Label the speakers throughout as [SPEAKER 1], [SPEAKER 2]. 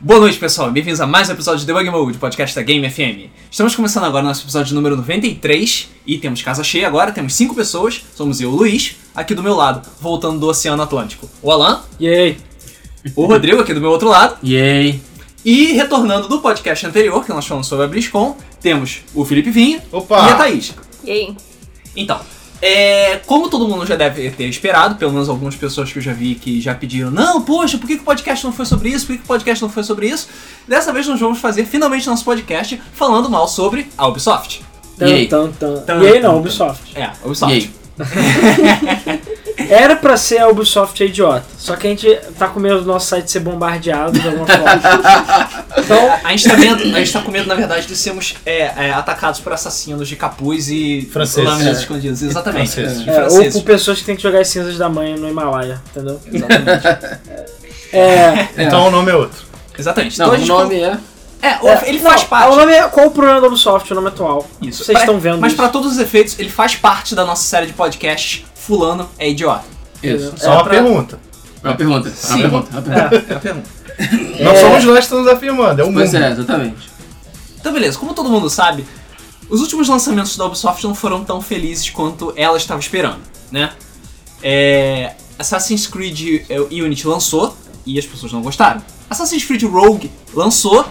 [SPEAKER 1] Boa noite, pessoal. Bem-vindos a mais um episódio de Debug Mode, podcast da Game FM. Estamos começando agora nosso episódio número 93 e temos casa cheia agora, temos cinco pessoas. Somos eu, o Luiz, aqui do meu lado, voltando do Oceano Atlântico. O Alan,
[SPEAKER 2] Yay!
[SPEAKER 1] o Rodrigo, aqui do meu outro lado.
[SPEAKER 2] Yay!
[SPEAKER 1] E retornando do podcast anterior, que nós falamos sobre a BlizzCon, temos o Felipe Vinha
[SPEAKER 3] Opa!
[SPEAKER 1] e a Thaís.
[SPEAKER 4] E aí?
[SPEAKER 1] Então, é, como todo mundo já deve ter esperado, pelo menos algumas pessoas que eu já vi que já pediram, não, poxa, por que, que o podcast não foi sobre isso? Por que, que o podcast não foi sobre isso? Dessa vez nós vamos fazer finalmente nosso podcast falando mal sobre a Ubisoft.
[SPEAKER 2] Yay.
[SPEAKER 5] Tan, tan, tan.
[SPEAKER 1] Tan,
[SPEAKER 5] Yay
[SPEAKER 1] tan,
[SPEAKER 5] não,
[SPEAKER 1] tan.
[SPEAKER 5] Ubisoft.
[SPEAKER 1] É, a Ubisoft.
[SPEAKER 2] Yay.
[SPEAKER 5] Era pra ser a Ubisoft a idiota. Só que a gente tá com medo do nosso site ser bombardeado de alguma forma. então,
[SPEAKER 1] A gente, tá medo- a gente tá com medo, na verdade, de sermos é, é, atacados por assassinos de capuz e
[SPEAKER 3] Franceses.
[SPEAKER 1] lâminas
[SPEAKER 3] É.
[SPEAKER 1] escondidas. Exatamente.
[SPEAKER 3] Franceses.
[SPEAKER 1] De
[SPEAKER 5] é, ou
[SPEAKER 1] franceses.
[SPEAKER 5] por pessoas que têm que jogar as cinzas da manhã no Himalaia, entendeu?
[SPEAKER 1] Exatamente.
[SPEAKER 5] É,
[SPEAKER 3] Então o nome é outro.
[SPEAKER 1] Exatamente.
[SPEAKER 2] Não,
[SPEAKER 1] Então a
[SPEAKER 2] o
[SPEAKER 1] gente-
[SPEAKER 2] nome é.
[SPEAKER 1] É, o-
[SPEAKER 5] é,
[SPEAKER 1] ele
[SPEAKER 5] não,
[SPEAKER 1] faz parte.
[SPEAKER 5] O nome é, qual o problema da Ubisoft, o nome atual?
[SPEAKER 1] Isso.
[SPEAKER 5] Vocês
[SPEAKER 1] Pra-
[SPEAKER 5] estão vendo
[SPEAKER 1] Mas
[SPEAKER 5] isso?
[SPEAKER 1] pra todos os efeitos, ele faz parte da nossa série de podcasts Fulano é Idiota.
[SPEAKER 2] Isso.
[SPEAKER 3] Só uma
[SPEAKER 1] pra-
[SPEAKER 3] pergunta.
[SPEAKER 2] É uma pergunta. É
[SPEAKER 1] Sim.
[SPEAKER 2] uma pergunta. É uma pergunta.
[SPEAKER 1] É, é a pergunta.
[SPEAKER 3] Não somos nós que estamos afirmando, é o mundo.
[SPEAKER 2] Pois é, exatamente.
[SPEAKER 1] Então, beleza, como todo mundo sabe, os últimos lançamentos da Ubisoft não foram tão felizes quanto ela estava esperando, né? É, Assassin's Creed é, Unity lançou e as pessoas não gostaram. Assassin's Creed Rogue lançou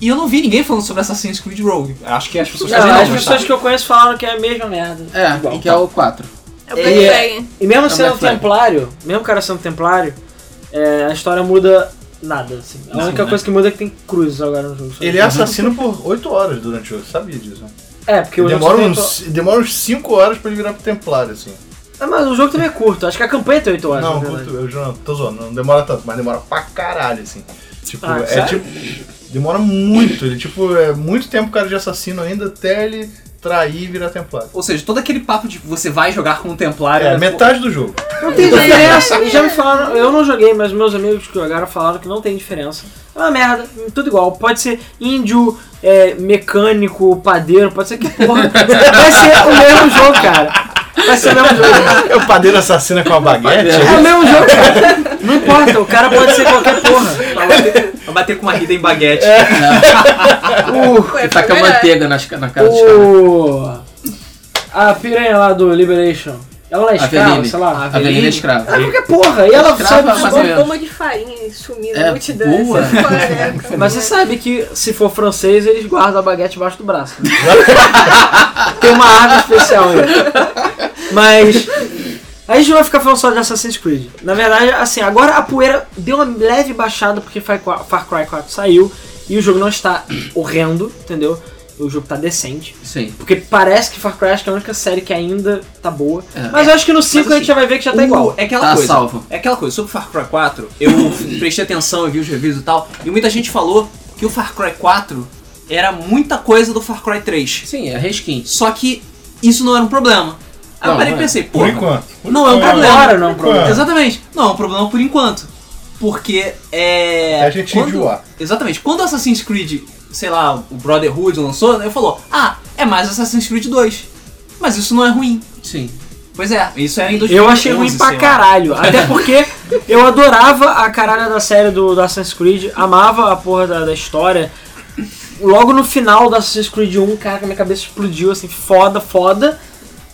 [SPEAKER 1] e eu não vi ninguém falando sobre Assassin's Creed Rogue. Acho que as pessoas também não
[SPEAKER 5] Ah, as pessoas
[SPEAKER 1] gostaram.
[SPEAKER 5] que eu conheço falaram que é a mesma merda.
[SPEAKER 2] É, que é o 4.
[SPEAKER 4] É o Black Flag.
[SPEAKER 5] E mesmo
[SPEAKER 2] É o
[SPEAKER 5] sendo
[SPEAKER 2] Black Flag.
[SPEAKER 5] templário, mesmo o cara sendo templário, é, a história muda nada. assim. A
[SPEAKER 1] Não,
[SPEAKER 5] única
[SPEAKER 1] né?
[SPEAKER 5] coisa que muda é que tem cruzes agora no jogo. só.
[SPEAKER 3] Ele é assassino por 8 horas durante o jogo, sabia disso? né?
[SPEAKER 5] É, porque o jogo
[SPEAKER 3] Demora
[SPEAKER 5] só tem
[SPEAKER 3] uns, demora uns 5 horas pra ele virar pro Templário, assim.
[SPEAKER 5] oito- Ah, mas o jogo também é curto. Acho que a campanha tem 8 horas.
[SPEAKER 3] não,
[SPEAKER 5] na
[SPEAKER 3] curto,
[SPEAKER 5] verdade.
[SPEAKER 3] eu juro, tô zoando, não demora tanto, mas demora pra caralho, assim. Tipo,
[SPEAKER 5] Ah,
[SPEAKER 3] é
[SPEAKER 5] sério?
[SPEAKER 3] tipo. Demora muito, ele, tipo, é muito tempo o cara de assassino ainda até ele trair e virar Templário.
[SPEAKER 1] Ou seja, todo aquele papo de você vai jogar com um Templário.
[SPEAKER 3] É,
[SPEAKER 1] né?
[SPEAKER 3] metade do jogo.
[SPEAKER 2] é.
[SPEAKER 5] Não tem diferença. E já me falaram, eu não joguei, mas meus amigos que jogaram falaram que não tem diferença. É uma merda, tudo igual. Pode ser índio, é, mecânico, padeiro, pode ser que porra. Vai ser o mesmo jogo, cara. Vai ser o mesmo jogo.
[SPEAKER 3] É o padeiro assassina com a baguete.
[SPEAKER 5] É o mesmo jogo, cara. Não importa, o cara pode ser qualquer porra.
[SPEAKER 1] Vai bater- vai bater com uma rida em baguete.
[SPEAKER 5] O.
[SPEAKER 4] Ué,
[SPEAKER 2] E
[SPEAKER 4] foi
[SPEAKER 2] É, taca
[SPEAKER 4] melhor.
[SPEAKER 2] tá manteiga nas, ca- na cara dos caras.
[SPEAKER 5] o a piranha lá do Liberation. Ela não é escrava,
[SPEAKER 2] Aveline.
[SPEAKER 5] sei lá.
[SPEAKER 2] A Avelina é escrava.
[SPEAKER 5] Ela é qualquer porra. E ela
[SPEAKER 2] Escrava,
[SPEAKER 5] sabe.
[SPEAKER 2] mais
[SPEAKER 4] Uma
[SPEAKER 2] ou menos.
[SPEAKER 4] goma de farinha e sumir na
[SPEAKER 2] É,
[SPEAKER 4] multidão.
[SPEAKER 2] boa.
[SPEAKER 4] Essa história,
[SPEAKER 5] Mas é você sabe que se for francês, eles guardam a baguete embaixo do braço. né? Tem uma arma especial aí. Mas. A gente não vai ficar falando só de Assassin's Creed. Na verdade, assim, agora a poeira deu uma leve baixada porque Far Qua- Far Cry 4 saiu e o jogo não está horrendo, entendeu? O jogo tá decente.
[SPEAKER 2] Sim.
[SPEAKER 5] Porque parece que Far Cry acho que é a única série que ainda tá boa.
[SPEAKER 2] É.
[SPEAKER 5] Mas eu acho que no 5 a
[SPEAKER 1] assim,
[SPEAKER 5] gente já vai ver que já tá
[SPEAKER 1] O-
[SPEAKER 5] igual.
[SPEAKER 1] É aquela
[SPEAKER 2] Tá
[SPEAKER 1] coisa.
[SPEAKER 2] salvo.
[SPEAKER 1] É aquela coisa. Sobre Far Cry 4, eu prestei atenção, eu vi os reviews e tal, e muita gente falou que o Far Cry 4 era muita coisa do Far Cry 3.
[SPEAKER 2] Sim, é reskin.
[SPEAKER 1] Só que isso não era um problema. Aí eu
[SPEAKER 2] Não,
[SPEAKER 1] parei e
[SPEAKER 2] não é.
[SPEAKER 1] pensei, pô,
[SPEAKER 3] Por enquanto. Por
[SPEAKER 1] não é um
[SPEAKER 3] enquanto.
[SPEAKER 1] problema.
[SPEAKER 5] Agora não é um problema.
[SPEAKER 3] É.
[SPEAKER 1] Exatamente. Não é um problema por enquanto. Porque é.
[SPEAKER 3] É a gente enjoar.
[SPEAKER 1] Exatamente. Quando Assassin's Creed, sei lá, o Brotherhood lançou, eu falou, ah, é mais Assassin's Creed 2. Mas isso não é ruim.
[SPEAKER 2] Sim.
[SPEAKER 1] Pois é, isso é em 2011,
[SPEAKER 5] Eu achei ruim pra
[SPEAKER 1] sei lá.
[SPEAKER 5] caralho. Até porque eu adorava a caralha da série do, do Assassin's Creed, amava a porra da, da história. Logo no final do Assassin's Creed 1, cara, minha cabeça explodiu assim, foda, foda.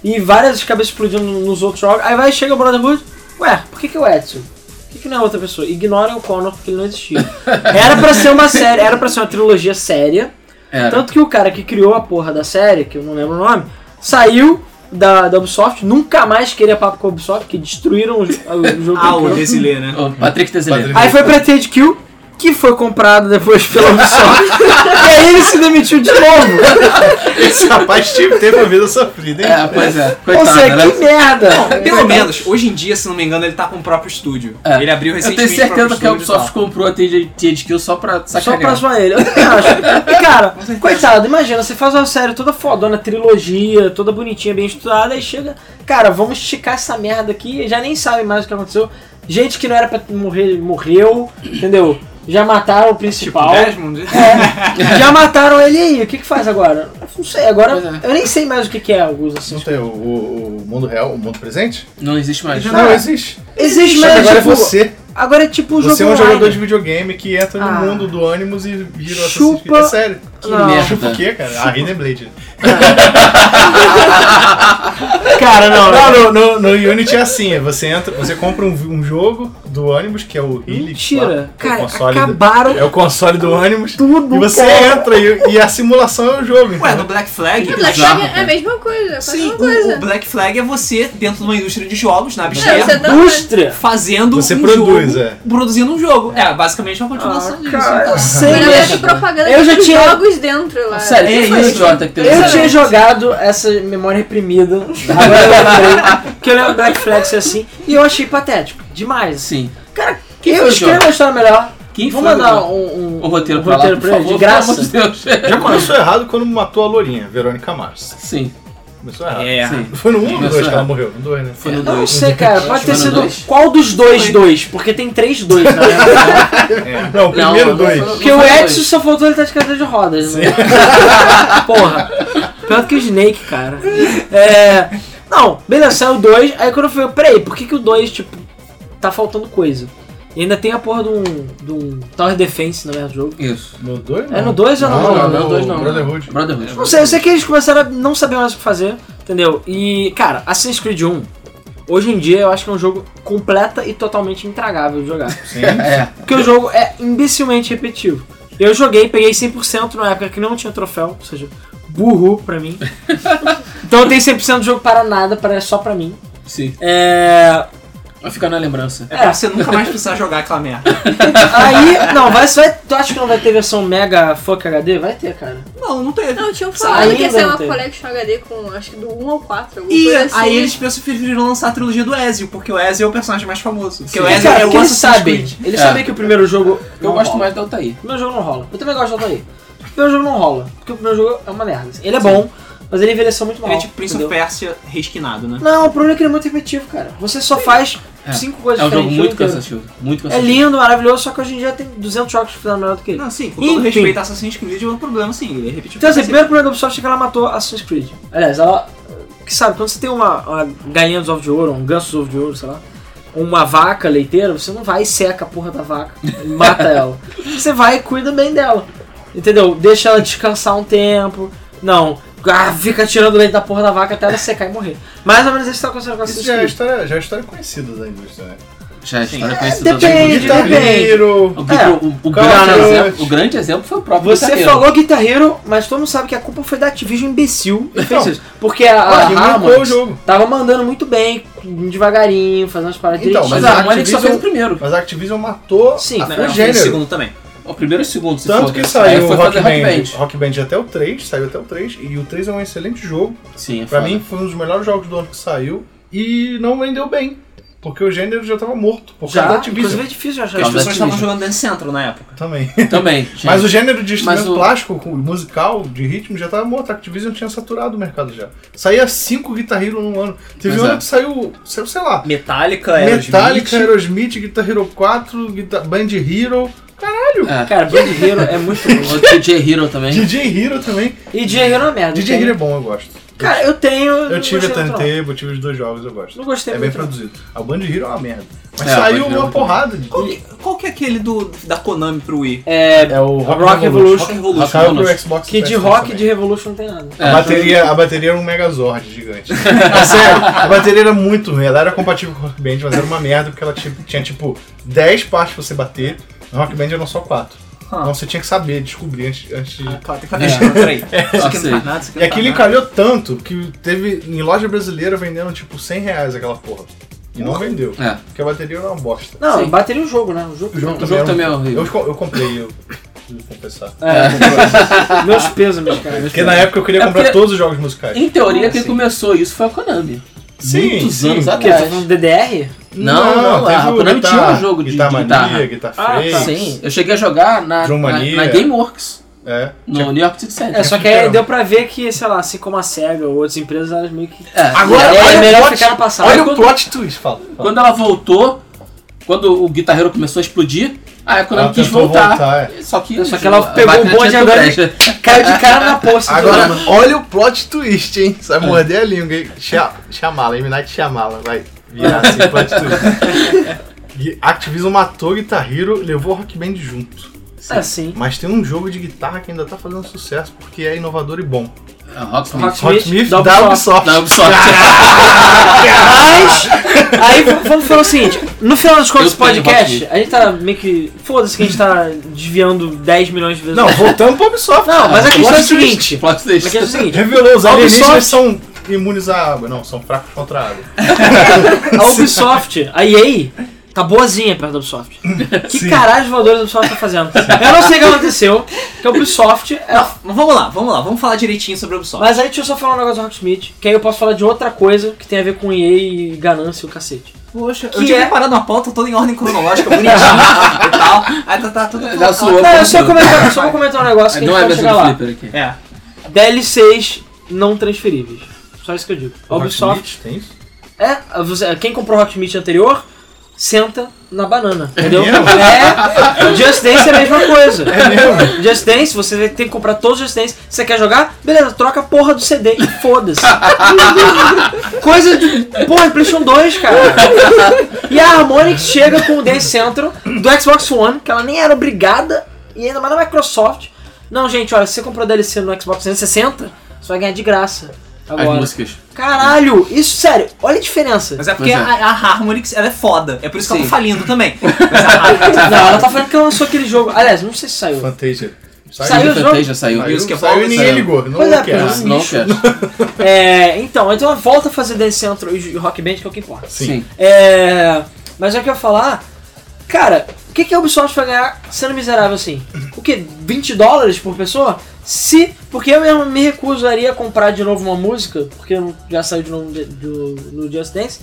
[SPEAKER 5] E várias cabeças explodindo nos outros jogos. Aí vai chega o Brotherhood, ué, por que, que é o Edson? Por que, que não é outra pessoa? Ignorem o Connor porque ele não existia. Era pra ser uma série, era pra ser uma trilogia séria.
[SPEAKER 2] Era.
[SPEAKER 5] É. Tanto que o cara que criou a porra da série, que eu não lembro o nome, saiu da, da Ubisoft, nunca mais queria papo com a Ubisoft, que destruíram o, jo- o jogo.
[SPEAKER 1] Ah,
[SPEAKER 5] que
[SPEAKER 1] o
[SPEAKER 5] ele criou.
[SPEAKER 1] Desilê, né?
[SPEAKER 2] O Patrick Teseleiro.
[SPEAKER 3] Patrick-
[SPEAKER 5] Aí foi pra Take-Two, que foi comprado depois pela Ubisoft, e aí ele se demitiu de novo.
[SPEAKER 3] Esse rapaz tipo, teve uma vida sofrida, hein?
[SPEAKER 2] É, pois é.
[SPEAKER 5] Ou seja,
[SPEAKER 2] Coitado,
[SPEAKER 5] que
[SPEAKER 2] né?
[SPEAKER 5] merda.
[SPEAKER 1] Pelo menos, hoje em dia, se não me engano, ele tá com o próprio estúdio.
[SPEAKER 2] É.
[SPEAKER 1] Ele abriu
[SPEAKER 2] Eu
[SPEAKER 1] recentemente
[SPEAKER 2] tenho
[SPEAKER 1] o
[SPEAKER 2] certeza que é a
[SPEAKER 1] próprio
[SPEAKER 2] Ubisoft
[SPEAKER 1] estúdio
[SPEAKER 2] comprou a THQ só pra
[SPEAKER 5] Só pra
[SPEAKER 2] sacanear.
[SPEAKER 5] zoar ele. Eu também acho. E, cara, coitado, imagina, você faz uma série toda fodona, trilogia, toda bonitinha, bem estudada, aí chega, cara, vamos esticar essa merda aqui, e já nem sabe mais o que aconteceu. Gente que não era pra morrer, morreu, entendeu? Já mataram o
[SPEAKER 1] Tipo,
[SPEAKER 5] principal.
[SPEAKER 3] né?
[SPEAKER 1] Desmond.
[SPEAKER 5] É, já mataram ele e aí, o que que faz agora? Eu Não sei, agora
[SPEAKER 2] Pois
[SPEAKER 5] eu nem sei mais o que que é alguns assim.
[SPEAKER 3] Não tem o, o- o mundo real, o mundo presente?
[SPEAKER 2] Não é. existe mais.
[SPEAKER 5] é
[SPEAKER 3] Não, existe.
[SPEAKER 5] Existe
[SPEAKER 3] Só que
[SPEAKER 5] mais,
[SPEAKER 3] agora é
[SPEAKER 5] tipo,
[SPEAKER 3] você.
[SPEAKER 5] Agora é tipo um
[SPEAKER 3] Você é
[SPEAKER 5] jogo
[SPEAKER 3] um
[SPEAKER 5] online.
[SPEAKER 3] jogador de videogame que entra no
[SPEAKER 5] Ah.
[SPEAKER 3] mundo do ânimos e vira o
[SPEAKER 5] Chupa-
[SPEAKER 3] Assassin's Creed. É sério.
[SPEAKER 2] Que
[SPEAKER 5] Não.
[SPEAKER 3] Chupa
[SPEAKER 2] merda.
[SPEAKER 3] o quê, cara? A Hidden Blade.
[SPEAKER 5] Cara, não.
[SPEAKER 3] Não, no, no- no Unity é assim, é você entra, você compra um, um jogo do ânimos, que é o Helix. lá,
[SPEAKER 5] Mentira.
[SPEAKER 3] que é o
[SPEAKER 5] Cara,
[SPEAKER 3] console do-
[SPEAKER 5] acabaram
[SPEAKER 3] É o console do ânimos.
[SPEAKER 5] tudo.
[SPEAKER 3] E você
[SPEAKER 5] cara.
[SPEAKER 3] entra e, e a simulação é o jogo,
[SPEAKER 1] Ué, no
[SPEAKER 3] entendeu?
[SPEAKER 1] Black Flag.
[SPEAKER 4] Black
[SPEAKER 2] bizarro,
[SPEAKER 4] Flag é a
[SPEAKER 2] cara.
[SPEAKER 4] mesma coisa, é quase a
[SPEAKER 1] Sim,
[SPEAKER 4] mesma
[SPEAKER 1] o,
[SPEAKER 4] coisa.
[SPEAKER 1] o Black Flag é você dentro de uma indústria de jogos, na
[SPEAKER 4] É, você
[SPEAKER 1] Abstergo,
[SPEAKER 4] tá
[SPEAKER 5] Indústria.
[SPEAKER 1] fazendo
[SPEAKER 3] Você
[SPEAKER 1] um
[SPEAKER 3] produz,
[SPEAKER 1] jogo,
[SPEAKER 3] é.
[SPEAKER 1] produzindo um jogo. É, basicamente uma continuação disso. então.
[SPEAKER 5] Sei,
[SPEAKER 4] Mas é na
[SPEAKER 5] né?
[SPEAKER 4] verdade, propaganda
[SPEAKER 5] Eu já
[SPEAKER 4] tem
[SPEAKER 5] tinha-
[SPEAKER 4] jogos dentro lá.
[SPEAKER 2] Sério,
[SPEAKER 1] É
[SPEAKER 2] quem foi
[SPEAKER 1] isso.
[SPEAKER 2] o idiota que pegou
[SPEAKER 5] Eu
[SPEAKER 2] essa-
[SPEAKER 5] tinha jogado essa memória reprimida, agora eu lembrei, que eu lembro Black Flag ser assim, e eu achei patético, demais.
[SPEAKER 2] Sim.
[SPEAKER 5] Cara,
[SPEAKER 2] Quem
[SPEAKER 5] eu
[SPEAKER 2] foi o
[SPEAKER 5] escrevo
[SPEAKER 2] jogo?
[SPEAKER 5] uma história melhor.
[SPEAKER 2] Quem
[SPEAKER 5] Vou
[SPEAKER 2] foi o
[SPEAKER 5] mandar
[SPEAKER 2] jogo?
[SPEAKER 5] um, um-
[SPEAKER 2] O roteiro
[SPEAKER 5] um
[SPEAKER 2] pra lá,
[SPEAKER 5] roteiro
[SPEAKER 2] por
[SPEAKER 5] pra ele,
[SPEAKER 2] favor,
[SPEAKER 5] de graça.
[SPEAKER 2] pelo amor de Deus.
[SPEAKER 3] Já começou errado quando matou a Lourinha, Verônica Mars.
[SPEAKER 2] Sim,
[SPEAKER 3] Começou errado.
[SPEAKER 1] É.
[SPEAKER 2] sim. É.
[SPEAKER 3] Foi no 1 ou no
[SPEAKER 2] Começou
[SPEAKER 3] 2 que ela
[SPEAKER 2] errado.
[SPEAKER 3] morreu? No 2, né?
[SPEAKER 1] Foi no
[SPEAKER 5] Eu não
[SPEAKER 1] dois.
[SPEAKER 5] sei, cara, pode ter
[SPEAKER 2] Acho que
[SPEAKER 5] sido
[SPEAKER 2] era dois.
[SPEAKER 5] qual dos dois dois, porque tem três dois, né?
[SPEAKER 3] É. Não, o
[SPEAKER 2] Não,
[SPEAKER 3] primeiro
[SPEAKER 2] não
[SPEAKER 3] 2.
[SPEAKER 2] foi-
[SPEAKER 5] Porque o Edson só faltou ele estar de cadeira de rodas, né? Porra. Pior do que o Snake, cara. É. Não, beleza, saiu dois. Aí quando eu fui, peraí, por que, que o dois, tipo, tá faltando coisa? E ainda tem a porra de um, de um Tower Defense no mesmo jogo.
[SPEAKER 2] Isso.
[SPEAKER 3] No 2?
[SPEAKER 5] É no dois ou no
[SPEAKER 3] Não,
[SPEAKER 5] um?
[SPEAKER 3] não,
[SPEAKER 2] não,
[SPEAKER 3] no
[SPEAKER 2] dois não.
[SPEAKER 3] Brotherhood.
[SPEAKER 2] Brotherhood.
[SPEAKER 5] Não sei, eu sei que eles começaram a não saber mais o que fazer, entendeu? E, cara, Assassin's Creed 1, hoje em dia eu acho que é um jogo completa e totalmente intragável de jogar.
[SPEAKER 3] Sim.
[SPEAKER 2] É.
[SPEAKER 5] Porque o jogo é imbecilmente repetitivo. Eu joguei, peguei 100% na época que não tinha troféu, ou seja, burro pra mim. então eu tenho 100% do jogo para nada, para só pra mim.
[SPEAKER 2] Sim.
[SPEAKER 5] É...
[SPEAKER 2] Vai ficar na lembrança.
[SPEAKER 1] É pra você nunca mais precisar jogar aquela merda.
[SPEAKER 5] Aí, não, vai, vai, tu acha que não vai ter versão Mega Fuck HD? Vai ter, cara.
[SPEAKER 1] Não, não teve.
[SPEAKER 4] Não, tinham falado que ia
[SPEAKER 5] Ainda
[SPEAKER 4] ser
[SPEAKER 5] não
[SPEAKER 4] uma
[SPEAKER 5] tem.
[SPEAKER 4] collection HD com acho que do 1 ao 4, alguma
[SPEAKER 1] E
[SPEAKER 4] coisa assim.
[SPEAKER 1] aí eles pensam que preferiram lançar a trilogia do Ezio, porque o Ezio é o personagem mais famoso. Porque o
[SPEAKER 5] É,
[SPEAKER 1] Ezio
[SPEAKER 5] cara,
[SPEAKER 1] é
[SPEAKER 5] porque
[SPEAKER 1] o
[SPEAKER 5] eles
[SPEAKER 1] Assassin's
[SPEAKER 5] sabem.
[SPEAKER 1] Creed.
[SPEAKER 5] Eles sabem que o primeiro jogo.
[SPEAKER 2] Eu
[SPEAKER 5] não
[SPEAKER 2] gosto
[SPEAKER 5] rola.
[SPEAKER 2] mais da Altair.
[SPEAKER 5] O primeiro jogo não rola. Eu também gosto do Altair. O primeiro jogo não rola. Porque o primeiro jogo é uma merda. Ele é bom, mas ele envelheceu muito mal.
[SPEAKER 1] Ele é tipo Prince
[SPEAKER 5] entendeu?
[SPEAKER 1] of Persia reskinado, né?
[SPEAKER 5] Não, o problema é que ele é muito repetitivo, cara. Você só faz
[SPEAKER 2] É.
[SPEAKER 5] cinco coisas
[SPEAKER 2] É um jogo
[SPEAKER 5] diferentes. o
[SPEAKER 2] muito
[SPEAKER 5] inteiro.
[SPEAKER 2] cansativo. Muito
[SPEAKER 5] É
[SPEAKER 2] cansativo.
[SPEAKER 5] lindo, maravilhoso, só que hoje em dia tem 200 jogos que fizeram melhor do que ele.
[SPEAKER 1] Não, sim, com todo
[SPEAKER 5] Enfim.
[SPEAKER 1] respeito a Assassin's Creed é um problema, sim. Ele é repetitivo.
[SPEAKER 5] Então, assim, o
[SPEAKER 1] Sim.
[SPEAKER 5] primeiro problema da Ubisoft é que ela matou Assassin's Creed. Aliás, ela. Que sabe, quando você tem uma, uma galinha dos ovos de ouro, um ganso dos ovos de ouro, sei lá, uma vaca leiteira, você não vai e seca a porra da vaca e mata ela. Você vai e cuida bem dela. Entendeu? Deixa ela descansar um tempo. Não. Ah, fica tirando leite da porra da vaca até ela secar e morrer. Mais ou menos isso que tá acontecendo com
[SPEAKER 3] Isso
[SPEAKER 5] Assassin's
[SPEAKER 3] já é,
[SPEAKER 5] Creed.
[SPEAKER 3] história, já é história conhecida da indústria, né?
[SPEAKER 2] Já é história conhecida.
[SPEAKER 5] depende.
[SPEAKER 2] do jogo.
[SPEAKER 5] Guitar
[SPEAKER 3] Guitarreiro.
[SPEAKER 2] O, gr- o- o grande
[SPEAKER 3] Call of
[SPEAKER 2] exemplo,
[SPEAKER 3] Duty.
[SPEAKER 2] o grande exemplo foi o próprio
[SPEAKER 5] Você
[SPEAKER 2] Guitar Hero.
[SPEAKER 5] falou Guitar Hero, mas todo mundo sabe que a culpa foi da Activision imbecil que fez
[SPEAKER 3] Então.
[SPEAKER 5] isso. Porque a, a
[SPEAKER 3] Ah, que marcou o
[SPEAKER 5] Harmonix
[SPEAKER 3] jogo.
[SPEAKER 5] tava mandando muito bem, devagarinho, fazendo as paradas
[SPEAKER 3] Então,
[SPEAKER 2] Mas
[SPEAKER 3] a
[SPEAKER 2] a Harmonix só
[SPEAKER 3] Activision-
[SPEAKER 2] fez o primeiro.
[SPEAKER 3] Mas a Activision matou
[SPEAKER 5] Sim,
[SPEAKER 3] a-
[SPEAKER 5] não,
[SPEAKER 1] Não,
[SPEAKER 3] o
[SPEAKER 1] não,
[SPEAKER 3] gênero.
[SPEAKER 1] tem o né? segundo também.
[SPEAKER 2] O primeiro e o segundo, se
[SPEAKER 3] Tanto
[SPEAKER 2] for.
[SPEAKER 3] que
[SPEAKER 2] Aí
[SPEAKER 3] saiu o
[SPEAKER 2] foi
[SPEAKER 3] Rock
[SPEAKER 2] fazer Rock
[SPEAKER 3] Band.
[SPEAKER 2] Band.
[SPEAKER 3] Rock Band até o 3, saiu até o 3. E o 3 é um excelente jogo.
[SPEAKER 2] Sim, é
[SPEAKER 3] Pra
[SPEAKER 2] foda.
[SPEAKER 3] mim, foi um dos melhores jogos do ano que saiu. E não vendeu bem. Porque o gênero já tava morto. Por causa da
[SPEAKER 5] Já,
[SPEAKER 3] Activision
[SPEAKER 5] inclusive é difícil de achar
[SPEAKER 1] Porque as
[SPEAKER 2] Causa
[SPEAKER 5] isso.
[SPEAKER 1] pessoas estavam
[SPEAKER 2] Activision.
[SPEAKER 1] jogando Dance Central na época.
[SPEAKER 3] também.
[SPEAKER 2] Também. gente.
[SPEAKER 3] Mas o gênero de instrumento
[SPEAKER 2] Mas o-
[SPEAKER 3] plástico, com- musical, de ritmo, já tava morto. A Activision tinha saturado o mercado já. Saía cinco Guitar Hero num ano. Teve
[SPEAKER 2] Pois
[SPEAKER 3] um ano
[SPEAKER 2] é.
[SPEAKER 3] que saiu, saiu sei lá,
[SPEAKER 1] Metallica, Aerosmith.
[SPEAKER 3] Metallica, Aerosmith, Guitar Hero 4, Guitar... Band Hero,
[SPEAKER 2] É.
[SPEAKER 5] Cara, Band Hero é muito bom.
[SPEAKER 2] O DJ Hero também.
[SPEAKER 3] DJ Hero também.
[SPEAKER 5] E DJ Hero é uma merda.
[SPEAKER 3] DJ
[SPEAKER 5] eu tenho.
[SPEAKER 3] Hero é bom, eu gosto.
[SPEAKER 5] Cara, eu tenho. não
[SPEAKER 3] Eu tive a
[SPEAKER 5] gostei muito,
[SPEAKER 3] Turntable, tive os dois jogos, eu
[SPEAKER 5] Não Não
[SPEAKER 3] gosto.
[SPEAKER 5] gostei
[SPEAKER 3] É bem
[SPEAKER 5] muito. não.
[SPEAKER 3] produzido. A Band Hero é uma merda. Mas
[SPEAKER 2] É, a Band
[SPEAKER 3] saiu
[SPEAKER 2] Hero é
[SPEAKER 3] uma
[SPEAKER 2] muito
[SPEAKER 3] porrada de...
[SPEAKER 1] Qual que, qual que é aquele do, da Konami pro Wii?
[SPEAKER 5] É.
[SPEAKER 3] É o Rock,
[SPEAKER 5] Rock Evolution.
[SPEAKER 1] Rock Revolution.
[SPEAKER 3] Saiu pro
[SPEAKER 2] Revolution.
[SPEAKER 3] Xbox
[SPEAKER 5] Que de
[SPEAKER 3] PS3
[SPEAKER 5] rock e
[SPEAKER 3] também.
[SPEAKER 5] de revolution não tem nada.
[SPEAKER 2] É.
[SPEAKER 3] A bateria, a bateria era um Megazord gigante. É sério, a bateria era muito ruim. Ela era compatível com o Rock Band, mas era uma merda porque ela tinha, tinha, tipo 10 partes pra você bater. No Rock Band eram só 4.
[SPEAKER 1] Ah.
[SPEAKER 3] Então você tinha que saber, descobrir antes, antes de.
[SPEAKER 1] Ah, claro, tem que fazer isso, peraí. Isso aqui não
[SPEAKER 2] sei.
[SPEAKER 1] faz nada, isso aqui não
[SPEAKER 3] E
[SPEAKER 1] faz
[SPEAKER 3] aquilo
[SPEAKER 1] nada.
[SPEAKER 3] encalhou tanto que teve em loja brasileira vendendo tipo 100 reais aquela porra. E não vendeu.
[SPEAKER 2] É.
[SPEAKER 3] Porque a bateria era uma bosta.
[SPEAKER 5] Não,
[SPEAKER 2] Sim.
[SPEAKER 5] bateria o jogo, né? O jogo.
[SPEAKER 3] O jogo,
[SPEAKER 2] O jogo
[SPEAKER 3] era um-
[SPEAKER 2] também é horrível.
[SPEAKER 3] Eu, co- eu comprei, eu preciso confessar.
[SPEAKER 5] É, meus pesos, meus cara. meus
[SPEAKER 3] Porque na época eu queria
[SPEAKER 2] É
[SPEAKER 3] comprar
[SPEAKER 2] porque-
[SPEAKER 3] todos os jogos musicais.
[SPEAKER 2] Em teoria, quem
[SPEAKER 3] Sim.
[SPEAKER 2] começou isso foi a Konami.
[SPEAKER 3] Sim,
[SPEAKER 2] Muitos
[SPEAKER 3] sim.
[SPEAKER 2] anos
[SPEAKER 5] O quê? Tá
[SPEAKER 2] atrás.
[SPEAKER 5] falando DDR?
[SPEAKER 2] Não, não, a
[SPEAKER 3] teve o
[SPEAKER 2] Konami
[SPEAKER 3] Guitar-
[SPEAKER 2] tinha um jogo de- de
[SPEAKER 3] Guitar
[SPEAKER 2] guitarra.
[SPEAKER 3] Mania, Guitar
[SPEAKER 5] Ah, tá.
[SPEAKER 3] Face.
[SPEAKER 2] Sim, eu cheguei a jogar na, na,
[SPEAKER 3] Drumania.
[SPEAKER 2] na Gameworks,
[SPEAKER 3] É.
[SPEAKER 2] no New York City Center.
[SPEAKER 5] É, só que
[SPEAKER 3] fliperama.
[SPEAKER 5] aí deu pra ver que, sei lá, assim como a SEGA ou outras empresas, elas meio que.
[SPEAKER 2] É,
[SPEAKER 5] Agora,
[SPEAKER 2] e aí
[SPEAKER 5] olha
[SPEAKER 2] é
[SPEAKER 5] o
[SPEAKER 2] melhor
[SPEAKER 5] plot-
[SPEAKER 2] ficar no passado.
[SPEAKER 3] Olha
[SPEAKER 2] Aí
[SPEAKER 3] o
[SPEAKER 2] quando,
[SPEAKER 3] plot twist, fala. fala.
[SPEAKER 2] quando ela voltou, quando o guitarreiro começou a explodir, aí a Konami
[SPEAKER 3] Ela
[SPEAKER 2] quis
[SPEAKER 3] tentou
[SPEAKER 2] voltar.
[SPEAKER 3] voltar, é.
[SPEAKER 2] Só que,
[SPEAKER 5] Só que ela pegou o bonde
[SPEAKER 2] de
[SPEAKER 5] andando e- Caiu de cara na poça.
[SPEAKER 3] Agora, olha o plot twist, hein? Você vai morder a língua, hein? Chamá-la, Eminat chamá-la, vai virar assim o plot twist. Gui- Activision matou Guitar Hero, levou o Rock Band junto.
[SPEAKER 5] É, sim.
[SPEAKER 3] Mas tem um jogo de guitarra que ainda tá fazendo sucesso porque é inovador e bom.
[SPEAKER 2] É, Rocksmith.
[SPEAKER 5] Rocksmith,
[SPEAKER 3] Rocksmith
[SPEAKER 5] da
[SPEAKER 3] da
[SPEAKER 5] Ubisoft.
[SPEAKER 3] Ubisoft.
[SPEAKER 2] Da Ubisoft.
[SPEAKER 5] Mas, aí v- vamos falar o seguinte: no final dos contos
[SPEAKER 2] Eu
[SPEAKER 5] do
[SPEAKER 2] tenho
[SPEAKER 5] podcast,
[SPEAKER 2] Rock
[SPEAKER 5] a gente tá meio que. Foda-se que a gente tá desviando 10 milhões de vezes.
[SPEAKER 3] Não, voltando pro Ubisoft.
[SPEAKER 5] Não, mas a questão é a
[SPEAKER 2] Plot twist,
[SPEAKER 5] seguinte:
[SPEAKER 2] Plot
[SPEAKER 5] a
[SPEAKER 2] twist.
[SPEAKER 5] questão é a seguinte.
[SPEAKER 3] Revelou, os
[SPEAKER 5] A
[SPEAKER 3] alienígenas são imunes à água. Não, são fracos contra a água.
[SPEAKER 5] A Ubisoft, a EA, tá boazinha perto da Ubisoft. Que
[SPEAKER 3] Sim.
[SPEAKER 5] caralho voadores a Ubisoft tá fazendo? Eu não sei o que aconteceu, que a Ubisoft. ela-
[SPEAKER 1] Mas vamos lá, vamos lá, vamos falar direitinho sobre o Ubisoft.
[SPEAKER 5] Mas aí deixa eu só falar um negócio do Rocksmith, que aí eu posso falar de outra coisa que tem a ver com EA e ganância e o cacete.
[SPEAKER 1] Poxa, eu
[SPEAKER 5] que
[SPEAKER 1] tinha
[SPEAKER 5] é-
[SPEAKER 1] preparado uma pauta toda em ordem cronológica, bonitinha e tal. Aí tá, tá tudo.
[SPEAKER 2] Já suou.
[SPEAKER 5] Não, eu só,
[SPEAKER 2] Não.
[SPEAKER 5] comentar, só vou comentar um negócio que
[SPEAKER 2] Não
[SPEAKER 5] a
[SPEAKER 2] é
[SPEAKER 5] gente vai chegar
[SPEAKER 2] versão do
[SPEAKER 5] lá.
[SPEAKER 2] Flipper aqui.
[SPEAKER 1] É.
[SPEAKER 5] DLCs não transferíveis. Só isso que eu digo. A Ubisoft.
[SPEAKER 3] Rocksmith, Tem isso?
[SPEAKER 5] É, você- quem comprou o Rocksmith anterior, senta na banana, entendeu?
[SPEAKER 3] mesmo?
[SPEAKER 5] É, Just Dance é a mesma coisa.
[SPEAKER 3] É mesmo?
[SPEAKER 5] Just Dance, você tem que comprar todos os Just Dance. Você quer jogar? Beleza, troca a porra do CD e foda-se. Coisa de. Porra, PlayStation 2, cara. E a Harmonix chega com o Dance Central do Xbox One, que ela nem era obrigada, e ainda mais na Microsoft. Não, gente, olha, se você comprou DLC no Xbox 360, você vai ganhar de graça.
[SPEAKER 2] As
[SPEAKER 5] Agora.
[SPEAKER 2] músicas.
[SPEAKER 5] Caralho, isso sério, olha a diferença.
[SPEAKER 1] Mas é porque
[SPEAKER 2] Mas é.
[SPEAKER 1] A, a Harmonix ela é foda. É por isso que ela
[SPEAKER 2] Sim.
[SPEAKER 1] tá falindo também. Mas a Harmonix
[SPEAKER 5] Não, ela tá falando que lançou aquele jogo. Aliás, não sei se saiu.
[SPEAKER 3] Fantasia.
[SPEAKER 5] Saiu o jogo?
[SPEAKER 2] Fantasia saiu.
[SPEAKER 1] Saiu. Isso que é
[SPEAKER 3] saiu e
[SPEAKER 1] Paulo,
[SPEAKER 3] ninguém
[SPEAKER 2] saiu.
[SPEAKER 3] ligou. Não
[SPEAKER 5] Pois é,
[SPEAKER 3] quero.
[SPEAKER 5] pois é.
[SPEAKER 2] Não
[SPEAKER 5] Lixo.
[SPEAKER 2] quer.
[SPEAKER 5] É, então, então ela volta a fazer Dance Central e Rock Band, que é o que importa.
[SPEAKER 3] Sim.
[SPEAKER 2] Sim.
[SPEAKER 5] É, mas é que eu ia falar, cara, o que, que a Ubisoft vai ganhar sendo miserável assim? O que? 20 dólares por pessoa? Se. Porque eu mesmo me recusaria a comprar de novo uma música, porque eu não- já saiu de novo de- do, no Just Dance.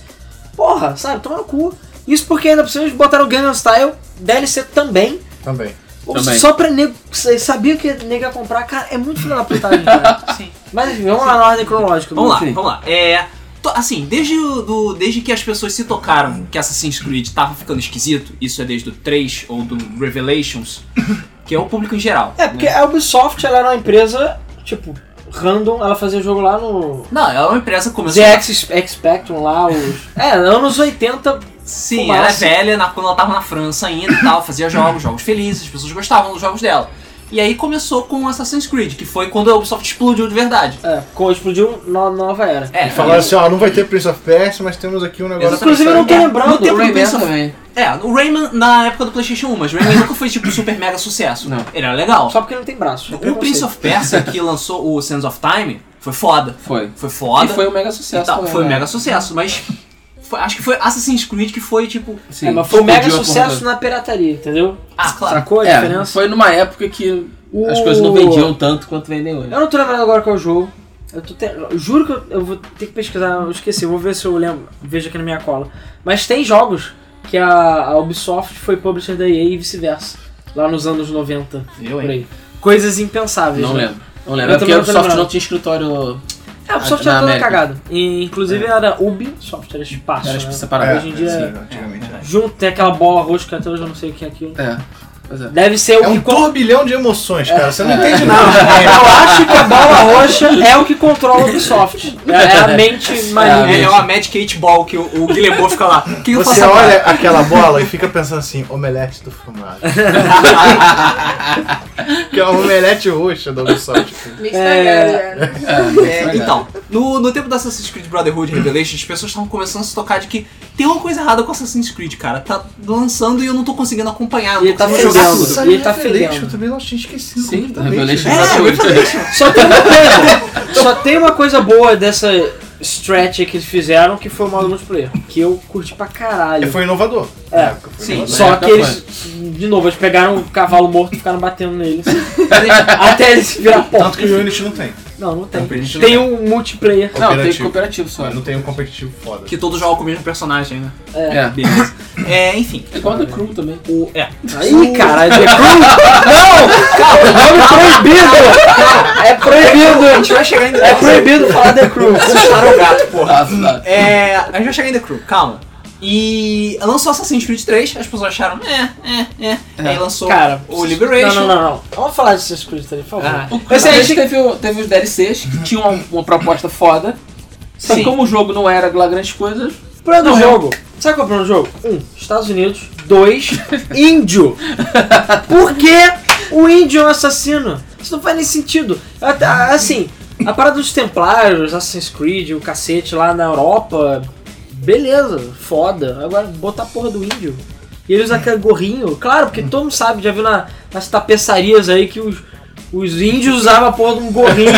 [SPEAKER 5] Porra, sabe? Toma no cu. Isso porque ainda por cima eles botaram Gangnam Style, DLC também.
[SPEAKER 3] Também.
[SPEAKER 2] Também.
[SPEAKER 5] Só pra nego. Sabia que nego ia comprar, cara, é muito filho da putagem, cara.
[SPEAKER 1] Sim.
[SPEAKER 5] Mas enfim, vamos lá na ordem cronológica.
[SPEAKER 1] Vamos lá,
[SPEAKER 2] Enfim.
[SPEAKER 1] vamos lá. É, to- assim, desde, o- do- desde que as pessoas se tocaram que Assassin's Creed tava ficando esquisito, isso é desde o 3 ou do Revelations, que é o público em geral.
[SPEAKER 5] É, porque
[SPEAKER 1] né?
[SPEAKER 5] a Ubisoft ela era uma empresa, tipo, random, ela fazia jogo lá no.
[SPEAKER 1] Não, ela é uma empresa que começou.
[SPEAKER 5] ZX X Spectrum lá, os. É, anos 80.
[SPEAKER 1] Sim,
[SPEAKER 5] fumaça.
[SPEAKER 1] ela é velha na- quando ela tava na França ainda e tal, fazia jogos, jogos felizes, as pessoas gostavam dos jogos dela. E aí começou com Assassin's Creed, que foi quando a Ubisoft explodiu de verdade.
[SPEAKER 5] É, com- explodiu na nova era.
[SPEAKER 1] É,
[SPEAKER 3] Falaram assim, ó, não vai ter Prince of Persia, mas temos aqui um negócio...
[SPEAKER 5] Inclusive, eu não tô
[SPEAKER 1] É,
[SPEAKER 5] lembrando.
[SPEAKER 1] no tempo do
[SPEAKER 2] O Rayman
[SPEAKER 1] Prince of-
[SPEAKER 2] também.
[SPEAKER 1] é, o Rayman na época do PlayStation 1, mas o Rayman nunca foi tipo super mega sucesso.
[SPEAKER 2] Não.
[SPEAKER 1] Ele era legal.
[SPEAKER 5] Só porque não tem braço.
[SPEAKER 1] O Prince of Persia que lançou o Sands of Time foi foda.
[SPEAKER 2] Foi.
[SPEAKER 1] Foi foda.
[SPEAKER 2] E foi um mega
[SPEAKER 1] e
[SPEAKER 5] Então,
[SPEAKER 2] sucesso.
[SPEAKER 1] tal.
[SPEAKER 2] também,
[SPEAKER 1] Foi um
[SPEAKER 2] né?
[SPEAKER 1] mega sucesso, mas foi- acho que foi Assassin's Creed que foi tipo.
[SPEAKER 2] Sim,
[SPEAKER 5] É, mas foi um mega
[SPEAKER 2] explodiu a porra
[SPEAKER 5] sucesso
[SPEAKER 2] toda.
[SPEAKER 5] na pirataria, entendeu?
[SPEAKER 1] Ah, claro.
[SPEAKER 5] Sacou a
[SPEAKER 2] É,
[SPEAKER 5] diferença?
[SPEAKER 2] foi numa época que as
[SPEAKER 5] O-
[SPEAKER 2] coisas não vendiam tanto quanto vendem hoje.
[SPEAKER 5] Eu não tô lembrando agora qual é o jogo. Eu, tô te- eu juro que eu, eu vou ter que pesquisar, eu esqueci, eu vou ver se eu lembro, vejo aqui na minha cola. Mas tem jogos que a, a Ubisoft foi publisher da EA e vice-versa, lá nos anos 90.
[SPEAKER 1] Eu,
[SPEAKER 5] por aí. Coisas impensáveis.
[SPEAKER 2] Não
[SPEAKER 5] né?
[SPEAKER 2] lembro. Não lembro.
[SPEAKER 5] Eu
[SPEAKER 2] é porque
[SPEAKER 5] também não
[SPEAKER 2] a
[SPEAKER 5] tô
[SPEAKER 2] Ubisoft
[SPEAKER 5] lembrado.
[SPEAKER 2] não tinha escritório.
[SPEAKER 5] É, a Ubisoft
[SPEAKER 2] Na
[SPEAKER 5] era toda
[SPEAKER 2] América.
[SPEAKER 5] cagada. E, inclusive era Ubisoft, era espaço.
[SPEAKER 2] Era tipo,
[SPEAKER 5] né?
[SPEAKER 2] separado.
[SPEAKER 5] hoje em dia-
[SPEAKER 3] É,
[SPEAKER 5] É.
[SPEAKER 3] sim, antigamente. era.
[SPEAKER 5] Junto tem aquela bola roxa que até hoje eu não sei o que é aquilo.
[SPEAKER 2] É. Pois é.
[SPEAKER 5] Deve ser o
[SPEAKER 3] É
[SPEAKER 5] que.
[SPEAKER 3] um
[SPEAKER 5] con-
[SPEAKER 3] turbilhão de emoções, cara. Você
[SPEAKER 5] É.
[SPEAKER 3] não entende
[SPEAKER 5] Eu
[SPEAKER 3] nada.
[SPEAKER 5] acho que a bola roxa é o que controla a Ubisoft. É, é a mente maligna.
[SPEAKER 1] É, é uma Magic 8 Ball que o, o Guilherme fica lá. O que eu
[SPEAKER 3] Você
[SPEAKER 1] faço agora?"
[SPEAKER 3] olha aquela bola e fica pensando assim, omelete do fumado. que é uma omelete roxa da Ubisoft.
[SPEAKER 4] Me estragaram já, né?
[SPEAKER 1] É,
[SPEAKER 2] Legal.
[SPEAKER 1] então, no, no tempo da Assassin's Creed Brotherhood e Revelations, as pessoas estavam começando a se tocar de que tem uma coisa errada com Assassin's Creed, cara. Tá lançando e eu não tô conseguindo acompanhar. eu não
[SPEAKER 5] E ele
[SPEAKER 1] tô
[SPEAKER 5] tá
[SPEAKER 1] conseguindo jogar
[SPEAKER 5] fedendo.
[SPEAKER 1] tudo.
[SPEAKER 5] ele tá fedendo.
[SPEAKER 3] Eu também não tinha esquecido
[SPEAKER 2] Sim,
[SPEAKER 3] completamente.
[SPEAKER 2] Revelation
[SPEAKER 1] É,
[SPEAKER 2] Brotherhood.
[SPEAKER 5] Só tem uma coisa. Só tem uma coisa boa dessa stretch que eles fizeram, que foi o modo multiplayer. Que eu curti pra
[SPEAKER 3] É, né?
[SPEAKER 5] caralho.
[SPEAKER 3] Foi inovador.
[SPEAKER 5] É,
[SPEAKER 3] Na época foi
[SPEAKER 1] sim.
[SPEAKER 3] inovador.
[SPEAKER 5] Só que eles, de novo, eles pegaram o cavalo morto e ficaram batendo nele. até eles virar pó.
[SPEAKER 3] Tanto que o Unity não tem.
[SPEAKER 5] Não, não tem.
[SPEAKER 1] Não, pra gente
[SPEAKER 5] Tem um multiplayer.
[SPEAKER 2] Não, tem
[SPEAKER 3] Cooperativo.
[SPEAKER 2] cooperativo só. né?
[SPEAKER 3] Mas não tem um competitivo foda.
[SPEAKER 1] Que todos jogam com o mesmo personagem, né?
[SPEAKER 2] É.
[SPEAKER 1] Beleza. É, enfim.
[SPEAKER 2] É igual a The Crew também.
[SPEAKER 1] O, é.
[SPEAKER 5] Ih, caralho, é Não! Calma, é proibido! É
[SPEAKER 1] A gente
[SPEAKER 5] proibido!
[SPEAKER 1] vai chegar em
[SPEAKER 5] É proibido falar The Crew.
[SPEAKER 1] Assustaram o gato, porra.
[SPEAKER 2] Ah, tá.
[SPEAKER 1] É, a gente vai chegar em The Crew, calma. E lançou Assassin's Creed 3, as pessoas acharam, é, é, é. Aí lançou
[SPEAKER 5] Cara,
[SPEAKER 1] o Liberation.
[SPEAKER 5] Não, não, não, não. Vamos falar dessas coisas, tá, por favor.
[SPEAKER 1] Ah,
[SPEAKER 2] Mas a gente teve, o- teve os DLCs que tinham uma, uma proposta foda. Só que
[SPEAKER 1] Sim.
[SPEAKER 2] como o jogo não era lá grandes coisas,
[SPEAKER 5] Plano do
[SPEAKER 2] Não,
[SPEAKER 5] jogo. Sabe qual é o problema do jogo? Um, Estados Unidos. Dois, índio. Por que o índio é um assassino? Isso não faz nem sentido. Até- Assim, a parada dos Templários, Assassin's Creed, o cacete lá na Europa, beleza, foda. Agora, botar a porra do índio. E ele usa aquele gorrinho. Claro, porque todo mundo sabe, já viu na- nas tapeçarias aí que os, os índios usavam a porra de um gorrinho.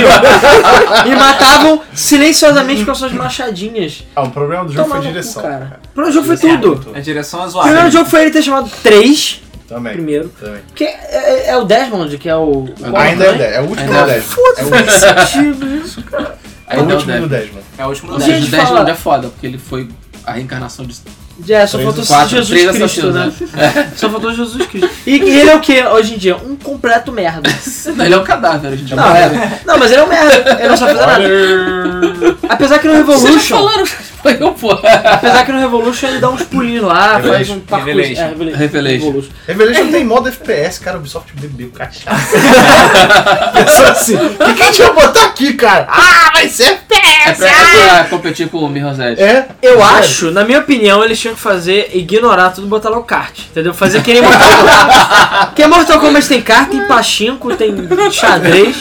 [SPEAKER 5] e matavam silenciosamente com as suas machadinhas.
[SPEAKER 3] Ah, o problema do jogo
[SPEAKER 5] Tomar
[SPEAKER 3] foi a
[SPEAKER 5] no cu,
[SPEAKER 3] direção.
[SPEAKER 5] cara.
[SPEAKER 3] cara.
[SPEAKER 5] O primeiro jogo foi tudo.
[SPEAKER 1] A direção é
[SPEAKER 5] O
[SPEAKER 1] zoada.
[SPEAKER 5] primeiro jogo foi ele ter chamado 3,
[SPEAKER 3] É, Também.
[SPEAKER 5] primeiro.
[SPEAKER 3] Também.
[SPEAKER 5] Que é, é- é o Desmond, que é o. o
[SPEAKER 3] Ainda é o 10. É o último
[SPEAKER 2] Ainda
[SPEAKER 3] do
[SPEAKER 2] é
[SPEAKER 3] 10. É o
[SPEAKER 5] Faz sentido isso.
[SPEAKER 3] É o
[SPEAKER 2] Ainda é o
[SPEAKER 3] último do
[SPEAKER 2] Desmond.
[SPEAKER 3] 10, mano.
[SPEAKER 1] É o último
[SPEAKER 5] O
[SPEAKER 1] do
[SPEAKER 5] Gente,
[SPEAKER 2] Desmond. O
[SPEAKER 1] dez.
[SPEAKER 5] fala.
[SPEAKER 2] Desmond é foda, porque ele foi a reencarnação de
[SPEAKER 5] É, só
[SPEAKER 3] Três
[SPEAKER 5] faltou
[SPEAKER 3] e
[SPEAKER 2] quatro, três
[SPEAKER 5] Jesus Cristo, né?
[SPEAKER 2] assassinos,
[SPEAKER 5] Só faltou Jesus Cristo. E e ele é o que hoje em dia? Um completo merda.
[SPEAKER 2] Não, ele é um cadáver hoje em dia.
[SPEAKER 5] Não, é. Não, mas ele é um merda. Ele não sabe fazer nada. Apesar que no
[SPEAKER 2] Vocês já
[SPEAKER 5] Revolution.
[SPEAKER 2] falaram que foi eu, pô. é
[SPEAKER 5] Apesar que no Revolution ele dá uns pulinhos lá, faz um
[SPEAKER 3] Revelation.
[SPEAKER 5] parkour.
[SPEAKER 1] Revelation.
[SPEAKER 5] É, Revelation.
[SPEAKER 2] Revelation.
[SPEAKER 5] Revolution.
[SPEAKER 3] Revelation tem modo FPS, cara. O Ubisoft bebeu cachaça. Pensou assim, o que que a gente vai botar aqui, cara? Ah, vai ser
[SPEAKER 2] É
[SPEAKER 3] FPS!
[SPEAKER 2] pra, é pra competir com o Mirror's Edge.
[SPEAKER 3] É?
[SPEAKER 5] Eu
[SPEAKER 3] Sério?
[SPEAKER 5] acho, na minha opinião, eles tinham que fazer, ignorar tudo e botar lá o kart, entendeu? Fazer que nem Mortal Kombat. Porque Mortal Kombat tem kart, tem pachinko, tem xadrez.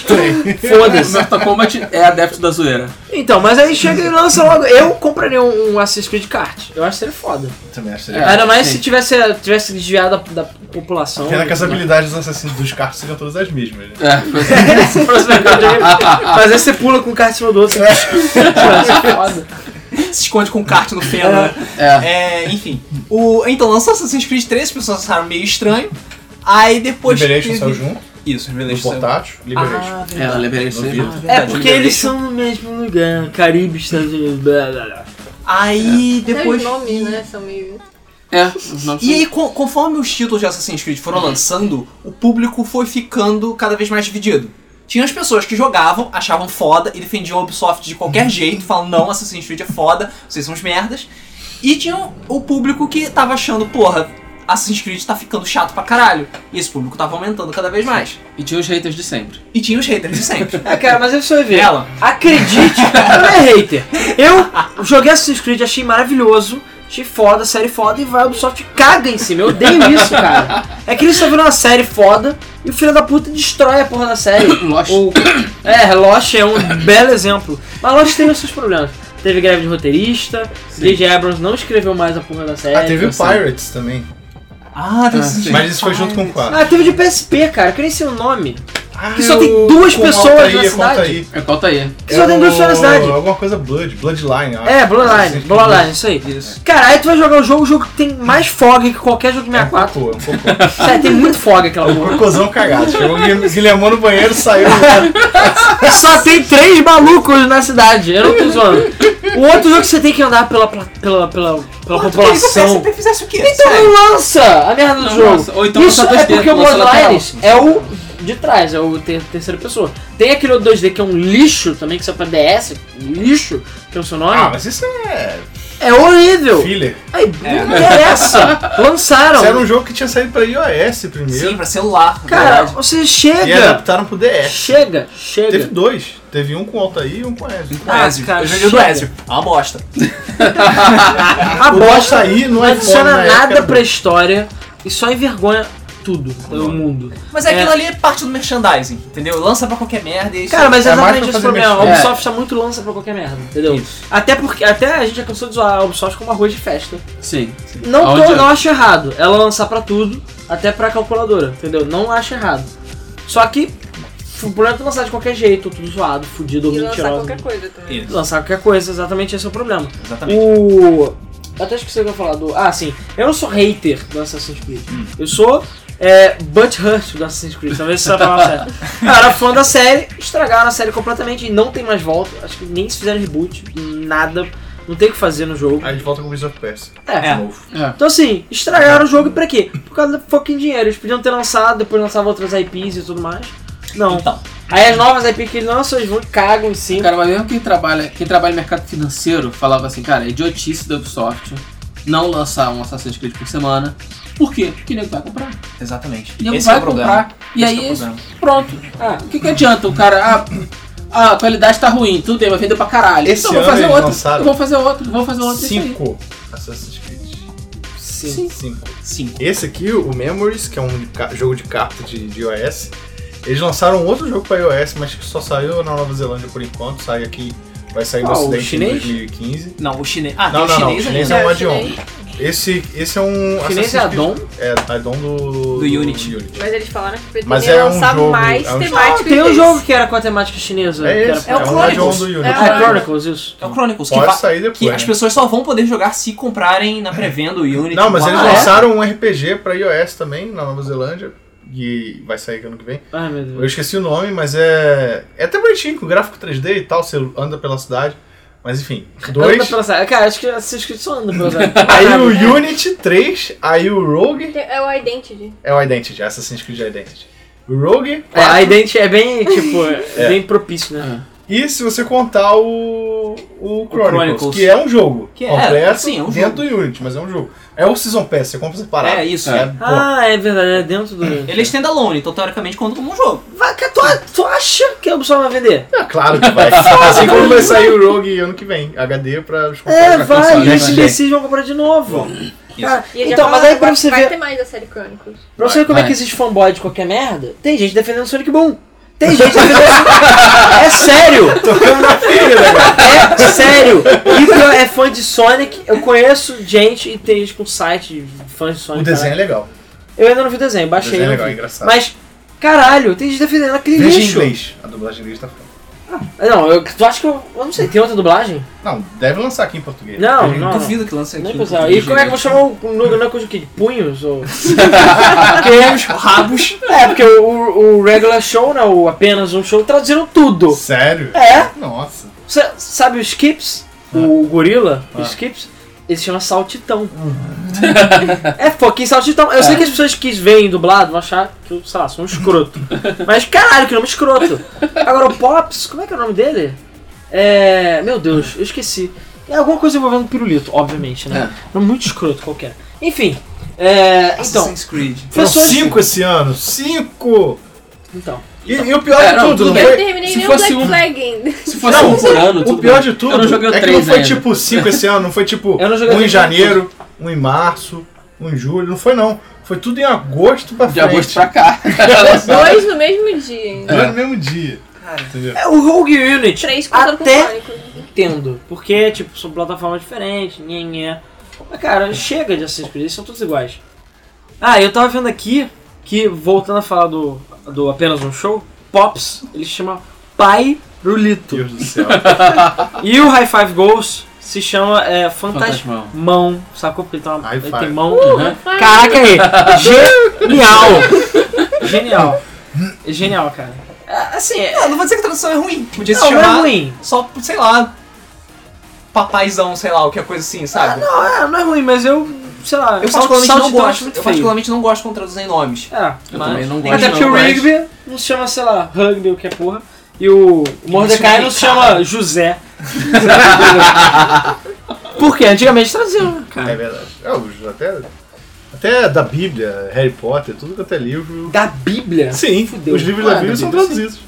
[SPEAKER 5] Foda-se.
[SPEAKER 2] Mortal Kombat é adepto da zoeira.
[SPEAKER 5] Então, mas aí chega e lança logo. Eu compraria um, um Assassin's Creed kart. Eu acho que seria foda.
[SPEAKER 3] Também acho.
[SPEAKER 2] É.
[SPEAKER 3] É.
[SPEAKER 5] Ainda mais
[SPEAKER 2] sim.
[SPEAKER 5] se tivesse, tivesse desviado da, da população.
[SPEAKER 3] Pena é que as habilidades dos assassinos dos carros seriam todas as mesmas, né?
[SPEAKER 2] É, foi
[SPEAKER 5] Se fosse verdade, eu ia- Mas aí você pula com o kart em cima do outro. é Foda.
[SPEAKER 1] Se esconde com o kart no feno, né?
[SPEAKER 2] É.
[SPEAKER 1] É, enfim. O, então, lançou Assassin's Creed 3, as pessoas acharam meio estranho. Aí depois.
[SPEAKER 3] Liberation
[SPEAKER 1] teve-
[SPEAKER 3] saiu junto,
[SPEAKER 1] Isso,
[SPEAKER 3] no
[SPEAKER 1] Revelation saiu.
[SPEAKER 3] portátil, Liberation.
[SPEAKER 1] Ah,
[SPEAKER 2] É, Ela liberei isso aí.
[SPEAKER 3] Duvido.
[SPEAKER 5] É porque eles são no mesmo lugar. Caribe, Estados Unidos, blá blá blá.
[SPEAKER 1] Aí
[SPEAKER 4] Depois...
[SPEAKER 1] depois.
[SPEAKER 4] Os nomes, né? São meio.
[SPEAKER 2] É, os nomes
[SPEAKER 1] E
[SPEAKER 2] são-
[SPEAKER 1] aí, co- conforme os títulos de Assassin's Creed foram lançando, o público foi ficando cada vez mais dividido. Tinha as pessoas que jogavam, achavam foda e defendiam a Ubisoft de
[SPEAKER 5] Uhum.
[SPEAKER 1] qualquer jeito, falando não, Assassin's Creed é foda, vocês são uns merdas. E tinha o público que tava achando, porra, Assassin's Creed tá ficando chato pra caralho. E esse público tava aumentando cada vez mais.
[SPEAKER 2] E tinha os haters de sempre.
[SPEAKER 1] E tinha os haters de sempre.
[SPEAKER 5] Ah, cara, mas eu sou ver.
[SPEAKER 1] Ela.
[SPEAKER 5] Acredite, eu não é hater. Eu joguei Assassin's Creed, achei maravilhoso, achei foda, série foda, e vai a Ubisoft e caga em cima. Eu odeio isso, cara. É que eles estão vendo uma série foda e o filho da puta destrói a porra da série.
[SPEAKER 2] Lost.
[SPEAKER 5] O- É, Lost é um belo exemplo. Mas Lost teve os seus problemas. Teve greve de roteirista, J.J. Abrams não escreveu mais a porra da série.
[SPEAKER 3] Ah, teve o
[SPEAKER 2] interessante.
[SPEAKER 3] Pirates também.
[SPEAKER 1] Ah, tem
[SPEAKER 2] Ah,
[SPEAKER 1] Assassin's
[SPEAKER 2] sim.
[SPEAKER 1] Creed
[SPEAKER 3] Mas isso foi junto com o 4.
[SPEAKER 5] Ah, teve de PSP, cara, que nem sei o nome.
[SPEAKER 3] Ah,
[SPEAKER 5] que só tem
[SPEAKER 3] eu-
[SPEAKER 5] duas
[SPEAKER 3] com
[SPEAKER 5] pessoas
[SPEAKER 3] alta
[SPEAKER 5] na
[SPEAKER 3] I, com
[SPEAKER 5] cidade.
[SPEAKER 3] alta I.
[SPEAKER 2] É, conta aí.
[SPEAKER 5] Que só tem duas pessoas na
[SPEAKER 3] É o-
[SPEAKER 5] cidade.
[SPEAKER 3] Alguma coisa Blood, Bloodline. acho.
[SPEAKER 5] É, Bloodline,
[SPEAKER 3] Assassin's Creed.
[SPEAKER 5] Bloodline, isso aí. Cara, aí tu vai jogar o jogo, o jogo que tem mais fog que qualquer jogo de
[SPEAKER 3] É um
[SPEAKER 5] 64.
[SPEAKER 3] cocô, é um cocô.
[SPEAKER 5] Sério, tem muito fog aquela
[SPEAKER 3] Um
[SPEAKER 5] porra.
[SPEAKER 3] cocôzão cagado. Chegou o Guilher- Guilhermão no banheiro, saiu.
[SPEAKER 5] Só tem três malucos na cidade, eu não tô zoando. O outro jogo que você tem que andar pela, pla- pela, pela, pela população.
[SPEAKER 1] Se fizesse o quê?
[SPEAKER 5] Então
[SPEAKER 1] Sério?
[SPEAKER 5] não lança a merda do
[SPEAKER 2] Não
[SPEAKER 5] jogo.
[SPEAKER 2] lança, ou então
[SPEAKER 5] Isso
[SPEAKER 2] lança
[SPEAKER 5] é
[SPEAKER 2] 2D,
[SPEAKER 5] porque o
[SPEAKER 2] lança lateral.
[SPEAKER 5] Bloodlines é o de trás, é o ter- terceira pessoa. Tem aquele outro 2D que é um lixo também, que só pra DS, lixo, que é o seu nome.
[SPEAKER 3] Ah, mas isso é
[SPEAKER 5] É horrível.
[SPEAKER 3] filler.
[SPEAKER 5] Ai,
[SPEAKER 2] É.
[SPEAKER 5] não interessa. Lançaram.
[SPEAKER 3] Isso era um jogo que tinha saído pra iOS
[SPEAKER 1] Sim,
[SPEAKER 3] primeiro.
[SPEAKER 1] pra celular. na
[SPEAKER 5] Cara,
[SPEAKER 1] verdade.
[SPEAKER 5] você
[SPEAKER 3] E
[SPEAKER 5] chega.
[SPEAKER 3] adaptaram pro DS.
[SPEAKER 5] Chega,
[SPEAKER 3] Teve
[SPEAKER 5] chega.
[SPEAKER 3] dois. Teve um com alta I e um com Ezio.
[SPEAKER 1] Com
[SPEAKER 5] Ah,
[SPEAKER 1] Ezio.
[SPEAKER 5] cara,
[SPEAKER 1] Eu joguei o do
[SPEAKER 5] chega.
[SPEAKER 1] Ezio. É uma bosta.
[SPEAKER 5] A
[SPEAKER 3] O
[SPEAKER 5] bosta
[SPEAKER 3] alta I
[SPEAKER 5] não
[SPEAKER 3] no iPhone
[SPEAKER 5] adiciona
[SPEAKER 3] é na época
[SPEAKER 5] nada
[SPEAKER 3] era
[SPEAKER 5] pra história e só envergonha tudo, o mundo.
[SPEAKER 1] Mas aquilo
[SPEAKER 5] É.
[SPEAKER 1] ali é parte do merchandising, entendeu? Lança pra qualquer merda e isso.
[SPEAKER 5] Cara, mas
[SPEAKER 3] É mais
[SPEAKER 5] exatamente
[SPEAKER 3] pra
[SPEAKER 5] esse o
[SPEAKER 3] fazer
[SPEAKER 5] problema. A
[SPEAKER 2] merchan.
[SPEAKER 5] Ubisoft tá muito lança pra qualquer merda, entendeu? Até porque até a gente já cansou de zoar a Ubisoft como arroz de festa.
[SPEAKER 2] Sim.
[SPEAKER 5] Não,
[SPEAKER 2] Aonde
[SPEAKER 5] tô,
[SPEAKER 2] é?
[SPEAKER 5] não acho errado ela lançar pra tudo, até pra calculadora, entendeu? Não acho errado. Só que o problema é tu lançar de qualquer jeito, tudo zoado, fudido ou
[SPEAKER 4] E lançar
[SPEAKER 5] mentiroso.
[SPEAKER 4] qualquer coisa também.
[SPEAKER 1] Isso,
[SPEAKER 5] Lançar qualquer coisa, exatamente esse é o problema.
[SPEAKER 1] exatamente.
[SPEAKER 5] O. Eu até esqueci o que eu ia falar do. Ah, sim. Eu não sou hater do Assassin's Creed. Eu sou. É, Butthurt do Assassin's Creed, talvez você saiba falar certo. Eu era fã da série, estragaram a série completamente e não tem mais volta. Acho que nem se fizeram reboot, nada. Não tem o que fazer no jogo.
[SPEAKER 3] Aí a gente volta com o Wizard Pass.
[SPEAKER 5] É.
[SPEAKER 1] É.
[SPEAKER 3] novo.
[SPEAKER 2] É.
[SPEAKER 5] Então assim, estragaram o jogo e pra quê? Por causa do fucking dinheiro. Eles podiam ter lançado, depois lançavam outras IPs e tudo mais. Não.
[SPEAKER 1] Então,
[SPEAKER 5] Aí as novas IPs que eles lançam, eles vão e cagam em cima.
[SPEAKER 2] Cara, mas mesmo quem trabalha, quem trabalha no mercado financeiro falava assim, cara, é idiotice da Ubisoft não lançar um Assassin's Creed por semana. Por quê? Porque nego vai comprar.
[SPEAKER 1] exatamente.
[SPEAKER 2] Nego
[SPEAKER 1] Esse
[SPEAKER 2] vai
[SPEAKER 1] é o problema.
[SPEAKER 2] comprar. E
[SPEAKER 1] Esse
[SPEAKER 2] aí,
[SPEAKER 1] é o problema.
[SPEAKER 2] pronto.
[SPEAKER 5] Ah,
[SPEAKER 2] O que, que adianta o cara? Ah, a qualidade tá ruim, tudo bem, vai vender pra caralho.
[SPEAKER 3] Esse
[SPEAKER 2] então vou
[SPEAKER 3] ano
[SPEAKER 2] fazer
[SPEAKER 3] eles
[SPEAKER 2] outro.
[SPEAKER 3] lançaram
[SPEAKER 2] Vou fazer outro, vou fazer outro. é isso aí.
[SPEAKER 3] Cinco Assassin's Creed.
[SPEAKER 5] Sim.
[SPEAKER 3] Cinco.
[SPEAKER 1] 5.
[SPEAKER 3] Esse aqui, o Memories, que é um de ca- jogo de carta de, de iOS, eles lançaram outro jogo pra iOS, mas que só saiu na Nova Zelândia por enquanto, sai aqui, vai sair no
[SPEAKER 5] Qual, o
[SPEAKER 3] Ocidente em
[SPEAKER 5] chinês?
[SPEAKER 3] 2015.
[SPEAKER 1] Não, o chinês. Ah,
[SPEAKER 3] Não,
[SPEAKER 1] tem
[SPEAKER 3] não, não, o
[SPEAKER 1] chinês
[SPEAKER 3] chinês
[SPEAKER 1] ainda.
[SPEAKER 3] é um
[SPEAKER 4] É,
[SPEAKER 3] add-on.
[SPEAKER 4] chinês.
[SPEAKER 3] Esse, esse é um...
[SPEAKER 2] O chinês é
[SPEAKER 3] Assassin's Creed-
[SPEAKER 2] add-on?
[SPEAKER 3] É, addon do... É
[SPEAKER 1] Do Unity.
[SPEAKER 4] Mas eles falaram que
[SPEAKER 3] Mas
[SPEAKER 4] pretendem
[SPEAKER 3] é um
[SPEAKER 4] lançar
[SPEAKER 3] jogo,
[SPEAKER 4] mais
[SPEAKER 3] é um jogo.
[SPEAKER 5] Ah,
[SPEAKER 4] temáticos.
[SPEAKER 5] tem um
[SPEAKER 4] desse.
[SPEAKER 5] jogo que era com a temática chinesa.
[SPEAKER 3] É
[SPEAKER 5] que
[SPEAKER 3] esse,
[SPEAKER 5] era...
[SPEAKER 4] tipo É o
[SPEAKER 3] um add-on
[SPEAKER 4] Chronicles.
[SPEAKER 3] do Unity.
[SPEAKER 4] É o
[SPEAKER 5] Ah, Chronicles, isso.
[SPEAKER 1] É o Chronicles, que,
[SPEAKER 3] Pode
[SPEAKER 1] va-
[SPEAKER 3] sair depois,
[SPEAKER 1] que
[SPEAKER 3] né?
[SPEAKER 1] as pessoas só vão poder jogar se comprarem na pré-venda o Unity.
[SPEAKER 3] Não, mas
[SPEAKER 1] uma-
[SPEAKER 3] eles
[SPEAKER 5] Ah, é?
[SPEAKER 3] lançaram um RPG pra iOS também, na Nova Zelândia, e vai sair ano que vem.
[SPEAKER 5] Ai, meu Deus.
[SPEAKER 3] Eu esqueci o nome, mas é. É até bonitinho, com gráfico 3D e tal, você anda pela cidade. Mas enfim,
[SPEAKER 5] Anda
[SPEAKER 3] dois.
[SPEAKER 5] pela cidade. Cara, acho que Assassin's Creed só anda pela cidade.
[SPEAKER 3] Aí o Unity 3, aí o Rogue.
[SPEAKER 4] Tem- É o Identity.
[SPEAKER 3] É o Identity, Assassin's Creed Identity. O Rogue.
[SPEAKER 5] É, a Identity é bem, tipo, é. bem propício, né?
[SPEAKER 3] E se você contar o. O Chronicles,
[SPEAKER 1] Chronicles.
[SPEAKER 3] que é um jogo.
[SPEAKER 1] Que é,
[SPEAKER 3] completo
[SPEAKER 1] sim, é um
[SPEAKER 3] dentro do Unity, mas é um jogo. É o Season Pass, você compra separado.
[SPEAKER 1] É, isso.
[SPEAKER 3] É, pô,
[SPEAKER 5] Ah, é verdade, é dentro do.
[SPEAKER 1] Ele é standalone, então teoricamente conta como um jogo.
[SPEAKER 5] Vai, cara, tu, tu acha que a Ubisoft vai vender?
[SPEAKER 3] É claro que vai. assim como vai sair o Rogue ano que vem. HD pra os
[SPEAKER 5] É,
[SPEAKER 3] computadores.
[SPEAKER 5] vai,
[SPEAKER 2] console,
[SPEAKER 5] e
[SPEAKER 2] né,
[SPEAKER 5] esses
[SPEAKER 2] gente?
[SPEAKER 5] imbecis vão comprar de novo. Cara,
[SPEAKER 4] E eles
[SPEAKER 5] então, mas
[SPEAKER 4] já falaram
[SPEAKER 5] aí
[SPEAKER 4] que
[SPEAKER 5] pra
[SPEAKER 4] vai-
[SPEAKER 5] você
[SPEAKER 4] vai
[SPEAKER 5] ver,
[SPEAKER 4] ter mais da série Chronicles.
[SPEAKER 5] pra você ver como é
[SPEAKER 2] vai.
[SPEAKER 5] que existe fanboy de qualquer merda, tem gente defendendo Sonic Boom. Tem gente defendendo. é sério!
[SPEAKER 3] Tocando na ferida, cara.
[SPEAKER 5] É sério! Igor é fã de Sonic, eu conheço gente e tem gente com site de fãs de
[SPEAKER 3] O
[SPEAKER 5] Sonic.
[SPEAKER 3] desenho é
[SPEAKER 5] caralho.
[SPEAKER 3] legal.
[SPEAKER 5] Eu ainda não vi o desenho,
[SPEAKER 3] O
[SPEAKER 5] baixei.
[SPEAKER 3] desenho é
[SPEAKER 5] não
[SPEAKER 3] legal, é
[SPEAKER 5] vi.
[SPEAKER 3] engraçado.
[SPEAKER 5] Mas, caralho, tem gente defendendo aquele
[SPEAKER 3] Veja em
[SPEAKER 5] lixo.
[SPEAKER 3] inglês. A dublagem em inglês tá foda.
[SPEAKER 5] Não, eu, tu acha que eu. Eu não sei, tem outra dublagem?
[SPEAKER 3] Não, deve lançar aqui em português.
[SPEAKER 5] Não,
[SPEAKER 3] Veja em
[SPEAKER 5] não.
[SPEAKER 3] inglês.
[SPEAKER 1] Duvido que lance aqui. um
[SPEAKER 5] Nem pensava. E como é que eu vou chamar o Nuga Knuckles de quê? De punhos? Ou...
[SPEAKER 1] Queijos, rabos.
[SPEAKER 5] É, porque o, o- o regular show, né? O apenas um show, traduziram tudo.
[SPEAKER 3] Sério?
[SPEAKER 5] É.
[SPEAKER 3] Nossa.
[SPEAKER 5] Você sabe o Skips? O gorila? O Skips? Ele se chama Saltitão. é, fucking Saltitão. Eu sei que as pessoas que veem dublado vão achar que, eu, sei lá, sou um escroto. Mas caralho, que nome escroto. Agora o Pops, como é que é o nome dele? É. Meu Deus, eu esqueci. É alguma coisa envolvendo pirulito, obviamente, né? Nome muito escroto qualquer. Enfim, é. Então.
[SPEAKER 1] Assassin's Creed.
[SPEAKER 3] Foram
[SPEAKER 5] Pessoas-
[SPEAKER 3] cinco esse ano. Cinco!
[SPEAKER 5] Então.
[SPEAKER 3] E, e o pior
[SPEAKER 2] É,
[SPEAKER 3] de
[SPEAKER 2] não,
[SPEAKER 3] tudo,
[SPEAKER 2] tudo
[SPEAKER 3] não
[SPEAKER 4] Eu não
[SPEAKER 3] foi?
[SPEAKER 4] terminei
[SPEAKER 2] se
[SPEAKER 4] nem o
[SPEAKER 2] fosse
[SPEAKER 4] Black
[SPEAKER 2] um-
[SPEAKER 4] Flag ainda.
[SPEAKER 2] Se fosse
[SPEAKER 3] Não,
[SPEAKER 2] um por ano,
[SPEAKER 3] O
[SPEAKER 2] tudo
[SPEAKER 3] pior
[SPEAKER 2] bem.
[SPEAKER 3] de tudo
[SPEAKER 2] Eu não joguei
[SPEAKER 3] é
[SPEAKER 2] o
[SPEAKER 3] que não
[SPEAKER 2] 3
[SPEAKER 3] foi
[SPEAKER 2] ainda.
[SPEAKER 3] tipo cinco esse ano, não foi tipo
[SPEAKER 5] Eu não joguei
[SPEAKER 3] um em
[SPEAKER 5] três.
[SPEAKER 3] janeiro, um em março, um em julho, não foi não. Foi tudo em agosto pra
[SPEAKER 2] De
[SPEAKER 3] frente.
[SPEAKER 2] agosto pra É. cá. Ah.
[SPEAKER 4] Dois no mesmo dia ainda.
[SPEAKER 3] Dois no mesmo dia. Entendeu?
[SPEAKER 5] É o Rogue Unit.
[SPEAKER 4] Três contando com
[SPEAKER 5] Até
[SPEAKER 4] Chronicles.
[SPEAKER 5] entendo. Porque, tipo, são plataformas diferentes, nhenhé. Mas, cara, chega de Assassin's Creed, eles são todos iguais. Ah, eu tava vendo aqui que, voltando a falar do, do apenas um show, Pops, ele se chama Pai Rulito.
[SPEAKER 3] Deus do céu.
[SPEAKER 5] E o High Five Ghost se chama é, Fantasmão.
[SPEAKER 2] Fantasmão.
[SPEAKER 5] Sacou? Porque ele, tá uma,
[SPEAKER 3] High
[SPEAKER 5] ele
[SPEAKER 3] Five.
[SPEAKER 5] tem mão. né?
[SPEAKER 2] Uhum.
[SPEAKER 5] Caraca aí! Genial! É Genial. Genial, cara. É, Assim, é,
[SPEAKER 1] Ah, não vou dizer que a tradução é ruim. Podia se
[SPEAKER 5] não, não
[SPEAKER 1] chamar
[SPEAKER 5] é ruim.
[SPEAKER 1] só, sei lá, papaizão, sei lá, qualquer coisa assim, sabe?
[SPEAKER 5] Não, é, não é ruim, mas eu, sei lá,
[SPEAKER 1] eu
[SPEAKER 5] sal-
[SPEAKER 1] particularmente não
[SPEAKER 5] saltitão acho
[SPEAKER 1] gosto.
[SPEAKER 5] muito
[SPEAKER 1] Eu
[SPEAKER 5] feio.
[SPEAKER 1] particularmente não gosto quando traduzem nomes.
[SPEAKER 5] É,
[SPEAKER 2] Eu
[SPEAKER 5] mas-
[SPEAKER 2] também não gosto.
[SPEAKER 5] Até
[SPEAKER 2] não,
[SPEAKER 5] porque o
[SPEAKER 2] mas-
[SPEAKER 5] rugby não se chama, sei lá, rugby ou que é porra. E o Mordecai não se chama José. Porque antigamente traziam, né,
[SPEAKER 3] É
[SPEAKER 5] cara.
[SPEAKER 3] verdade. É, os- até, até da Bíblia, Harry Potter, tudo quanto é livro.
[SPEAKER 5] Da Bíblia?
[SPEAKER 3] Sim,
[SPEAKER 5] Fudeu.
[SPEAKER 3] os livros da
[SPEAKER 2] Ah,
[SPEAKER 3] Bíblia
[SPEAKER 2] da
[SPEAKER 3] são
[SPEAKER 2] Bíblia,
[SPEAKER 3] traduzidos.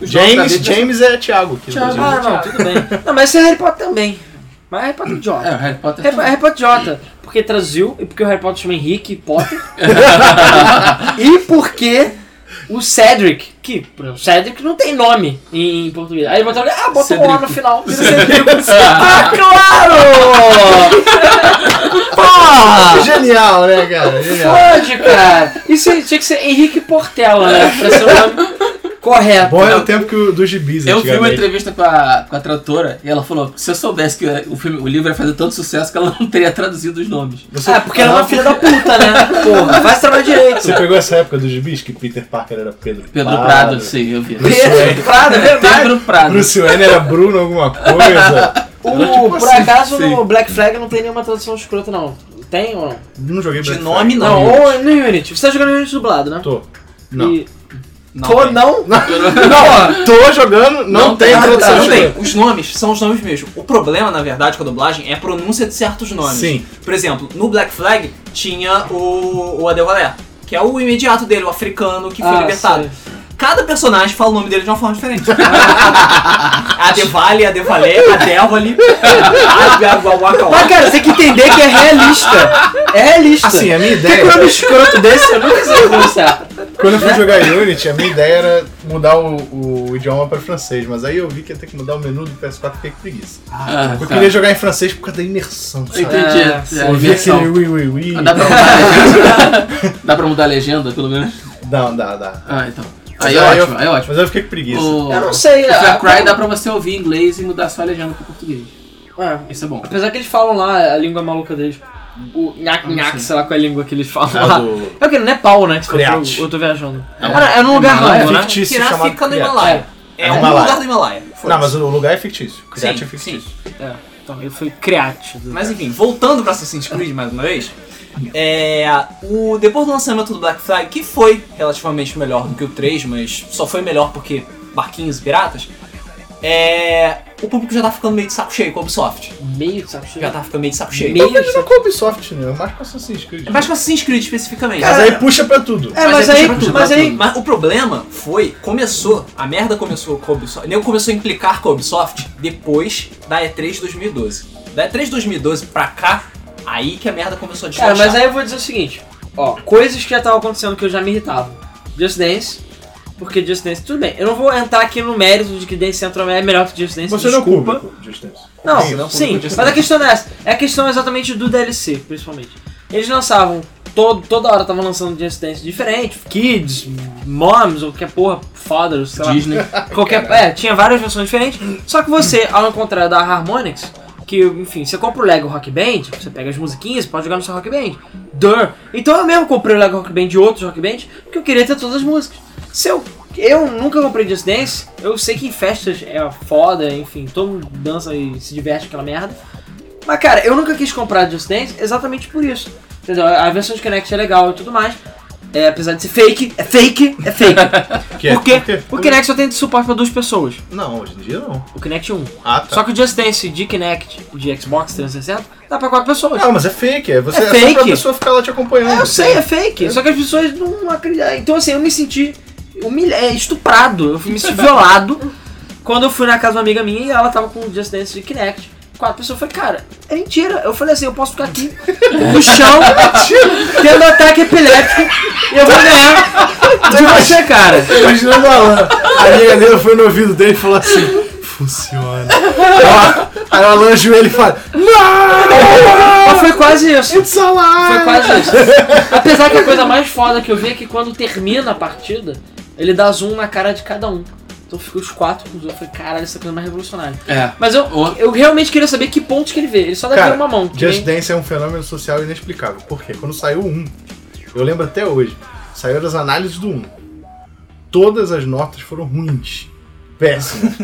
[SPEAKER 2] Os jogos da
[SPEAKER 3] James,
[SPEAKER 2] vida-
[SPEAKER 3] James é Tiago aqui no
[SPEAKER 5] Ah,
[SPEAKER 3] Brasil.
[SPEAKER 5] não, tudo bem. Não, mas esse é Harry Potter também. Mas é Harry Potter
[SPEAKER 2] É, o
[SPEAKER 5] idiota.
[SPEAKER 2] Harry Potter.
[SPEAKER 5] Harry,
[SPEAKER 2] também.
[SPEAKER 5] Harry Potter idiota. Porque traduziu, e porque o Harry Potter chama Henrique Potter. e porque o Cedric, que por exemplo, Cedric não tem nome em, em português. Aí botaram, ah, bota o O no final. vira Cedric. ah, claro! Porra!
[SPEAKER 3] Genial, né, cara? Genial.
[SPEAKER 5] Fode, cara! Isso aí tinha que ser Henrique Portela, né? Pra ser o nome correto.
[SPEAKER 3] Bom era o tempo que o, dos gibis
[SPEAKER 2] Eu vi uma
[SPEAKER 3] antigamente.
[SPEAKER 2] entrevista com a, com a tradutora e ela falou que se eu soubesse que o, filme, o livro ia fazer tanto sucesso que ela não teria traduzido os nomes.
[SPEAKER 3] Você, Ah,
[SPEAKER 5] Ah, porque ela é uma filha da puta, né? Porra, faz trabalho direito.
[SPEAKER 3] você pegou essa época dos gibis que Peter Parker era Pedro
[SPEAKER 2] Pedro
[SPEAKER 3] Prado,
[SPEAKER 2] Prado, sim, eu vi.
[SPEAKER 5] Pedro Prado, é verdade.
[SPEAKER 2] Pedro Prado.
[SPEAKER 3] Bruce Wayne era Bruno alguma coisa.
[SPEAKER 5] O,
[SPEAKER 3] tipo
[SPEAKER 5] por
[SPEAKER 3] assim,
[SPEAKER 5] acaso
[SPEAKER 3] sim.
[SPEAKER 5] no Black Flag não tem nenhuma tradução escrota, não. Tem ou não?
[SPEAKER 3] Não joguei
[SPEAKER 1] De
[SPEAKER 3] Black
[SPEAKER 1] nome,
[SPEAKER 5] Não,
[SPEAKER 1] não.
[SPEAKER 5] ou no Unity. Você tá jogando no Unity dublado, né?
[SPEAKER 3] Flag. Tô. Não.
[SPEAKER 5] E...
[SPEAKER 1] Não
[SPEAKER 5] Tô
[SPEAKER 1] tem.
[SPEAKER 5] não?
[SPEAKER 3] Não, tô jogando, não,
[SPEAKER 2] Não
[SPEAKER 3] tem
[SPEAKER 2] tem.
[SPEAKER 1] Ah, tá,
[SPEAKER 3] tradução.
[SPEAKER 1] tudo bem. Os nomes são os nomes mesmo. O problema, na verdade, com a dublagem é a pronúncia de certos nomes.
[SPEAKER 3] Sim.
[SPEAKER 1] Por exemplo, no Black Flag tinha o, o Adel Valer, que é o imediato dele, o africano que foi
[SPEAKER 5] Ah,
[SPEAKER 1] libertado.
[SPEAKER 5] sei.
[SPEAKER 1] Cada personagem fala o nome dele de uma forma diferente. a Devale, a Devalé, a Devali, a a Guaguacauá.
[SPEAKER 6] Mas, cara, você tem que entender que é realista. É realista.
[SPEAKER 3] Assim, a minha
[SPEAKER 6] Tem
[SPEAKER 3] ideia.
[SPEAKER 6] um nome escroto desse, eu nunca sei
[SPEAKER 5] é
[SPEAKER 6] pronunciar.
[SPEAKER 3] Quando eu fui jogar Unity, a minha ideia era mudar o, o idioma pra francês, mas aí eu vi que ia ter que mudar o menu do PS4 porque é preguiça.
[SPEAKER 2] Ah,
[SPEAKER 3] Eu
[SPEAKER 2] tá.
[SPEAKER 3] queria jogar em francês por causa da imersão, sabe?
[SPEAKER 2] Entendi.
[SPEAKER 6] Ah,
[SPEAKER 2] É, é,
[SPEAKER 3] Ouvir
[SPEAKER 2] versão.
[SPEAKER 3] aquele ui ui ui.
[SPEAKER 2] Dá pra mudar a legenda? Dá pra mudar a legenda, pelo menos?
[SPEAKER 3] Dá, dá, dá.
[SPEAKER 2] Ah, então.
[SPEAKER 3] Mas
[SPEAKER 2] Aí é
[SPEAKER 3] aí eu-
[SPEAKER 2] ótimo, aí é ótimo.
[SPEAKER 3] Mas eu fiquei com preguiça.
[SPEAKER 2] O,
[SPEAKER 6] Eu não
[SPEAKER 2] o
[SPEAKER 6] sei.
[SPEAKER 2] Far
[SPEAKER 6] ah,
[SPEAKER 2] Cry dá pra você ouvir em inglês e mudar só a legenda pro português.
[SPEAKER 6] ah,
[SPEAKER 2] Isso é bom.
[SPEAKER 5] Apesar que eles falam lá a língua maluca deles. O nhac
[SPEAKER 2] Eu não
[SPEAKER 5] nhac,
[SPEAKER 2] sei.
[SPEAKER 5] sei lá qual é a língua que eles falam
[SPEAKER 3] Ah,
[SPEAKER 5] lá.
[SPEAKER 3] do-
[SPEAKER 5] É o que? No Nepal, né? Que foi
[SPEAKER 3] Criat.
[SPEAKER 5] pro- eu tô viajando.
[SPEAKER 2] É.
[SPEAKER 5] Cara, é num lugar
[SPEAKER 2] Não, é
[SPEAKER 5] lá, né?
[SPEAKER 3] fictício
[SPEAKER 1] Kirá
[SPEAKER 3] chamado
[SPEAKER 1] fica no
[SPEAKER 3] Criat.
[SPEAKER 1] Himalaia. É,
[SPEAKER 3] É
[SPEAKER 1] um
[SPEAKER 3] Himalaia.
[SPEAKER 1] lugar do Himalaia.
[SPEAKER 3] Não, mas o lugar é fictício. Criat
[SPEAKER 1] Sim,
[SPEAKER 3] é fictício.
[SPEAKER 5] Então, ele foi Criat.
[SPEAKER 1] Mas enfim, voltando para Assassin's Creed mais uma vez, é, o, depois do lançamento do Black Flag, que foi relativamente melhor do que o 3, mas só foi melhor porque barquinhos e piratas, é, o público já tá ficando meio de saco cheio com a Ubisoft.
[SPEAKER 5] Meio, sabe?
[SPEAKER 1] Já tá ficando meio de saco cheio.
[SPEAKER 5] Meio-
[SPEAKER 3] Então, Mas não com a Ubisoft, né? É mais com Assassin's Creed.
[SPEAKER 1] É mais com Assassin's Creed especificamente.
[SPEAKER 3] Mas aí puxa pra tudo.
[SPEAKER 6] É, mas,
[SPEAKER 5] Mas é
[SPEAKER 6] aí.
[SPEAKER 5] puxado
[SPEAKER 6] Mas
[SPEAKER 5] pra
[SPEAKER 6] aí.
[SPEAKER 5] tudo.
[SPEAKER 1] né? Mas o problema foi, começou, a merda começou com a Ubisoft. Nego começou a implicar com a Ubisoft depois da E3 de 2012. Da E3 de 2012 pra cá, aí que a merda começou a
[SPEAKER 5] Cara,
[SPEAKER 1] deslanchar.
[SPEAKER 5] é, mas aí eu vou dizer o seguinte, ó, coisas que já estavam acontecendo que eu já me irritava. Just Dance, porque Just Dance, tudo bem. Eu não vou entrar aqui no mérito de que Dance Central é melhor que Just Dance,
[SPEAKER 3] Você não é o
[SPEAKER 5] desculpa.
[SPEAKER 3] público, Just Dance.
[SPEAKER 5] Não,
[SPEAKER 3] Sim, não
[SPEAKER 5] sim,
[SPEAKER 3] publica o Just
[SPEAKER 5] mas a questão não é essa. É a questão exatamente do DLC, principalmente. Eles lançavam, todo, toda hora estavam lançando Just Dance diferente, Kids, Moms, ou qualquer porra, Fathers, sei lá.
[SPEAKER 2] Disney.
[SPEAKER 5] Qualquer, é, tinha várias versões diferentes. Só que você, ao contrário da Harmonix, que, enfim, você compra o Lego Rock Band, você pega as musiquinhas, pode jogar no seu Rock Band. Dur. Então eu mesmo comprei o Lego Rock Band e outros Rock Band, porque eu queria ter todas as músicas. Se eu, eu nunca comprei Just Dance, eu sei que em festas é foda, enfim, todo mundo dança e se diverte com aquela merda. Mas, cara, eu nunca quis comprar Just Dance exatamente por isso. Entendeu? A versão de Kinect é legal e tudo mais. É, apesar de ser fake, é fake, é fake.
[SPEAKER 3] Que é-
[SPEAKER 5] Por quê?
[SPEAKER 3] porque-
[SPEAKER 5] O Kinect só tem suporte pra duas pessoas.
[SPEAKER 3] Não, hoje em dia não.
[SPEAKER 5] O Kinect 1.
[SPEAKER 3] Ah, tá.
[SPEAKER 5] Só que o Just Dance de Kinect, de Xbox 360, dá pra quatro pessoas.
[SPEAKER 3] Não, mas é fake. É, você,
[SPEAKER 5] É
[SPEAKER 3] é só pra
[SPEAKER 5] fake.
[SPEAKER 3] pessoa ficar lá te acompanhando.
[SPEAKER 5] eu sei, é fake. Só que as pessoas não acreditam. Então, assim, eu me senti humilha... é, estuprado. Eu fui- me senti violado quando eu fui na casa de uma amiga minha e ela tava com o Just Dance de Kinect. Quatro pessoas. Eu falei, cara, é mentira. Eu falei assim, eu posso ficar aqui no chão, tendo um ataque epiléptico e eu vou ganhar de você, cara.
[SPEAKER 3] Imaginando o Alan. A minha dele foi no ouvido dele e falou assim: Funciona. Aí o Alan ajoelha e fala:
[SPEAKER 5] Mas foi quase isso.
[SPEAKER 3] It's alive!
[SPEAKER 5] Foi quase isso. Apesar que a coisa mais foda que eu vi é que quando termina a partida, ele dá zoom na cara de cada um. Então ficou os quatro com zoom. Eu falei, caralho, essa coisa é mais revolucionária.
[SPEAKER 2] É.
[SPEAKER 5] Mas eu,
[SPEAKER 2] Ou-
[SPEAKER 5] eu realmente queria saber que pontos que ele vê. Ele só deve
[SPEAKER 3] Cara,
[SPEAKER 5] ver uma mão. que
[SPEAKER 3] Just
[SPEAKER 5] nem-
[SPEAKER 3] Dance é um fenômeno social inexplicável. Por quê? Quando saiu o 1, eu lembro até hoje, saiu as análises do 1. Todas as notas foram ruins. Péssimas.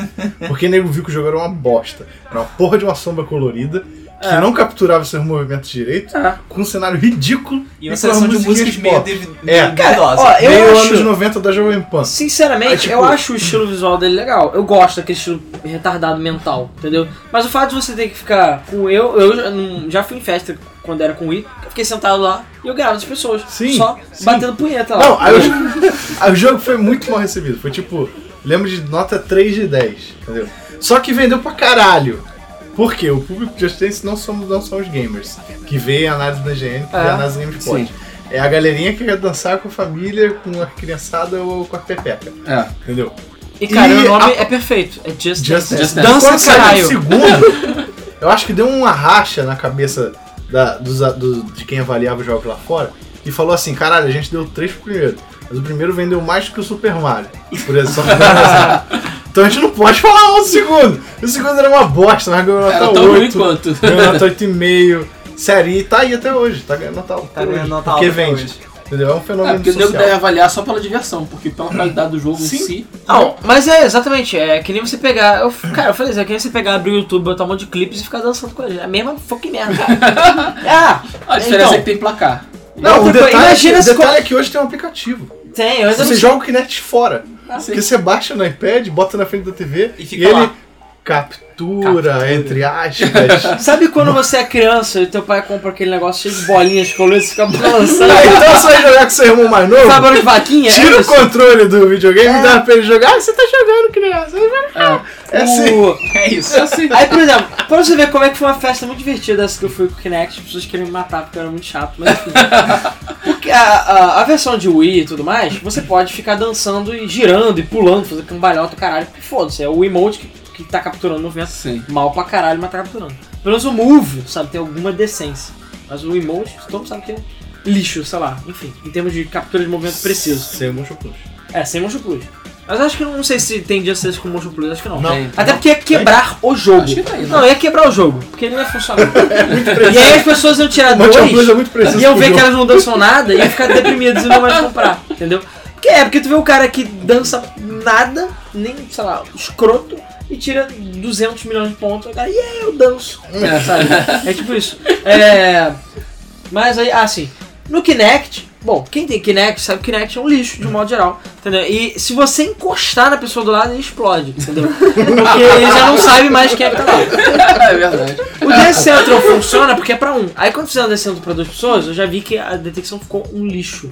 [SPEAKER 3] Porque nego viu que o jogo era uma bosta. Era uma porra de uma sombra colorida que
[SPEAKER 1] É.
[SPEAKER 3] não capturava seus movimentos direito,
[SPEAKER 5] É.
[SPEAKER 3] com um cenário ridículo
[SPEAKER 1] E uma
[SPEAKER 3] com as
[SPEAKER 1] seleção de músicas
[SPEAKER 3] musiquinhas
[SPEAKER 1] meio
[SPEAKER 3] pop.
[SPEAKER 1] devi-
[SPEAKER 3] É.
[SPEAKER 1] meio duvidosa.
[SPEAKER 5] ó, eu
[SPEAKER 3] Meio
[SPEAKER 5] acho-
[SPEAKER 3] anos 90 da Jovem Pan.
[SPEAKER 5] Sinceramente,
[SPEAKER 3] É, tipo-
[SPEAKER 5] eu acho o estilo visual dele legal. Eu gosto daquele estilo retardado mental, entendeu? Mas o fato de você ter que ficar com eu, eu já, não- já fui em festa quando era com o Wii, eu fiquei sentado lá e eu ganhava as pessoas.
[SPEAKER 3] Sim,
[SPEAKER 5] só
[SPEAKER 3] sim.
[SPEAKER 5] batendo punheta lá.
[SPEAKER 3] Não, aí o, jogo- aí o jogo foi muito mal recebido. Foi tipo, lembro de nota 3 de 10, entendeu? Só que vendeu pra caralho. Por quê? O público de Just Dance não são, não são os gamers, que vê a análise da GN, que vê
[SPEAKER 5] É,
[SPEAKER 3] a análise do GameSpot. É a galerinha que quer dançar com a família, com a criançada ou com a pepeca,
[SPEAKER 2] É.
[SPEAKER 3] entendeu?
[SPEAKER 5] E cara,
[SPEAKER 3] E
[SPEAKER 5] o nome
[SPEAKER 3] a-
[SPEAKER 5] é perfeito. É Just,
[SPEAKER 3] Just Dance.
[SPEAKER 2] Just Dance.
[SPEAKER 5] Dança,
[SPEAKER 3] Quando saiu
[SPEAKER 5] caralho.
[SPEAKER 3] o segundo, eu acho que deu uma racha na cabeça da- dos a- do- de quem avaliava os jogos lá fora e falou assim: caralho, a gente deu três pro primeiro, mas o primeiro vendeu mais que o Super Mario, por exemplo. só pra dar um exemplo. Então a gente não pode falar mal do segundo. O segundo era uma bosta, mas ganhou
[SPEAKER 2] Era
[SPEAKER 3] nota
[SPEAKER 2] tão tá ruim
[SPEAKER 3] 8,
[SPEAKER 2] quanto.
[SPEAKER 3] ganhou nota 8,5. Sério, e tá aí até hoje, tá ganhando nota alta.
[SPEAKER 1] Tá
[SPEAKER 3] até hoje,
[SPEAKER 1] ganhando nota
[SPEAKER 3] Porque
[SPEAKER 1] alta até
[SPEAKER 3] vende.
[SPEAKER 1] hoje.
[SPEAKER 3] Entendeu? É um
[SPEAKER 2] É,
[SPEAKER 3] fenômeno
[SPEAKER 2] porque o nego deve
[SPEAKER 3] social.
[SPEAKER 2] avaliar só pela diversão, porque pela qualidade do jogo em
[SPEAKER 3] Sim.
[SPEAKER 2] si.
[SPEAKER 3] Né?
[SPEAKER 5] Não, mas é exatamente, é que nem você pegar. Eu, cara, eu falei assim, é que nem você pegar, abrir o YouTube, botar um monte de clipes e ficar dançando com ele. É a mesma fucking merda. ah,
[SPEAKER 2] A diferença
[SPEAKER 5] Então.
[SPEAKER 2] é que tem placar.
[SPEAKER 3] Não, o
[SPEAKER 5] Outra coisa,
[SPEAKER 3] detalhe,
[SPEAKER 5] imagina
[SPEAKER 3] o
[SPEAKER 5] se
[SPEAKER 3] detalhe é que hoje tem um aplicativo.
[SPEAKER 5] tem, eu ainda
[SPEAKER 3] Você
[SPEAKER 5] não
[SPEAKER 3] joga o Kinect fora.
[SPEAKER 2] Assim.
[SPEAKER 3] Porque você baixa no iPad, bota na frente da
[SPEAKER 1] E
[SPEAKER 3] TV Ah, e,
[SPEAKER 1] fica
[SPEAKER 3] ele
[SPEAKER 1] lá.
[SPEAKER 3] Captura, entre aspas.
[SPEAKER 5] Sabe quando você é criança e teu pai compra aquele negócio cheio de bolinhas coloridas e fica balançando?
[SPEAKER 3] Ah, então você vai jogar com seu irmão mais novo?
[SPEAKER 5] Sabe de vaquinha?
[SPEAKER 3] Tira
[SPEAKER 5] é
[SPEAKER 3] o
[SPEAKER 5] isso?
[SPEAKER 3] controle do videogame e dá pra ele jogar. Ah, você tá jogando, criança. Aí vai- É assim.
[SPEAKER 5] O-
[SPEAKER 1] É isso.
[SPEAKER 5] Aí, por exemplo, pra você ver como é que foi uma festa muito divertida essa que eu fui com o Kinect, as pessoas queriam me matar porque eu era muito chato, mas enfim. Porque a, a, a versão de Wii e tudo mais, você pode ficar dançando e girando e pulando, fazer cambalhota, caralho, porque foda-se, é o emote que, que tá capturando o movimento
[SPEAKER 2] Sim.
[SPEAKER 5] mal pra caralho, mas tá capturando. Pelo menos o move, sabe, tem alguma decência. Mas o emote, todo mundo sabe que é lixo, sei lá, enfim, em termos de captura de movimento preciso.
[SPEAKER 3] Sem motion plus.
[SPEAKER 5] É, sem Motion Plus. Mas eu acho que eu não sei se tem dia 6 com Motion Plus, acho que não.
[SPEAKER 3] Não.
[SPEAKER 2] Tem.
[SPEAKER 5] Até porque ia quebrar o jogo.
[SPEAKER 2] Acho que tem, né?
[SPEAKER 5] Não, ia quebrar o jogo, porque ele não ia funcionar. e aí as pessoas iam tirar dois
[SPEAKER 3] Motion plus é muito preciso.
[SPEAKER 5] e iam
[SPEAKER 3] pro
[SPEAKER 5] ver que
[SPEAKER 3] jogo.
[SPEAKER 5] elas não dançam nada e iam ficar deprimidas e não mais comprar, entendeu? Porque é, porque tu vê o cara que dança nada, nem, sei lá, escroto, e tira 200 milhões de pontos, o cara, e aí eu danço. É, sabe? É tipo isso. É. Mas aí, ah, sim. No Kinect, bom, quem tem Kinect sabe que Kinect é um lixo, de um modo geral, entendeu? E se você encostar na pessoa do lado, ele explode, entendeu? Porque ele já não sabe mais quem é que tá lá.
[SPEAKER 2] é verdade.
[SPEAKER 5] O Death Central funciona porque é pra um. Aí quando fizeram o Death Central pra duas pessoas, eu já vi que a detecção ficou um lixo.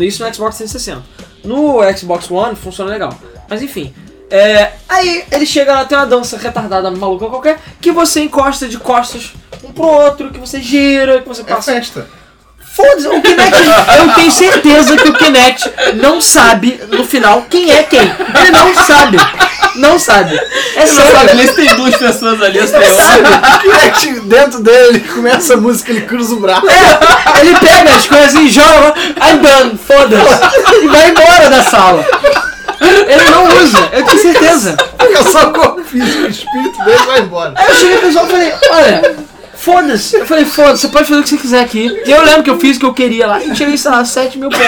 [SPEAKER 5] Isso no Xbox 360. No Xbox One funciona legal. Mas enfim. é, aí ele chega lá, tem uma dança retardada, maluca qualquer, que você encosta de costas um pro outro, que você gira, que você
[SPEAKER 3] É
[SPEAKER 5] passa.
[SPEAKER 3] festa.
[SPEAKER 5] Foda-se, o Kinect. Eu tenho certeza que o Kinect não sabe no final quem é quem. Ele não sabe. Não sabe. É
[SPEAKER 2] Você não
[SPEAKER 5] sério.
[SPEAKER 2] sabe nem se tem duas pessoas ali, ou se tem uma.
[SPEAKER 3] Kinect dentro dele, começa a música, ele cruza o braço.
[SPEAKER 5] Ele pega as coisas e joga, I'm done, foda-se, e vai embora da sala. Ele não usa, eu tenho certeza.
[SPEAKER 3] Fica só com o físico, o espírito dele vai embora.
[SPEAKER 5] Aí eu cheguei pro pessoal e falei, olha, foda-se. Eu falei, foda-se, você pode fazer o que você quiser aqui. E eu lembro que eu fiz o que eu queria lá e tirei, sei lá, 7 mil pontos.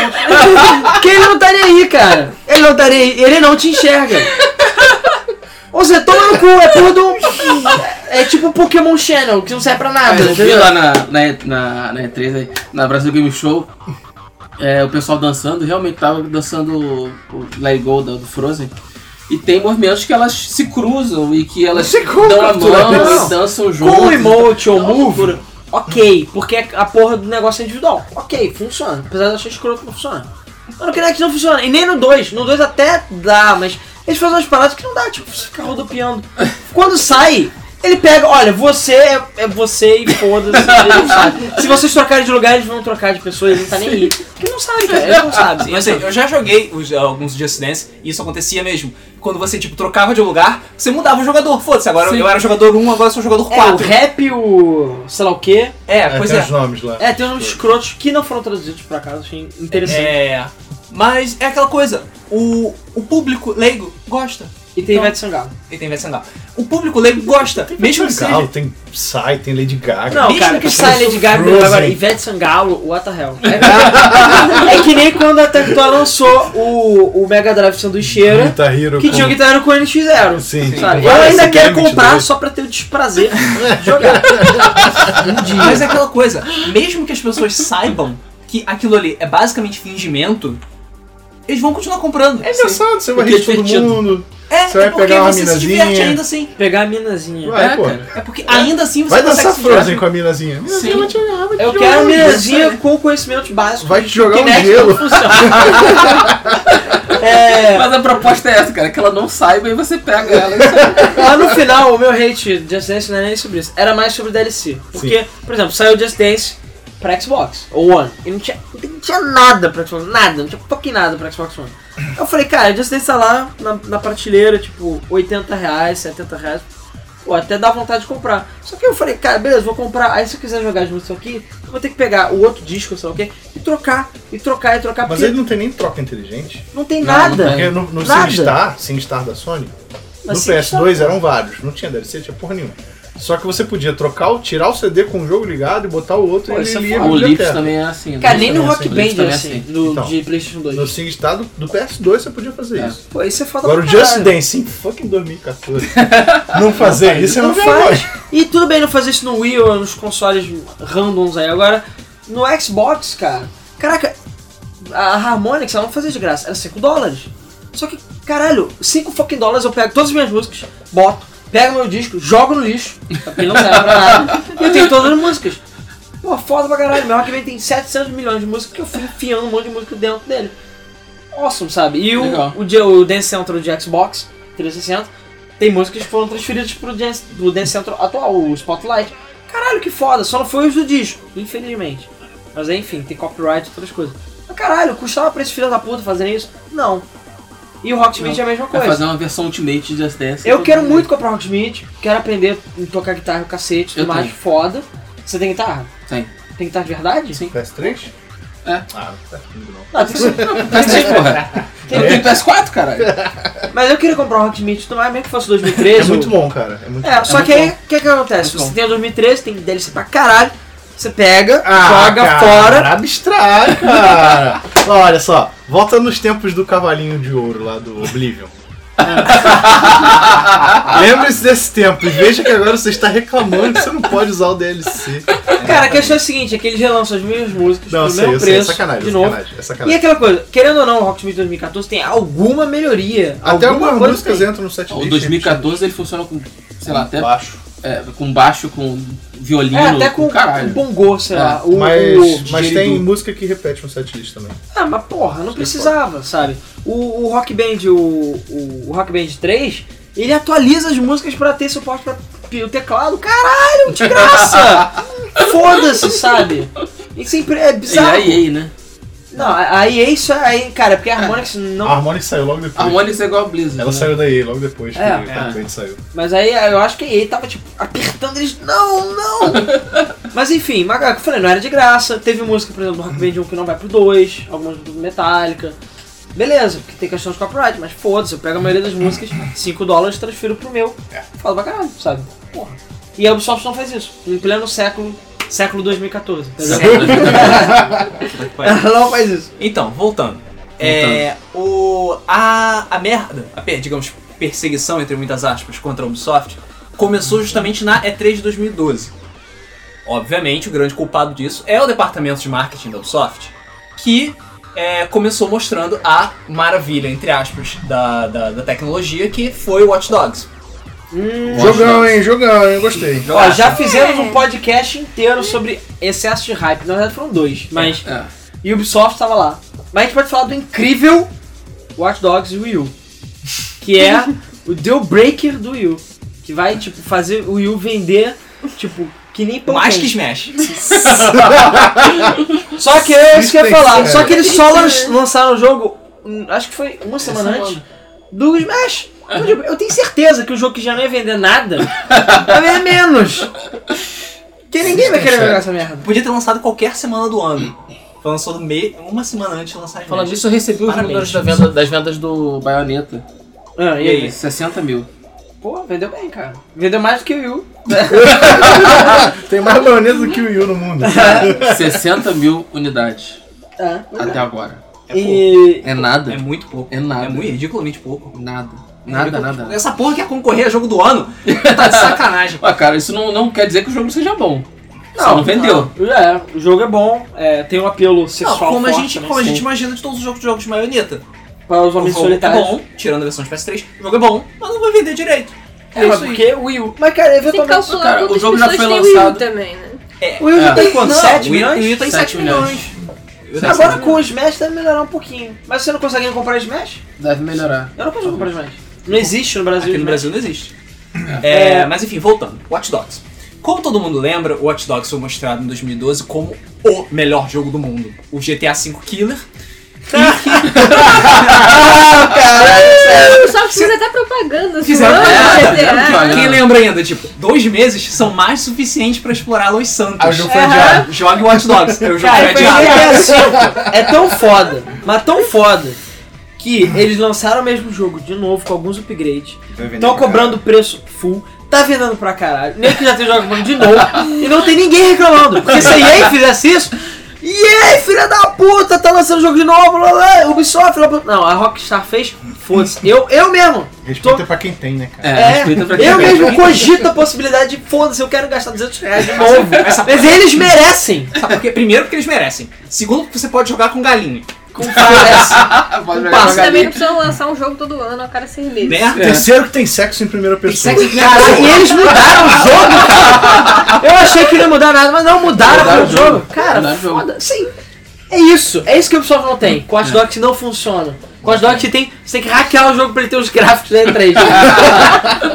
[SPEAKER 5] Porque ele não tá nem aí, cara. Ele não tá nem aí, ele não te enxerga. Ou você toma no cu, é porra do... É tipo um Pokémon Channel, que não serve pra nada,
[SPEAKER 2] Eu vi
[SPEAKER 5] entendeu?
[SPEAKER 2] lá na, na, E- na, na E3, aí, na Brasil Game Show, é, o pessoal dançando, realmente tava dançando o, o Let It Go do, do Frozen. E tem movimentos que elas se cruzam e que elas
[SPEAKER 3] Se cruzam, um
[SPEAKER 2] dão a mão
[SPEAKER 3] não.
[SPEAKER 2] e dançam juntos.
[SPEAKER 5] Com o emote ou move, É ok, porque a porra do negócio é individual. Ok, funciona. Apesar de eu achar escroto, não funciona. Mas no Kinect não funciona. E nem no 2. No 2 até dá, mas eles fazem umas paradas que não dá, tipo, você fica rodopiando. Quando sai, ele pega, olha, você é, é você e foda-se. ele não sabe. Se vocês trocarem de lugar, eles vão trocar de pessoa, ele não tá nem aí. Porque não sabe, cara. Ele não sabe.
[SPEAKER 1] Sim, eu, sei, assim, eu já joguei os- alguns Just Dance e isso acontecia mesmo. Quando você, tipo, trocava de lugar, você mudava o jogador. Foda-se, agora
[SPEAKER 2] Sim.
[SPEAKER 1] eu era jogador 1, agora eu sou jogador
[SPEAKER 5] É, o
[SPEAKER 1] 4.
[SPEAKER 5] rap, o. sei lá o quê.
[SPEAKER 1] É,
[SPEAKER 3] É,
[SPEAKER 1] pois
[SPEAKER 3] tem
[SPEAKER 1] é.
[SPEAKER 3] os nomes lá.
[SPEAKER 5] É, tem uns escrotos que não foram traduzidos por acaso, achei interessante.
[SPEAKER 1] É. Mas é aquela coisa, o, o público leigo gosta.
[SPEAKER 5] E tem
[SPEAKER 1] Então-
[SPEAKER 5] Ivete Sangalo.
[SPEAKER 1] E tem versão legal. O público leigo gosta, mesmo que
[SPEAKER 3] Legal,
[SPEAKER 1] seja.
[SPEAKER 3] tem Psy, tem Lady Gaga.
[SPEAKER 5] Não,
[SPEAKER 1] Mesmo
[SPEAKER 5] cara,
[SPEAKER 1] que
[SPEAKER 5] que sai Lady Gaga
[SPEAKER 3] Frozen.
[SPEAKER 5] agora, Ivete Sangalo, what the hell. É, é que nem quando a Tectoy lançou o, o Mega Drive Sanduicheira,
[SPEAKER 3] Guitar Hero
[SPEAKER 5] que
[SPEAKER 3] com-
[SPEAKER 5] tinha o Guitar Hero com o NX0.
[SPEAKER 3] Sim.
[SPEAKER 5] Sabe? Eu
[SPEAKER 3] Várias
[SPEAKER 5] ainda quero
[SPEAKER 3] Games
[SPEAKER 5] comprar
[SPEAKER 3] dois.
[SPEAKER 5] só pra ter o desprazer de jogar.
[SPEAKER 1] Mas é aquela coisa, mesmo que as pessoas saibam que aquilo ali é basicamente fingimento, eles vão continuar comprando.
[SPEAKER 3] É engraçado, você vai rir
[SPEAKER 2] Porque
[SPEAKER 3] de todo
[SPEAKER 2] é divertido.
[SPEAKER 3] mundo.
[SPEAKER 1] É,
[SPEAKER 3] Você vai
[SPEAKER 1] é porque
[SPEAKER 3] pegar uma
[SPEAKER 1] você se diverte
[SPEAKER 3] minazinha.
[SPEAKER 1] ainda assim.
[SPEAKER 5] Pegar a minazinha.
[SPEAKER 3] Vai,
[SPEAKER 2] É,
[SPEAKER 3] pô.
[SPEAKER 2] cara.
[SPEAKER 1] É porque ainda assim você
[SPEAKER 3] Vai
[SPEAKER 1] consegue
[SPEAKER 3] dançar
[SPEAKER 1] se divertir.
[SPEAKER 3] Frozen com a minazinha.
[SPEAKER 1] Sim.
[SPEAKER 5] Eu quero a minazinha com conhecimentos básicos.
[SPEAKER 3] Vai te jogar um
[SPEAKER 5] Kinect
[SPEAKER 3] gelo.
[SPEAKER 5] não funciona. É,
[SPEAKER 2] Mas a proposta é essa, cara, que ela não saiba e você pega ela. Isso é-
[SPEAKER 5] Lá no final, o meu hate de Just Dance não era nem sobre isso, era mais sobre DLC. Porque, por exemplo, saiu Just Dance pra Xbox ou One e não tinha, não tinha nada pra Xbox nada, não tinha pouquinho nada pra Xbox One. Eu falei, cara, Just Dance tá lá na, na prateleira, tipo, 80 reais, 70 reais. Pô, até dá vontade de comprar. Só que eu falei, cara, beleza, vou comprar. Aí se eu quiser jogar junto isso aqui, eu vou ter que pegar o outro disco, sei lá o quê, e trocar, e trocar, e trocar,
[SPEAKER 3] Mas
[SPEAKER 5] porque
[SPEAKER 3] ele não tem nem troca inteligente.
[SPEAKER 5] não tem
[SPEAKER 2] Não,
[SPEAKER 5] nada.
[SPEAKER 2] não
[SPEAKER 3] Porque no, no
[SPEAKER 5] Nada.
[SPEAKER 3] SingStar, SingStar da Sony, no
[SPEAKER 5] Mas
[SPEAKER 3] PS2 eram vários. Não tinha DLC, tinha porra nenhuma. Só que você podia trocar, o- tirar o CD com o jogo ligado e botar o outro
[SPEAKER 5] Pô,
[SPEAKER 3] e
[SPEAKER 5] isso é
[SPEAKER 3] ele ia
[SPEAKER 2] O
[SPEAKER 3] biblioteca.
[SPEAKER 2] Lips também é assim.
[SPEAKER 5] Cara,
[SPEAKER 2] né?
[SPEAKER 5] nem no
[SPEAKER 2] Também é
[SPEAKER 5] Rock
[SPEAKER 2] assim, o
[SPEAKER 5] Band
[SPEAKER 2] Lips
[SPEAKER 5] é
[SPEAKER 2] também é
[SPEAKER 5] assim, do,
[SPEAKER 3] Então.
[SPEAKER 5] de PlayStation 2.
[SPEAKER 3] No SingStar do, do PS2 você podia fazer
[SPEAKER 2] É.
[SPEAKER 3] isso.
[SPEAKER 5] Pô, isso é foda
[SPEAKER 3] Agora o
[SPEAKER 5] pra
[SPEAKER 3] Just
[SPEAKER 5] caralho.
[SPEAKER 3] Dance em fucking 2014. não fazer isso é
[SPEAKER 5] Não
[SPEAKER 3] uma
[SPEAKER 5] faz. E tudo bem não fazer isso no Wii ou nos consoles randoms aí. Agora, no Xbox, cara. Caraca, a Harmonix ela não fazia de graça. Era 5 dólares. Só que, caralho, 5 fucking dólares eu pego todas as minhas músicas, boto, pego meu disco, jogo no lixo, porque não serve pra nada, e tem todas as músicas. Pô, foda pra caralho, meu Rockman tem 700 milhões de músicas que eu fui enfiando um monte de música dentro dele. Awesome, sabe? E
[SPEAKER 2] Legal.
[SPEAKER 5] o, o, Dia- o Dance Central de Xbox 360 tem músicas que foram transferidas pro Dance, pro Dance Central atual, o Spotlight. Caralho, que foda, só não foi os do disco, infelizmente. Mas enfim, tem copyright e outras coisas. Mas caralho, custava pra esses filhos da puta fazerem isso? Não. E o Rocksmith é a mesma
[SPEAKER 2] Vai
[SPEAKER 5] coisa.
[SPEAKER 2] fazer uma versão Ultimate de Just Dance.
[SPEAKER 5] Eu quero muito comprar um Rocksmith, quero aprender a tocar guitarra o cacete, tudo
[SPEAKER 2] Eu
[SPEAKER 5] mais,
[SPEAKER 2] tenho.
[SPEAKER 5] foda. Você tem guitarra?
[SPEAKER 2] Tenho.
[SPEAKER 5] Tem guitarra de verdade? Sim.
[SPEAKER 3] PS3?
[SPEAKER 2] É.
[SPEAKER 3] Ah, não tá comigo não.
[SPEAKER 5] Não, tem que ser-
[SPEAKER 2] PS3, porra. Eu
[SPEAKER 3] É.
[SPEAKER 2] tenho PS4, caralho.
[SPEAKER 5] Mas eu queria comprar um Rocksmith, tudo mais, mesmo que fosse 2013.
[SPEAKER 3] É muito
[SPEAKER 5] ou-
[SPEAKER 3] bom, cara. É muito
[SPEAKER 5] É, só
[SPEAKER 2] muito
[SPEAKER 5] que aí, o que, que acontece?
[SPEAKER 2] Muito
[SPEAKER 5] você
[SPEAKER 2] bom.
[SPEAKER 5] tem o 2013, tem DLC pra caralho, você pega,
[SPEAKER 3] Ah,
[SPEAKER 5] joga
[SPEAKER 3] cara,
[SPEAKER 5] fora.
[SPEAKER 3] Abstrai, cara. Olha só, volta nos tempos do cavalinho de ouro lá do Oblivion. Lembre-se desse tempo e veja que agora você está reclamando que você não pode usar o DLC.
[SPEAKER 5] Cara, a questão é a seguinte: é que eles relançam as mesmas músicas,
[SPEAKER 3] Não, eu
[SPEAKER 5] pelo
[SPEAKER 3] sei, eu
[SPEAKER 5] mesmo
[SPEAKER 3] sei, é
[SPEAKER 5] preço,
[SPEAKER 3] sacanagem,
[SPEAKER 5] de
[SPEAKER 3] é
[SPEAKER 5] novo.
[SPEAKER 3] sacanagem, é
[SPEAKER 5] E
[SPEAKER 3] sacanagem.
[SPEAKER 5] aquela coisa, querendo ou não, o Rocksmith 2014 tem alguma melhoria.
[SPEAKER 3] Até
[SPEAKER 5] alguma
[SPEAKER 3] algumas
[SPEAKER 5] coisa
[SPEAKER 3] músicas
[SPEAKER 5] tem.
[SPEAKER 3] entram no set
[SPEAKER 2] O 2014 ele funciona com, sei lá, até
[SPEAKER 3] baixo.
[SPEAKER 2] é, com baixo, com violino,
[SPEAKER 5] É, até com,
[SPEAKER 2] caralho.
[SPEAKER 5] com bongô, sei
[SPEAKER 2] É,
[SPEAKER 5] lá. o- o-
[SPEAKER 3] Mas, mas
[SPEAKER 2] DJ
[SPEAKER 3] tem
[SPEAKER 2] do-
[SPEAKER 3] música que repete no setlist também.
[SPEAKER 5] Ah, mas porra, não precisava, sabe? O, o Rock Band, o, o, o Rock Band 3, ele atualiza as músicas pra ter suporte pra p- o teclado. Caralho, de graça! Foda-se, sabe? E sempre é
[SPEAKER 2] E
[SPEAKER 5] bizarro.
[SPEAKER 2] aí, aí, né?
[SPEAKER 5] Não, a a EA só. Aí, cara, é porque a Harmonix não.
[SPEAKER 3] A Harmonix saiu logo depois.
[SPEAKER 2] A Harmonix é igual a Blizzard.
[SPEAKER 3] Ela
[SPEAKER 2] né?
[SPEAKER 3] saiu daí logo depois que
[SPEAKER 5] É,
[SPEAKER 3] o
[SPEAKER 2] é.
[SPEAKER 3] Complete saiu.
[SPEAKER 5] Mas aí eu acho que a EA tava, tipo, apertando eles. Não, não! mas enfim, mas, eu falei, não era de graça. Teve música, por exemplo, do Rock Band 1 que não vai pro 2, algumas do Metallica. Beleza, porque tem questão de copyright, mas foda-se, eu pego a maioria das músicas, 5 dólares, transfiro pro meu. Fala pra caralho, sabe? Porra. E a Ubisoft não faz isso. Em pleno século, século 2014. entendeu? tá
[SPEAKER 1] é.
[SPEAKER 5] Ela não faz isso.
[SPEAKER 1] Então, voltando. É, o, a, a merda, a, per- digamos, perseguição, entre muitas aspas, contra a Ubisoft
[SPEAKER 3] Uhum.
[SPEAKER 1] começou justamente na E3 de 2012. Obviamente, o grande culpado disso é o departamento de marketing da Ubisoft, que é, começou mostrando a maravilha, entre aspas, da, da, da tecnologia, que foi o Watch Dogs.
[SPEAKER 3] Jogão, hein? Jogão, hein? Gostei.
[SPEAKER 5] Ó, já fizemos um podcast inteiro sobre excesso de hype. Na verdade foram dois, mas
[SPEAKER 2] É.
[SPEAKER 5] E Ubisoft tava lá. Mas a gente pode falar do incrível Watch Dogs Wii U. Que é o deal breaker do Wii U. Que vai, tipo, fazer o Wii U vender, tipo, que nem pão
[SPEAKER 1] Mais que
[SPEAKER 5] quente.
[SPEAKER 1] Smash.
[SPEAKER 5] Só que é isso que eu ia falar.
[SPEAKER 3] Sustenta,
[SPEAKER 5] Só que eles só
[SPEAKER 4] cara.
[SPEAKER 5] lan- lançaram o jogo, hum, acho que foi uma semana antes, do Smash. Então, tipo, eu tenho certeza que o jogo que já não ia vender nada, vai vender menos. Porque ninguém vai querer jogar essa merda.
[SPEAKER 1] Podia ter lançado qualquer semana do ano. Foi lançado me- uma semana antes de lançar
[SPEAKER 2] Falando
[SPEAKER 1] Smash.
[SPEAKER 2] disso, eu recebi os
[SPEAKER 1] Parabéns.
[SPEAKER 2] números da venda- das vendas do Bayonetta.
[SPEAKER 5] Ah, e aí?
[SPEAKER 2] 60 mil.
[SPEAKER 5] Pô, vendeu bem, cara. Vendeu mais do que o Wii U.
[SPEAKER 3] Tem mais baioneta do que o Yu no mundo.
[SPEAKER 2] 60 mil unidades.
[SPEAKER 5] Ah,
[SPEAKER 2] Até agora.
[SPEAKER 1] É, pouco.
[SPEAKER 5] e,
[SPEAKER 2] É nada.
[SPEAKER 1] É muito pouco.
[SPEAKER 2] É nada.
[SPEAKER 1] É muito ridiculamente pouco.
[SPEAKER 2] Nada. Nada, nada. nada.
[SPEAKER 1] Essa porra quer concorrer a jogo do ano? Tá de sacanagem.
[SPEAKER 2] Ué, cara, isso não, não quer dizer que o jogo seja bom. Só não vendeu.
[SPEAKER 5] Não, é, o jogo é bom, é, tem um apelo
[SPEAKER 1] Não,
[SPEAKER 5] sexual
[SPEAKER 1] como a,
[SPEAKER 5] forte
[SPEAKER 1] gente,
[SPEAKER 5] também,
[SPEAKER 1] como a
[SPEAKER 5] sim.
[SPEAKER 1] gente imagina de todos os jogos de jogos de marioneta.
[SPEAKER 5] para os
[SPEAKER 1] O
[SPEAKER 5] homens
[SPEAKER 1] jogo é
[SPEAKER 5] solitários.
[SPEAKER 1] bom, tirando a versão de PS3, o jogo é bom, mas não vai vender direito.
[SPEAKER 5] É, mas porque o Wii U. Mas cara,
[SPEAKER 4] Tem que
[SPEAKER 5] eventualmente
[SPEAKER 4] calcular
[SPEAKER 2] cara, o
[SPEAKER 4] quantas
[SPEAKER 2] jogo já
[SPEAKER 4] pessoas
[SPEAKER 2] foi
[SPEAKER 4] tem Wii U
[SPEAKER 2] lançado.
[SPEAKER 4] também, né?
[SPEAKER 5] o Wii U já
[SPEAKER 2] É.
[SPEAKER 5] tem quanto?
[SPEAKER 1] Não,
[SPEAKER 5] 7
[SPEAKER 1] o Wii-
[SPEAKER 5] milhões?
[SPEAKER 1] O Wii tá em 7,
[SPEAKER 2] 7
[SPEAKER 1] milhões. Tá
[SPEAKER 2] milhões.
[SPEAKER 5] Agora com o Smash deve melhorar um pouquinho. Mas você não consegue comprar Smash?
[SPEAKER 2] Deve melhorar.
[SPEAKER 5] Eu não consigo comprar Smash. Não existe no
[SPEAKER 1] Aqui
[SPEAKER 5] Brasil.
[SPEAKER 1] no
[SPEAKER 5] Smash.
[SPEAKER 1] Brasil não existe. É, mas enfim, voltando. Watch Dogs. Como todo mundo lembra, o Watch Dogs foi mostrado em 2012 como o melhor jogo do mundo. O GTA V Killer.
[SPEAKER 4] Só que fizeram é até propaganda. assim, né?
[SPEAKER 1] Fizeram
[SPEAKER 4] zoando,
[SPEAKER 1] propaganda,
[SPEAKER 4] etc.
[SPEAKER 2] fizeram propaganda.
[SPEAKER 1] Ah, Quem lembra ainda, tipo, dois meses são mais suficientes pra explorar Los Santos.
[SPEAKER 3] Ah, o jogo foi adiado.
[SPEAKER 1] Jogue Watch Dogs. Eu jogo
[SPEAKER 5] Cara,
[SPEAKER 1] foi
[SPEAKER 5] foi
[SPEAKER 1] é adiado.
[SPEAKER 5] GTA V. Ah, É tão foda, mas tão foda, que eles lançaram o mesmo jogo de novo, com alguns upgrades. Estão cobrando preço full, tá vendendo pra caralho. Nem que já tem jogos de novo e não tem ninguém reclamando. Porque se a EA fizesse isso. EA, filha da puta, tá lançando jogo de novo, blá, blá, Ubisoft, filha da puta. Não, a Rockstar fez, foda-se. Eu, eu mesmo.
[SPEAKER 3] Respeita pra quem tem, né, cara?
[SPEAKER 2] É,
[SPEAKER 5] É,
[SPEAKER 2] respeita pra quem
[SPEAKER 5] eu
[SPEAKER 2] tem.
[SPEAKER 5] mesmo cogito a possibilidade de, foda-se, eu quero gastar 200 reais de novo. Mas eles merecem.
[SPEAKER 1] Sabe por quê? Primeiro, porque eles merecem. Segundo, porque você pode jogar com galinha.
[SPEAKER 6] com faroeste.
[SPEAKER 2] Ah, Pode
[SPEAKER 6] Um
[SPEAKER 2] jogar
[SPEAKER 6] passo
[SPEAKER 4] Vocês também
[SPEAKER 2] HD.
[SPEAKER 4] não precisam lançar um jogo todo ano a cada seis meses.
[SPEAKER 1] Né?
[SPEAKER 3] Terceiro que tem sexo em primeira pessoa.
[SPEAKER 1] Sexo
[SPEAKER 5] Caralho, e eles mudaram o jogo, cara. Eu achei que não ia mudar nada, mas não, mudaram,
[SPEAKER 2] Mudaram
[SPEAKER 5] o
[SPEAKER 2] o
[SPEAKER 5] jogo.
[SPEAKER 2] jogo.
[SPEAKER 5] Cara,
[SPEAKER 2] Mudaram o jogo. É.
[SPEAKER 5] foda. Sim. É isso. É isso que o pessoal não tem. Com Watch Dogs não funciona. Com Watch Dogs você tem, você tem que hackear o jogo pra ele ter os gráficos da E3.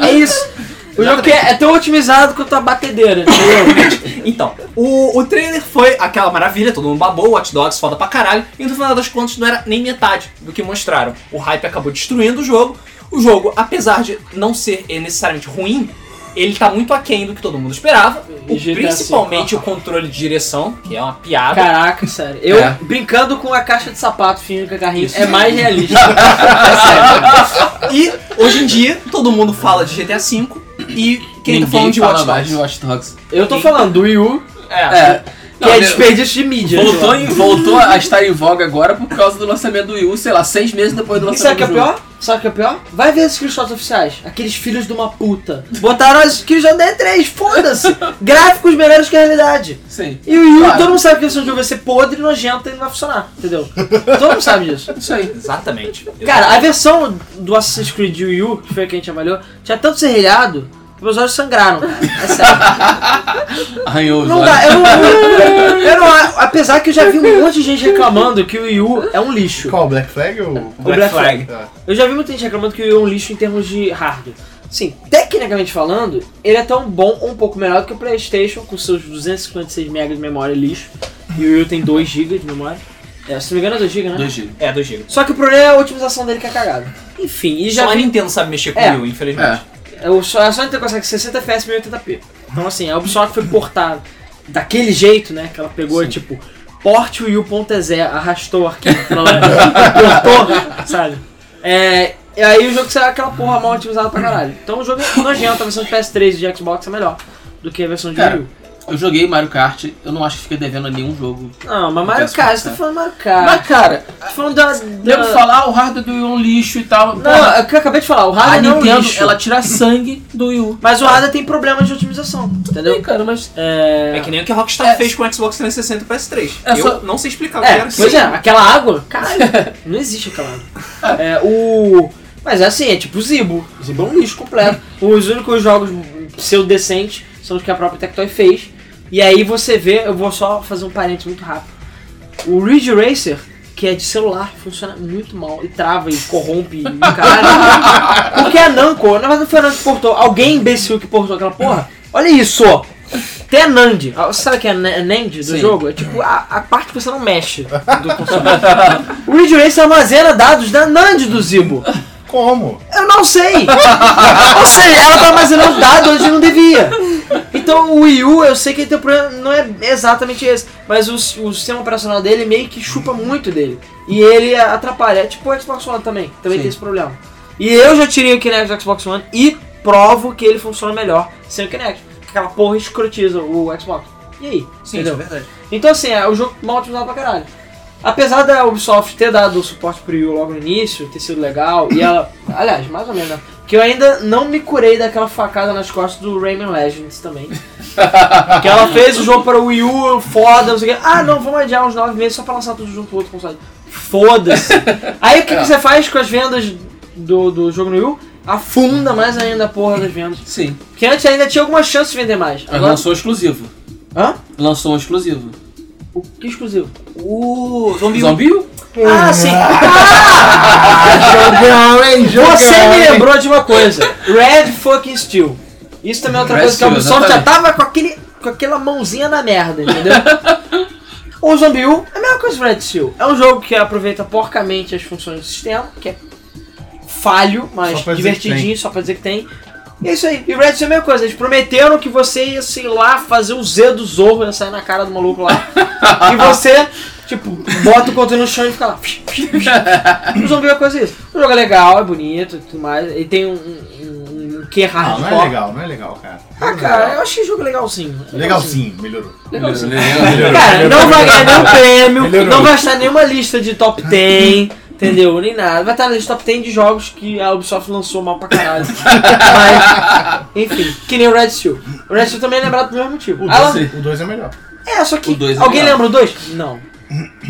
[SPEAKER 5] é isso. O jogo que é, é tão otimizado quanto a batedeira, entendeu?
[SPEAKER 1] Então, o, o trailer foi aquela maravilha, todo mundo babou, Watch Dogs foda pra caralho, e no final das contas não era nem metade do que mostraram. O hype acabou destruindo o jogo. O jogo, apesar de não ser eh, necessariamente ruim, ele tá muito aquém do que todo mundo esperava.
[SPEAKER 5] E
[SPEAKER 1] O-
[SPEAKER 5] GTA V,
[SPEAKER 1] principalmente o controle de direção, que é uma piada.
[SPEAKER 5] Caraca, sério. Eu
[SPEAKER 2] É.
[SPEAKER 5] brincando com a caixa de sapato fininho com a carrinha é mais realista.
[SPEAKER 1] E hoje em dia, todo mundo fala de GTA V e quem tá falando
[SPEAKER 2] Ninguém
[SPEAKER 1] de
[SPEAKER 2] fala
[SPEAKER 1] Watch
[SPEAKER 2] mais de
[SPEAKER 1] Dogs?
[SPEAKER 2] Watch Dogs.
[SPEAKER 5] Eu tô falando do Wii U,
[SPEAKER 1] É.
[SPEAKER 2] É.
[SPEAKER 5] que é
[SPEAKER 2] ele-
[SPEAKER 5] desperdício de mídia.
[SPEAKER 2] Voltou, em- voltou a estar em voga agora por causa do lançamento do Wii U, sei lá, seis meses depois do
[SPEAKER 5] E sabe
[SPEAKER 2] lançamento
[SPEAKER 5] o que é
[SPEAKER 2] do jogo.
[SPEAKER 5] pior? Sabe o que é pior? Vai ver os screenshots oficiais. Aqueles filhos de uma puta. Botaram as screenshots da E3, foda-se. Gráficos melhores que a realidade.
[SPEAKER 2] Sim.
[SPEAKER 5] E o Yu,
[SPEAKER 2] Claro.
[SPEAKER 5] todo mundo sabe que esse jogo vai ser podre, nojento e não vai funcionar, entendeu? todo mundo sabe disso.
[SPEAKER 2] Isso aí.
[SPEAKER 1] Exatamente.
[SPEAKER 5] Cara, a versão do Assassin's Creed Wii U, que foi a que a gente avaliou, tinha tanto serrilhado que meus olhos sangraram. cara. É sério.
[SPEAKER 2] Arranhou os
[SPEAKER 5] Não
[SPEAKER 2] olhos.
[SPEAKER 5] dá, eu não, eu, não- Apesar que eu já vi um monte de gente reclamando que o Wii U é um lixo.
[SPEAKER 3] Qual? Black Flag ou.
[SPEAKER 5] O Black Flag.
[SPEAKER 3] Ah,
[SPEAKER 5] Eu já vi muita gente reclamando que o Wii é um lixo em termos de hardware. Sim, tecnicamente falando, ele é tão bom ou um pouco melhor do que o PlayStation, com seus 256 MB de memória lixo. E o Wii U tem 2 GB de memória. É, se não me engano, é 2 GB, né?
[SPEAKER 2] 2 GB.
[SPEAKER 1] É, 2 GB.
[SPEAKER 5] Só que o problema é a otimização dele que é cagada. Enfim, e já
[SPEAKER 1] Só a
[SPEAKER 5] vi,
[SPEAKER 1] Nintendo sabe mexer com o
[SPEAKER 5] É.
[SPEAKER 1] Wii U, infelizmente.
[SPEAKER 2] É.
[SPEAKER 5] eu só, a Sony tem um consegue 60 FPS e 1080p. Então assim, a Ubisoft foi portada daquele jeito, né? Que ela pegou, tipo, porte o Wii.exe, arrastou o arquivo pra lá, portou, sabe? É, e aí o jogo saiu aquela porra mal otimizada pra caralho. Então o jogo é nojento, a versão de PS3 e de Xbox é melhor do que a versão de
[SPEAKER 2] Cara.
[SPEAKER 5] Wii U.
[SPEAKER 2] Eu joguei Mario Kart, eu não acho que fica devendo a nenhum jogo.
[SPEAKER 5] Não, mas Mario
[SPEAKER 2] Peço
[SPEAKER 5] Kart, você
[SPEAKER 2] pra
[SPEAKER 5] tá falando Mario Kart.
[SPEAKER 2] Mas, cara,
[SPEAKER 5] Tô falando da...
[SPEAKER 2] devo
[SPEAKER 5] da...
[SPEAKER 2] falar o hardware do Wii U é um lixo e tal.
[SPEAKER 5] Não,
[SPEAKER 2] Porra,
[SPEAKER 5] é o que eu acabei de falar, o
[SPEAKER 2] a
[SPEAKER 5] hardware não é um
[SPEAKER 2] Nintendo,
[SPEAKER 5] lixo.
[SPEAKER 2] ela tira sangue do Wii U.
[SPEAKER 5] Mas o Ada tem problema de otimização, entendeu?
[SPEAKER 2] Sim, cara, mas
[SPEAKER 5] É.
[SPEAKER 1] É que nem o que a Rockstar fez com o Xbox 360 e PS3.
[SPEAKER 2] É
[SPEAKER 1] eu
[SPEAKER 2] só-
[SPEAKER 1] não sei explicar o que
[SPEAKER 5] É,
[SPEAKER 1] era
[SPEAKER 5] pois
[SPEAKER 1] isso.
[SPEAKER 5] é, aquela água, caralho, não existe aquela água. É, o. Mas é assim, é tipo o Zibo. O Zibo é um lixo completo. Os únicos jogos pseudo-decentes são os que a própria Tectoy fez. E aí você vê, eu vou só fazer um parênteses muito rápido. O Ridge Racer, que é de celular, funciona muito mal. E trava e corrompe e caralho. Porque a Namco, na verdade não foi a Namco que portou, alguém imbecil que portou aquela porra. Olha isso, ó. Tem a Nand. Ah, Sabe o que é a Na- a Nand do
[SPEAKER 2] Sim.
[SPEAKER 5] jogo? É tipo a, a parte que você não mexe do console. o Ridge Racer armazena dados da Nand do Zibo.
[SPEAKER 3] Como?
[SPEAKER 5] Eu não sei! Ou seja, ela tá armazenando dados onde não devia. Então o Wii U, eu sei que ele tem um problema, não é exatamente esse, mas o, s- o sistema operacional dele meio que chupa muito dele. E ele a- atrapalha. É tipo o Xbox One também, também
[SPEAKER 2] Sim.
[SPEAKER 5] tem esse problema. E eu já tirei o Kinect do Xbox One e provo que ele funciona melhor sem o Kinect. porque Aquela porra escrotiza o Xbox. E aí?
[SPEAKER 1] Sim, isso é
[SPEAKER 5] entendeu?
[SPEAKER 1] verdade.
[SPEAKER 5] Então, assim, é o jogo mal otimizado pra caralho. Apesar da Ubisoft ter dado o suporte pro Yu logo no início, ter sido legal, e ela. Aliás, mais ou menos, né? Que eu ainda não me curei daquela facada nas costas do Rayman Legends também. que ela fez o jogo para o Wii U, foda, não sei o quê. Ah, não, vamos adiar uns nove meses só pra lançar tudo junto pro outro console. Foda-se. Aí o que, que você faz com as vendas do, do jogo no Wii U? Afunda mais ainda a porra das vendas.
[SPEAKER 2] sim.
[SPEAKER 5] Porque antes ainda tinha alguma chance de vender mais.
[SPEAKER 2] Mas
[SPEAKER 5] Agora.
[SPEAKER 2] lançou um exclusivo.
[SPEAKER 5] Hã?
[SPEAKER 2] Lançou um exclusivo.
[SPEAKER 5] O que exclusivo?
[SPEAKER 1] O Zombie U.
[SPEAKER 2] Zombie U?
[SPEAKER 5] Ah, sim! Ah!
[SPEAKER 3] Jogão, hein? Jogão,
[SPEAKER 5] Você me
[SPEAKER 3] hein?
[SPEAKER 5] lembrou de uma coisa. Red fucking Steel. Isso também é outra
[SPEAKER 2] Red
[SPEAKER 5] coisa que a
[SPEAKER 2] Steel,
[SPEAKER 5] Ubisoft já
[SPEAKER 2] exatamente.
[SPEAKER 5] tava com, aquele, com aquela mãozinha na merda, entendeu? o Zombie U é a mesma coisa do Red Steel. É um jogo que aproveita porcamente as funções do sistema, que é falho, mas
[SPEAKER 3] Só pra dizer que
[SPEAKER 5] divertidinho, só pra dizer que tem. E é isso aí. E o Red Steel é a mesma coisa. Eles prometeram que você ia, sei lá, fazer o Z do Zorro, ia sair na cara do maluco lá. e você, tipo, bota o controle no chão e fica lá. O zumbi é coisa isso. O jogo é legal, é bonito e tudo mais. Ele tem um, um, um que
[SPEAKER 3] Ah,
[SPEAKER 5] hardcore.
[SPEAKER 3] não é legal, não é legal, cara.
[SPEAKER 5] Ah, cara, eu achei o jogo legalzinho.
[SPEAKER 3] Legalzinho, melhorou.
[SPEAKER 5] Cara, não vai ganhar nenhum prêmio,
[SPEAKER 3] Melhorou.
[SPEAKER 5] não vai estar em nenhuma lista de top 10, entendeu? Nem nada. Vai estar na lista top 10 de jogos que a Ubisoft lançou mal pra caralho. Mas, enfim, que nem o Red Steel. O Red Steel também é lembrado pelo mesmo motivo.
[SPEAKER 3] O
[SPEAKER 5] Ela-
[SPEAKER 3] 2 é melhor.
[SPEAKER 5] é, só que.
[SPEAKER 2] O dois é
[SPEAKER 5] alguém
[SPEAKER 2] legal.
[SPEAKER 5] lembra o 2? Não.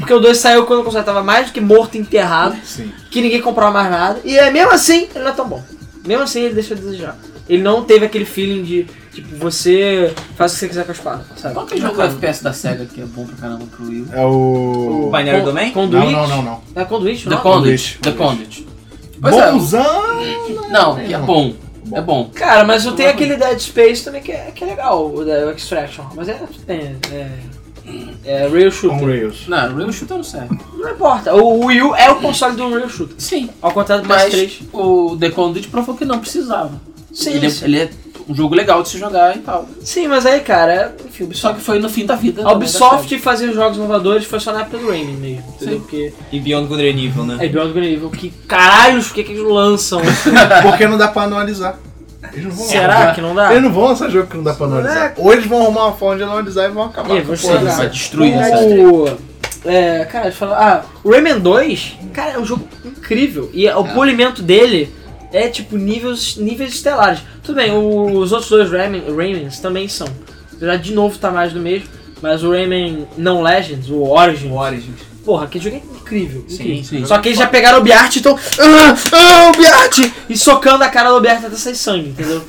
[SPEAKER 5] Porque o 2 saiu quando o console tava mais do que morto, enterrado,
[SPEAKER 3] Sim.
[SPEAKER 5] que ninguém comprava mais nada. E é, mesmo assim, ele não é tão bom. Mesmo assim, ele deixa a desejar. Ele não teve aquele feeling de, tipo, você faz o que você quiser com a espada, sabe?
[SPEAKER 2] Qual que é o jogo FPS da SEGA que é bom pra caramba pro Wii?
[SPEAKER 3] É o.
[SPEAKER 1] O Binary
[SPEAKER 5] Con-
[SPEAKER 1] Domain?
[SPEAKER 5] Conduit?
[SPEAKER 3] Não, não, não, não.
[SPEAKER 5] É Conduit,
[SPEAKER 2] The
[SPEAKER 5] não?
[SPEAKER 2] Conduit. The Conduit. Pois é,
[SPEAKER 3] Bonzão!
[SPEAKER 2] Não, que é bom. É bom.
[SPEAKER 5] Cara, mas eu tenho aquele Dead Space também que é, que é legal, o da o Extraction. Mas é. É. É, é Rail
[SPEAKER 3] On
[SPEAKER 5] Shooter.
[SPEAKER 3] Rails.
[SPEAKER 2] Não, o Rail Shooter não serve.
[SPEAKER 5] Não importa. O Wii U é o console do Rail Shooter.
[SPEAKER 2] Sim.
[SPEAKER 5] Ao contrário do
[SPEAKER 2] Mas
[SPEAKER 5] PS3.
[SPEAKER 2] o The Conduit provou que não precisava.
[SPEAKER 5] Sim,
[SPEAKER 2] ele,
[SPEAKER 5] sim.
[SPEAKER 2] é, ele é um jogo legal de se jogar e tal.
[SPEAKER 5] Sim, mas aí, cara, enfim, o Ubisoft. é
[SPEAKER 2] Só que foi no fim da vida. né?
[SPEAKER 5] A Ubisoft fazer jogos inovadores foi só na época do Rayman mesmo, entendeu? Porque
[SPEAKER 1] E Beyond Good and Evil, né?
[SPEAKER 5] é Beyond Good and Evil, que caralhos, por que que eles lançam?
[SPEAKER 3] Porque não dá pra analisar. Eles não vão
[SPEAKER 5] Será
[SPEAKER 3] analisar.
[SPEAKER 5] que não dá?
[SPEAKER 3] Eles não vão lançar jogo que não dá pra analisar. Ou eles vão arrumar uma forma de analisar e vão acabar.
[SPEAKER 5] Ih, vou
[SPEAKER 3] com a porra
[SPEAKER 5] chegar.
[SPEAKER 3] dessa-
[SPEAKER 2] vai destruir essa
[SPEAKER 5] O... É, cara, deixa eu falar. Ah, o Rayman 2, cara, é um jogo incrível. E
[SPEAKER 2] É.
[SPEAKER 5] o polimento dele é tipo níveis, níveis estelares. Tudo bem, o- os outros dois Rayman, Raymans também são. Apesar de novo tá mais do mesmo. Mas o Rayman não Legends, o Origin.
[SPEAKER 1] Origins.
[SPEAKER 5] Porra, aquele jogo é incrível.
[SPEAKER 2] Sim,
[SPEAKER 5] incrível.
[SPEAKER 2] sim.
[SPEAKER 5] Só que eles já pegaram o Biart e estão. Ah, ah, o Biart! E socando a cara do Biart até sair sangue, entendeu?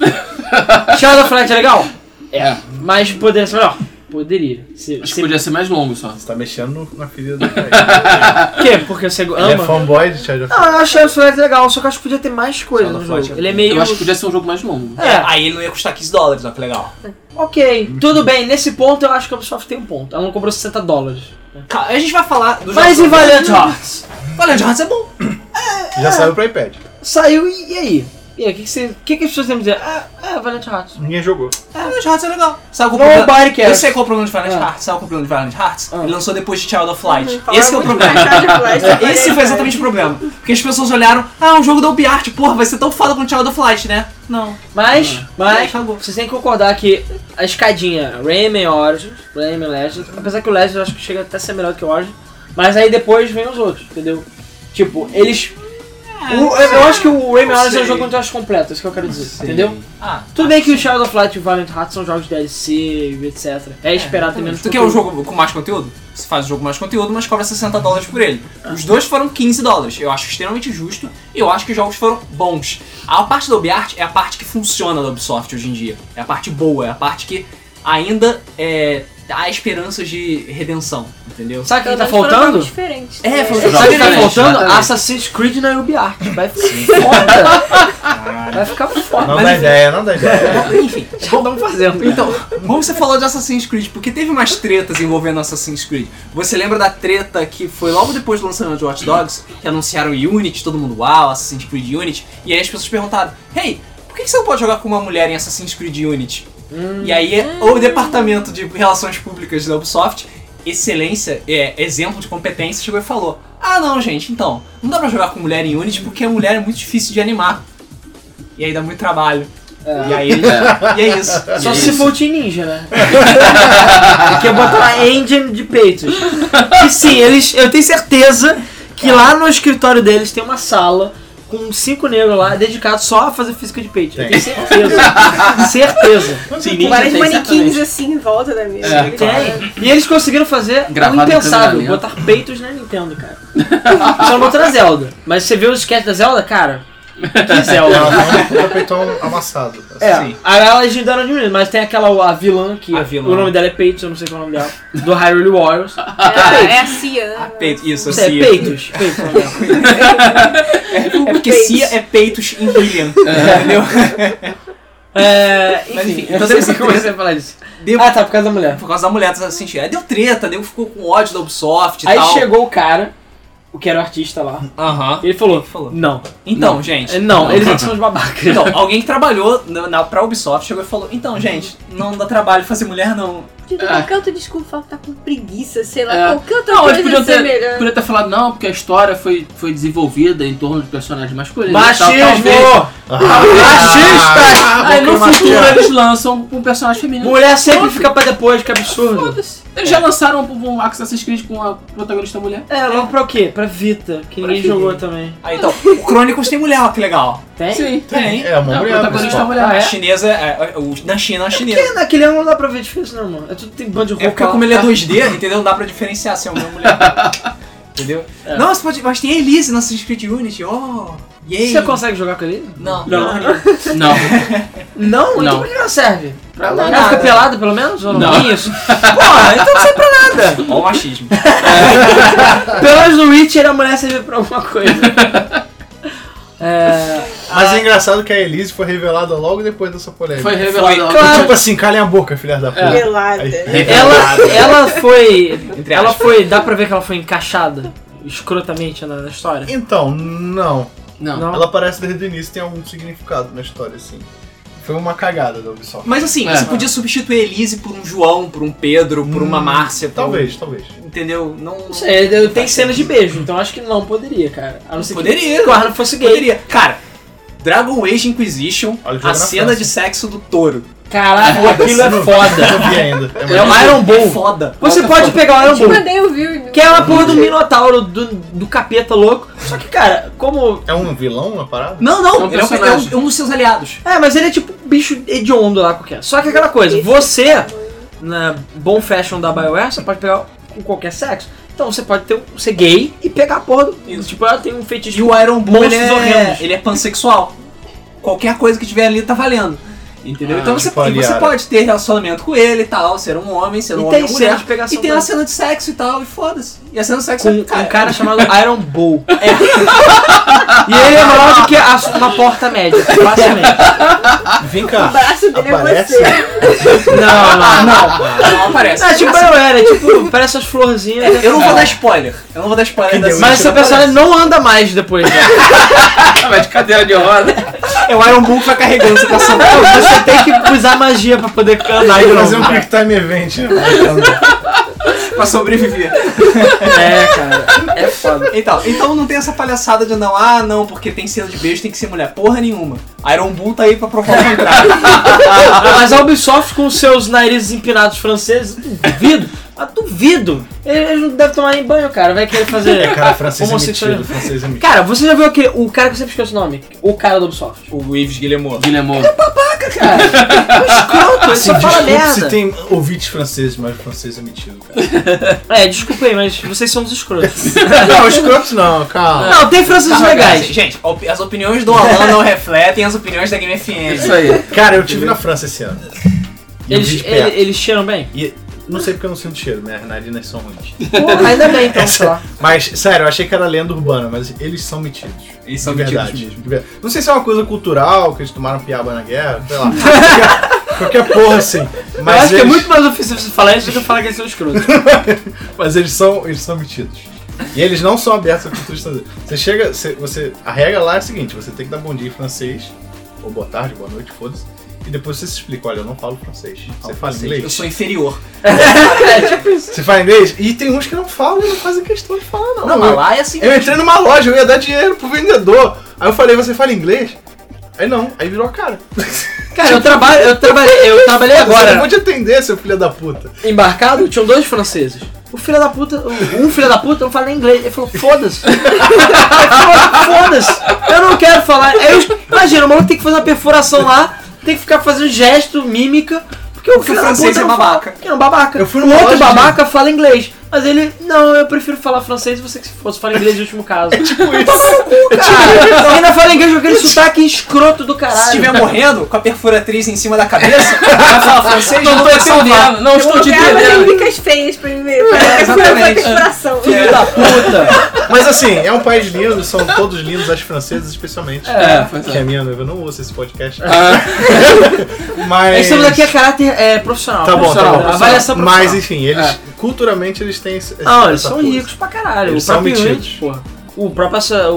[SPEAKER 5] Shadow of Light é legal?
[SPEAKER 2] É.
[SPEAKER 5] Mas poderia ser melhor. Poderia. Se,
[SPEAKER 2] Acho
[SPEAKER 5] se-
[SPEAKER 2] que podia ser mais longo só.
[SPEAKER 3] Você tá mexendo no- na ferida do cara.
[SPEAKER 5] Por quê? Porque você ama?
[SPEAKER 3] Ele é fanboy de Shadow of
[SPEAKER 5] Não, Ah, eu achei o Sword legal, só que eu acho que podia ter mais coisa
[SPEAKER 3] Shadow
[SPEAKER 5] no
[SPEAKER 3] Fight
[SPEAKER 5] jogo.
[SPEAKER 3] é
[SPEAKER 5] Ele é
[SPEAKER 3] bom.
[SPEAKER 5] meio.
[SPEAKER 2] Eu acho que podia ser um jogo mais longo.
[SPEAKER 5] É,
[SPEAKER 1] Aí ele não ia custar 15 dólares, olha que legal.
[SPEAKER 5] ok. Tudo bem, nesse ponto eu acho que a Ubisoft tem um ponto. Ela não cobrou 60 dólares.
[SPEAKER 1] Ca- A gente vai falar do
[SPEAKER 5] Mas
[SPEAKER 1] jogo-
[SPEAKER 5] e Valiant Hearts?
[SPEAKER 1] Valiant Hearts é bom.
[SPEAKER 5] Ah, é.
[SPEAKER 3] Já saiu pra iPad.
[SPEAKER 5] Saiu e, e aí? E aí, o que, que, você- o que que as pessoas têm a dizer? Ah, é Valiant Hearts.
[SPEAKER 3] Ninguém jogou.
[SPEAKER 1] Valiant Hearts é legal. Sabe qual o problema?
[SPEAKER 5] Nobody
[SPEAKER 1] Eu
[SPEAKER 5] cares.
[SPEAKER 1] sei qual é o problema de Valiant
[SPEAKER 5] Ah.
[SPEAKER 1] Hearts. Sabe qual é o problema de Valiant Hearts?
[SPEAKER 5] Ah.
[SPEAKER 1] Ele lançou depois de Child of Light.
[SPEAKER 4] Falaram
[SPEAKER 1] Esse que é o
[SPEAKER 4] muito
[SPEAKER 1] problema.
[SPEAKER 4] mais tarde de Flash, eu falei,
[SPEAKER 5] é.
[SPEAKER 1] Esse foi exatamente o problema. Porque as pessoas olharam, ah, um jogo da UbiArt, porra, vai ser tão foda quanto Child of Light, né? Não.
[SPEAKER 5] Mas,
[SPEAKER 3] Ah.
[SPEAKER 5] mas,
[SPEAKER 1] Acabou.
[SPEAKER 5] vocês têm que concordar que a escadinha Rayman Origins, Rayman Legends, apesar que o Legends eu acho que chega até a ser melhor do que o Origins, mas aí depois vem os outros, entendeu? Tipo, eles... o- eu, eu acho que o Rayman
[SPEAKER 1] Não
[SPEAKER 5] Origins é um
[SPEAKER 1] sei.
[SPEAKER 5] jogo muito mais completo, é isso que eu quero dizer, entendeu?
[SPEAKER 1] Ah.
[SPEAKER 5] Tudo bem que o Shadow of Light e o Valiant Hearts são jogos de DLC e etc. É esperado ter menos
[SPEAKER 1] Tu quer um
[SPEAKER 5] conteúdo.
[SPEAKER 1] jogo com mais conteúdo? Você faz o jogo com mais conteúdo, mas cobra 60 dólares por ele. Os dois foram 15 dólares. Eu acho extremamente justo e eu acho que os jogos foram bons. A parte da UbiArt é a parte que funciona da Ubisoft hoje em dia. É a parte boa, é a parte que ainda é, há esperanças de redenção, entendeu?
[SPEAKER 5] Sabe o que
[SPEAKER 4] Pelo
[SPEAKER 5] tá
[SPEAKER 4] menos foram
[SPEAKER 5] faltando?
[SPEAKER 4] jogos diferentes. né?
[SPEAKER 1] É, foi-
[SPEAKER 2] Jogos
[SPEAKER 5] Sabe o que tá
[SPEAKER 2] diferentes,
[SPEAKER 5] faltando?
[SPEAKER 2] exatamente.
[SPEAKER 5] Assassin's Creed na UbiArt. Vai ficar foda. Vai ficar foda.
[SPEAKER 3] Não dá ideia, não dá ideia.
[SPEAKER 1] Enfim,
[SPEAKER 5] Já estamos fazendo.
[SPEAKER 1] Então, bom que você falou de Assassin's Creed, porque teve umas tretas envolvendo Assassin's Creed. Você lembra da treta que foi logo depois do lançamento de Watch Dogs, que anunciaram Unity, todo mundo, uau, Assassin's Creed Unity, e aí as pessoas perguntaram, hey, por que que você não pode jogar com uma mulher em Assassin's Creed Unity? E aí, o departamento de relações públicas da Ubisoft, excelência, é, exemplo de competência, chegou e falou, ah não, gente, então, não dá pra jogar com mulher em Unity porque a mulher é muito difícil de animar. E aí dá muito trabalho. E aí, e é isso.
[SPEAKER 5] Só
[SPEAKER 2] E é
[SPEAKER 5] se
[SPEAKER 2] isso.
[SPEAKER 5] for o Team Ninja, né? que ia botar uma engine de peitos. E sim, eles, eu tenho certeza que lá no escritório deles tem uma sala com cinco negros lá dedicados só a fazer física de peito. Eu
[SPEAKER 3] Tem.
[SPEAKER 5] tenho certeza. certeza.
[SPEAKER 4] Com vários manequins assim em volta da mesa.
[SPEAKER 2] É,
[SPEAKER 4] Ele fala,
[SPEAKER 5] Tem. E eles conseguiram fazer
[SPEAKER 2] Gravado
[SPEAKER 5] o
[SPEAKER 2] em
[SPEAKER 5] impensável,
[SPEAKER 2] câmera lenta.
[SPEAKER 5] botar peitos na Nintendo, cara. Só não botou na Zelda. Mas você viu o sketch da Zelda, cara? Que Zelda.
[SPEAKER 3] Ela tá um puta peitão amassado.
[SPEAKER 5] É,
[SPEAKER 1] Sim.
[SPEAKER 5] a ela legendária de menino, mas tem aquela a vilã que
[SPEAKER 1] A vilã.
[SPEAKER 5] o nome dela é Peitos, eu não sei qual é o nome dela, do Hyrule Warriors.
[SPEAKER 4] É, é a Cia.
[SPEAKER 1] Ah, peito, isso,
[SPEAKER 5] Isso é
[SPEAKER 1] Cia.
[SPEAKER 5] Peitos, Peitos é o nome dela.
[SPEAKER 1] É porque
[SPEAKER 4] Peitos.
[SPEAKER 1] Cia é peitos em William, entendeu?
[SPEAKER 5] É,
[SPEAKER 1] Mas, enfim,
[SPEAKER 5] enfim,
[SPEAKER 1] então
[SPEAKER 5] eu não
[SPEAKER 1] deve
[SPEAKER 5] sei
[SPEAKER 1] ser
[SPEAKER 5] se comecei a falar disso.
[SPEAKER 1] Deu-
[SPEAKER 5] Ah, tá, por causa da mulher.
[SPEAKER 1] Por causa da mulher, tá sentindo. Aí deu treta, deu ficou com ódio da Ubisoft e
[SPEAKER 5] Aí
[SPEAKER 1] tal.
[SPEAKER 5] chegou o cara, o que era o artista lá,
[SPEAKER 1] Aham.
[SPEAKER 5] e ele falou,
[SPEAKER 1] Falou.
[SPEAKER 5] não,
[SPEAKER 1] Então, gente.
[SPEAKER 5] é, não, eles não são os babacas.
[SPEAKER 1] Então, alguém que trabalhou na, na, pra Ubisoft chegou e falou: Então, gente, não dá trabalho fazer mulher, não.
[SPEAKER 4] De Tipo, qualquer outra desculpa, fala que tá com preguiça, sei lá,
[SPEAKER 2] É.
[SPEAKER 4] qualquer outra
[SPEAKER 2] Não, eles
[SPEAKER 4] coisa
[SPEAKER 2] podiam ter,
[SPEAKER 4] semelhante.
[SPEAKER 2] podiam ter falado, não, porque a história foi, foi desenvolvida em torno de personagens masculinos. e tal, talvez.
[SPEAKER 5] Machismo!
[SPEAKER 3] Ah, Machista!
[SPEAKER 2] Aí no futuro eles lançam um personagem feminino.
[SPEAKER 5] Mulher sempre fica pra depois, que absurdo.
[SPEAKER 2] Foda-se. Eles já lançaram um, um Assassin's Creed com a protagonista mulher.
[SPEAKER 5] É, logo pra o quê? Pra Vita, que ninguém
[SPEAKER 2] Vita.
[SPEAKER 5] jogou também.
[SPEAKER 1] Aí então, o Chronicles tem mulher, ó, que legal.
[SPEAKER 5] Tem? Ah,
[SPEAKER 1] Tem.
[SPEAKER 3] É, uma
[SPEAKER 2] Não, a
[SPEAKER 3] mulher
[SPEAKER 2] protagonista
[SPEAKER 3] principal.
[SPEAKER 1] Ah,
[SPEAKER 2] mulher.
[SPEAKER 1] A chinesa, é, é, o- na China, é uma
[SPEAKER 5] Porque
[SPEAKER 1] chinesa.
[SPEAKER 5] naquele ano não dá pra ver diferença, não, mano. É tudo tem bando de roupa.
[SPEAKER 1] É porque
[SPEAKER 5] lá.
[SPEAKER 1] como ele é 2D, entendeu? Não dá pra diferenciar se é homem ou mulher. entendeu? Nossa, pode- mas tem a Elise no Assassin's Creed Unity, oh! Yay!
[SPEAKER 5] É. Você consegue jogar com ele?
[SPEAKER 1] Não,
[SPEAKER 5] Não.
[SPEAKER 1] não.
[SPEAKER 2] Não.
[SPEAKER 5] Não?
[SPEAKER 2] Não.
[SPEAKER 5] Então por que não serve?
[SPEAKER 2] Pra
[SPEAKER 5] Ela
[SPEAKER 2] lá.
[SPEAKER 5] fica pelada, pelo menos? Ou não?
[SPEAKER 2] Não.
[SPEAKER 5] Isso. Porra, então não serve pra nada.
[SPEAKER 1] Ó o machismo.
[SPEAKER 5] Pelo menos no Witcher a mulher serve pra alguma coisa. É,
[SPEAKER 2] tá-
[SPEAKER 3] Mas é engraçado que a Elise foi revelada logo depois dessa polêmica.
[SPEAKER 2] Foi revelado.
[SPEAKER 5] Foi-
[SPEAKER 3] Tipo assim, calem a boca, filha da puta.
[SPEAKER 4] Pelada.
[SPEAKER 3] Aí-
[SPEAKER 5] É. ela, ela foi.
[SPEAKER 1] Entre
[SPEAKER 5] Ela
[SPEAKER 1] aspas.
[SPEAKER 5] foi. Dá pra ver que ela foi encaixada escrotamente na, na história?
[SPEAKER 3] Então, não.
[SPEAKER 2] Não.
[SPEAKER 5] Não.
[SPEAKER 3] Ela aparece desde o início tem algum significado na história, assim. Foi uma cagada da Ubisoft.
[SPEAKER 1] Mas assim,
[SPEAKER 2] É.
[SPEAKER 1] você podia substituir a Elise por um João, por um Pedro, por uma Márcia. por um-
[SPEAKER 3] Talvez, talvez.
[SPEAKER 1] Entendeu? Não.
[SPEAKER 5] Não sei, eu tenho cenas de beijo, então acho que não poderia, cara. A não ser
[SPEAKER 1] Poderia.
[SPEAKER 5] que o Arno fosse gay.
[SPEAKER 1] Poderia. Cara, Dragon Age Inquisition,
[SPEAKER 3] Olha o jogo
[SPEAKER 1] a
[SPEAKER 3] na
[SPEAKER 1] cena
[SPEAKER 3] França.
[SPEAKER 1] de sexo do touro.
[SPEAKER 5] Caraca, aquilo é foda.
[SPEAKER 3] Não vi ainda. É
[SPEAKER 5] É
[SPEAKER 3] mais-
[SPEAKER 5] o Iron
[SPEAKER 1] É
[SPEAKER 5] Bull.
[SPEAKER 1] foda.
[SPEAKER 5] Você pode pegar o
[SPEAKER 4] Eu
[SPEAKER 5] Iron
[SPEAKER 4] te
[SPEAKER 5] Bull,
[SPEAKER 4] mandei um ouvir.
[SPEAKER 5] que é uma porra do Minotauro, do, do capeta louco. Só que, cara, como.
[SPEAKER 3] É um vilão na parada?
[SPEAKER 1] Não, não,
[SPEAKER 2] É um
[SPEAKER 1] ele é um- é um,
[SPEAKER 2] personagem.
[SPEAKER 1] é um dos seus aliados.
[SPEAKER 5] É, mas ele é tipo um bicho hediondo lá qualquer. Só que aquela coisa, você, na bom fashion da BioWare, você pode pegar com qualquer sexo. Então você pode ter um, ser gay e pegar a porra do.
[SPEAKER 1] Isso.
[SPEAKER 5] Tipo, ela tem um feitiço.
[SPEAKER 1] E o Iron Bull ele
[SPEAKER 5] Monstros
[SPEAKER 1] é,
[SPEAKER 5] horrendos.
[SPEAKER 1] ele é pansexual. Qualquer coisa que tiver ali tá valendo. Entendeu?
[SPEAKER 3] Ah,
[SPEAKER 1] então você,
[SPEAKER 3] tipo
[SPEAKER 1] e você
[SPEAKER 3] aliado.
[SPEAKER 1] pode ter relacionamento com ele e tal, ser um homem, ser um
[SPEAKER 5] E
[SPEAKER 1] homem
[SPEAKER 5] tem
[SPEAKER 1] ou
[SPEAKER 5] cena
[SPEAKER 1] mulher.
[SPEAKER 5] de pegação
[SPEAKER 1] E tem uma
[SPEAKER 5] dessa.
[SPEAKER 1] cena de sexo e tal, e foda-se. E a cena de sexo
[SPEAKER 5] com
[SPEAKER 1] é, cara,
[SPEAKER 5] um cara chamado Iron Bull. E ele é maior do que a, uma porta média, facilmente.
[SPEAKER 3] Vem
[SPEAKER 4] O
[SPEAKER 3] cá.
[SPEAKER 4] braço dele
[SPEAKER 3] Aparece?
[SPEAKER 4] é você.
[SPEAKER 5] Não, Ah, não, não.
[SPEAKER 1] Ah, não aparece.
[SPEAKER 5] É tipo BioWare, é tipo, parece as florzinhas.
[SPEAKER 1] É, Eu não vou dar spoiler. Eu não vou dar spoiler
[SPEAKER 3] Cadê
[SPEAKER 1] dessa
[SPEAKER 3] o
[SPEAKER 5] Mas essa
[SPEAKER 1] cena.
[SPEAKER 5] personagem não anda mais depois. né?
[SPEAKER 2] Vai de cadeira de roda.
[SPEAKER 1] É o Iron Bull que vai carregando tá essa passando.
[SPEAKER 5] Então, Você tem que usar magia pra poder andar de
[SPEAKER 3] Vai fazer um
[SPEAKER 5] novo.
[SPEAKER 3] quick time event. né?
[SPEAKER 1] pra sobreviver.
[SPEAKER 5] É, cara. É foda.
[SPEAKER 1] Então, então não tem essa palhaçada de não, ah não, porque tem cena de beijo, tem que ser mulher. Porra nenhuma. Iron Bull tá aí pra provar o contrário.
[SPEAKER 5] Mas a Ubisoft com seus narizes empinados franceses, duvido. Mas duvido. Eles não devem tomar nem banho, cara. Vai querer
[SPEAKER 3] É,
[SPEAKER 5] fazer.
[SPEAKER 3] cara, francês é
[SPEAKER 5] Homossexual.
[SPEAKER 3] metido. Francês é metido.
[SPEAKER 5] Cara, você já viu aquele. O cara que eu sempre esqueço o nome. O cara da Ubisoft.
[SPEAKER 1] o Ives Guillemot.
[SPEAKER 2] Guilherme.
[SPEAKER 5] Cara, é um escroto, ele só fala
[SPEAKER 3] Desculpa
[SPEAKER 5] merda.
[SPEAKER 3] se tem ouvintes franceses, mas francês é metido, cara.
[SPEAKER 5] É, desculpa aí, mas vocês são uns escrotos.
[SPEAKER 3] Não, escroto não, calma.
[SPEAKER 5] Não, tem franceses
[SPEAKER 1] Tá,
[SPEAKER 5] legais.
[SPEAKER 1] assim, Gente, op- as opiniões do Alan não refletem as opiniões da Game
[SPEAKER 2] É Isso
[SPEAKER 1] FM.
[SPEAKER 2] aí.
[SPEAKER 3] Cara, eu tive na França esse ano. E eu vi
[SPEAKER 5] Eles,
[SPEAKER 3] de perto.
[SPEAKER 5] ele- eles cheiram bem?
[SPEAKER 3] E não sei porque eu não é sinto cheiro, minhas narinas são ruins.
[SPEAKER 5] Porra, ainda bem, então,
[SPEAKER 3] Essa-
[SPEAKER 5] sei lá.
[SPEAKER 3] Mas, sério, eu achei que era lenda urbana, mas eles são metidos.
[SPEAKER 1] Eles são
[SPEAKER 3] de
[SPEAKER 1] metidos
[SPEAKER 3] verdade.
[SPEAKER 1] mesmo.
[SPEAKER 3] De ver- Não sei se é uma coisa cultural, que eles tomaram piaba na guerra, sei lá. Qualquer- Qualquer porra assim.
[SPEAKER 5] eu
[SPEAKER 3] Mas,
[SPEAKER 5] acho que é
[SPEAKER 3] eles,
[SPEAKER 5] muito mais ofensivo você falar isso do que eu falar que eles são escrotos.
[SPEAKER 3] mas eles, são, eles são metidos. E eles não são abertos à cultura estrangeira. Você chega, você, você- A regra lá é a seguinte: você tem que dar bom dia em francês, ou boa tarde, boa noite, foda-se. E depois você se explica: olha, eu não falo francês. você fala
[SPEAKER 1] Eu
[SPEAKER 3] inglês?
[SPEAKER 1] sou inferior.
[SPEAKER 3] Você fala inglês? E tem uns que não falam e não fazem questão de falar, não.
[SPEAKER 1] Não, mas lá é assim.
[SPEAKER 3] Eu entrei numa loja, eu ia dar dinheiro pro vendedor. Aí eu falei, você fala inglês? Aí não, aí virou a cara.
[SPEAKER 5] Cara, eu trabalho, eu trabalhei, eu trabalhei
[SPEAKER 3] Você
[SPEAKER 5] agora.
[SPEAKER 3] não pode atender, seu filho da puta.
[SPEAKER 5] embarcado, tinham dois franceses. O filho da puta, um filho da puta não fala nem inglês. Ele falou, foda-se. Ele falou, foda-se. Eu não quero falar. Aí eu- imagina, o maluco tem que fazer uma perfuração lá, tem que ficar fazendo gesto, mímica. Porque o, filho da
[SPEAKER 1] francês
[SPEAKER 5] puta
[SPEAKER 1] é
[SPEAKER 5] não fala-
[SPEAKER 1] babaca.
[SPEAKER 5] é um babaca.
[SPEAKER 3] Eu fui
[SPEAKER 5] o
[SPEAKER 3] numa
[SPEAKER 5] outro
[SPEAKER 3] loja de-
[SPEAKER 5] babaca fala inglês. Mas ele, não, eu prefiro falar francês você que se fosse fala inglês no último caso. É tipo isso. Cara, ainda fala inglês com aquele sotaque escroto do caralho.
[SPEAKER 1] Se estiver morrendo, com a perfuratriz em cima da cabeça, vai falar francês,
[SPEAKER 2] Não
[SPEAKER 1] vou
[SPEAKER 2] tô
[SPEAKER 1] te salvar.
[SPEAKER 2] entendendo, não estou te
[SPEAKER 4] Cara, mas tem
[SPEAKER 2] entendendo.
[SPEAKER 4] dicas feias pra mim
[SPEAKER 2] É,
[SPEAKER 4] ver. Parece que foi uma
[SPEAKER 1] exatamente.
[SPEAKER 4] frustração.
[SPEAKER 1] É.
[SPEAKER 3] Mas assim, é um país lindo, são todos lindos, as francesas especialmente.
[SPEAKER 2] É, foi
[SPEAKER 3] Que é
[SPEAKER 2] só.
[SPEAKER 3] minha noiva, não ouça esse podcast.
[SPEAKER 2] Ah,
[SPEAKER 3] Mas.
[SPEAKER 5] Estamos aqui a caráter é, profissional.
[SPEAKER 3] Tá bom, tá
[SPEAKER 2] Profissional,
[SPEAKER 3] bom.
[SPEAKER 5] avaliação profissional.
[SPEAKER 3] Mas enfim, eles.
[SPEAKER 2] É.
[SPEAKER 3] Culturalmente eles têm esse.
[SPEAKER 5] Não, Ah, eles
[SPEAKER 3] essa
[SPEAKER 5] são
[SPEAKER 3] coisa.
[SPEAKER 5] ricos pra caralho.
[SPEAKER 3] Eles
[SPEAKER 5] o
[SPEAKER 3] são
[SPEAKER 5] próprio
[SPEAKER 3] metidos.
[SPEAKER 5] Unity, porra. O próprio assa- o-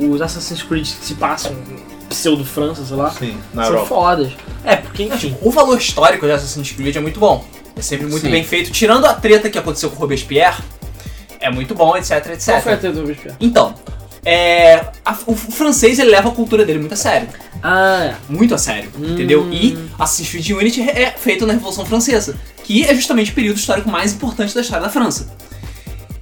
[SPEAKER 5] o- os Assassin's Creed que se passam em pseudo-França, sei lá,
[SPEAKER 3] Sim, na
[SPEAKER 5] são
[SPEAKER 3] Europa.
[SPEAKER 5] fodas. É, porque enfim.
[SPEAKER 1] O valor histórico de Assassin's Creed é muito bom. É sempre muito
[SPEAKER 2] Sim.
[SPEAKER 1] bem feito. Tirando a treta que aconteceu com o Robespierre, é muito bom, etc, etc.
[SPEAKER 5] Qual foi a teoria do Robespierre?
[SPEAKER 1] Então, é, a- o, o francês ele leva a cultura dele muito a sério.
[SPEAKER 5] Ah, é.
[SPEAKER 1] Muito a sério, entendeu? E Assassin's Creed Unity é feito na Revolução Francesa, que é justamente o período histórico mais importante da história da França.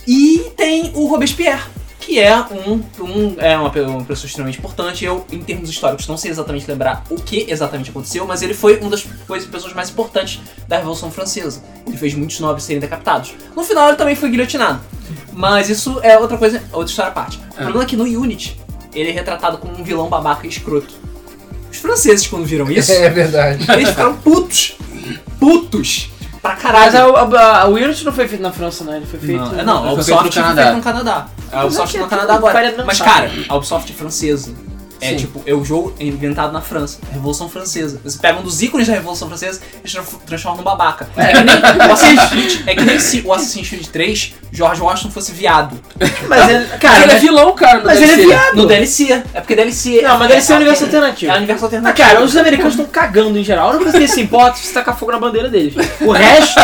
[SPEAKER 1] E tem o Robespierre, que é um, um é uma, pe- uma pessoa extremamente importante. Eu, em termos históricos, não sei exatamente lembrar o que exatamente aconteceu, mas ele foi uma das coisas- pessoas mais importantes da Revolução Francesa. Ele fez muitos nobres serem decapitados. No final, ele também foi guilhotinado. Mas isso é outra coisa, outra história à parte. O problema é que no Unity, ele é retratado como um vilão babaca e escroto. Os franceses, quando viram isso,
[SPEAKER 3] É verdade.
[SPEAKER 1] eles ficaram putos. Putos. Pra
[SPEAKER 5] Mas a,
[SPEAKER 1] caralho.
[SPEAKER 5] a, a, o Unity não foi feito na França, não. Ele foi feito.
[SPEAKER 1] Não, é, não, a
[SPEAKER 2] Foi feito
[SPEAKER 1] Ubisoft
[SPEAKER 2] no
[SPEAKER 1] foi
[SPEAKER 2] Canadá.
[SPEAKER 1] feita no Canadá. A Ubisoft
[SPEAKER 5] aqui
[SPEAKER 1] no
[SPEAKER 5] é
[SPEAKER 1] Canadá
[SPEAKER 5] tudo
[SPEAKER 1] agora.
[SPEAKER 5] faria não
[SPEAKER 1] Mas,
[SPEAKER 5] sabe.
[SPEAKER 1] cara, a Ubisoft é francesa. É
[SPEAKER 2] Sim.
[SPEAKER 1] tipo, é o jogo inventado na França, a Revolução Francesa. Eles pegam um dos ícones da Revolução Francesa e tra- transformam num babaca. É que nem o Assassin's Creed, é que nem se o Assassin's Creed 3, George Washington fosse viado.
[SPEAKER 5] Mas ele.
[SPEAKER 2] Cara,
[SPEAKER 5] Cara,
[SPEAKER 2] ele é vilão, cara. no
[SPEAKER 5] mas
[SPEAKER 2] DLC.
[SPEAKER 5] ele é viado.
[SPEAKER 1] No DLC. É porque DLC.
[SPEAKER 5] Não, mas DLC é um universo
[SPEAKER 1] É
[SPEAKER 5] alternativo.
[SPEAKER 1] um universo
[SPEAKER 5] Ah,
[SPEAKER 1] alternativo.
[SPEAKER 5] cara, os americanos estão cagando em geral. A única coisa que eles se importa é se tacar fogo na bandeira deles. O resto,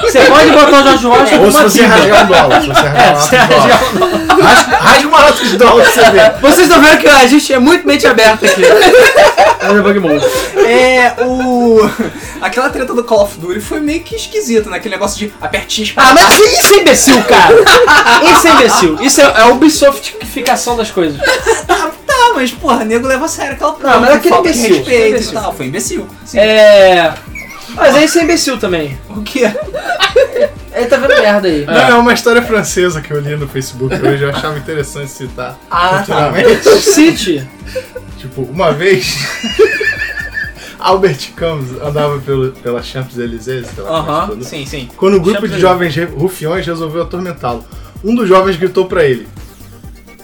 [SPEAKER 5] você pode botar o George Washington
[SPEAKER 3] É, Ou
[SPEAKER 5] com
[SPEAKER 3] se
[SPEAKER 5] uma
[SPEAKER 3] você
[SPEAKER 5] pinta.
[SPEAKER 3] rasgar um dólar, se você
[SPEAKER 5] É,
[SPEAKER 3] rasgar
[SPEAKER 5] você
[SPEAKER 3] uma lata
[SPEAKER 5] rasga-
[SPEAKER 3] de dólar.
[SPEAKER 5] um É.
[SPEAKER 3] Rasga, rasga uma lata de dólar pra você ver.
[SPEAKER 5] Vocês estão vendo que a gente é muito mente aberta aqui.
[SPEAKER 1] É, o. Aquela treta do Call of Duty foi meio que esquisita, né? Aquele negócio de apertinha espada.
[SPEAKER 5] Ah, mas isso, isso é imbecil, cara. Isso é imbecil. Isso é a Ubisoftificação das coisas.
[SPEAKER 1] Ah, mas porra, nego leva a sério aquela porra.
[SPEAKER 5] mas aquele
[SPEAKER 1] falta de
[SPEAKER 5] imbecil,
[SPEAKER 1] respeito
[SPEAKER 5] imbecil.
[SPEAKER 1] e tal. Foi imbecil. Sim.
[SPEAKER 5] É. Mas é isso é imbecil também.
[SPEAKER 1] O quê?
[SPEAKER 5] Ele tá vendo merda aí.
[SPEAKER 3] Não, é uma história francesa que eu li no Facebook hoje, eu achava interessante citar.
[SPEAKER 1] Ah, tá.
[SPEAKER 3] Naturalmente.
[SPEAKER 5] City.
[SPEAKER 3] Tipo, uma vez. Albert Camus andava pelo, pela Champs-Élysées, sei lá.
[SPEAKER 1] Aham,
[SPEAKER 3] como é que se
[SPEAKER 1] tá. sim, sim.
[SPEAKER 3] chama. Quando um grupo de jovens re- rufiões resolveu atormentá-lo. Um dos jovens gritou pra ele: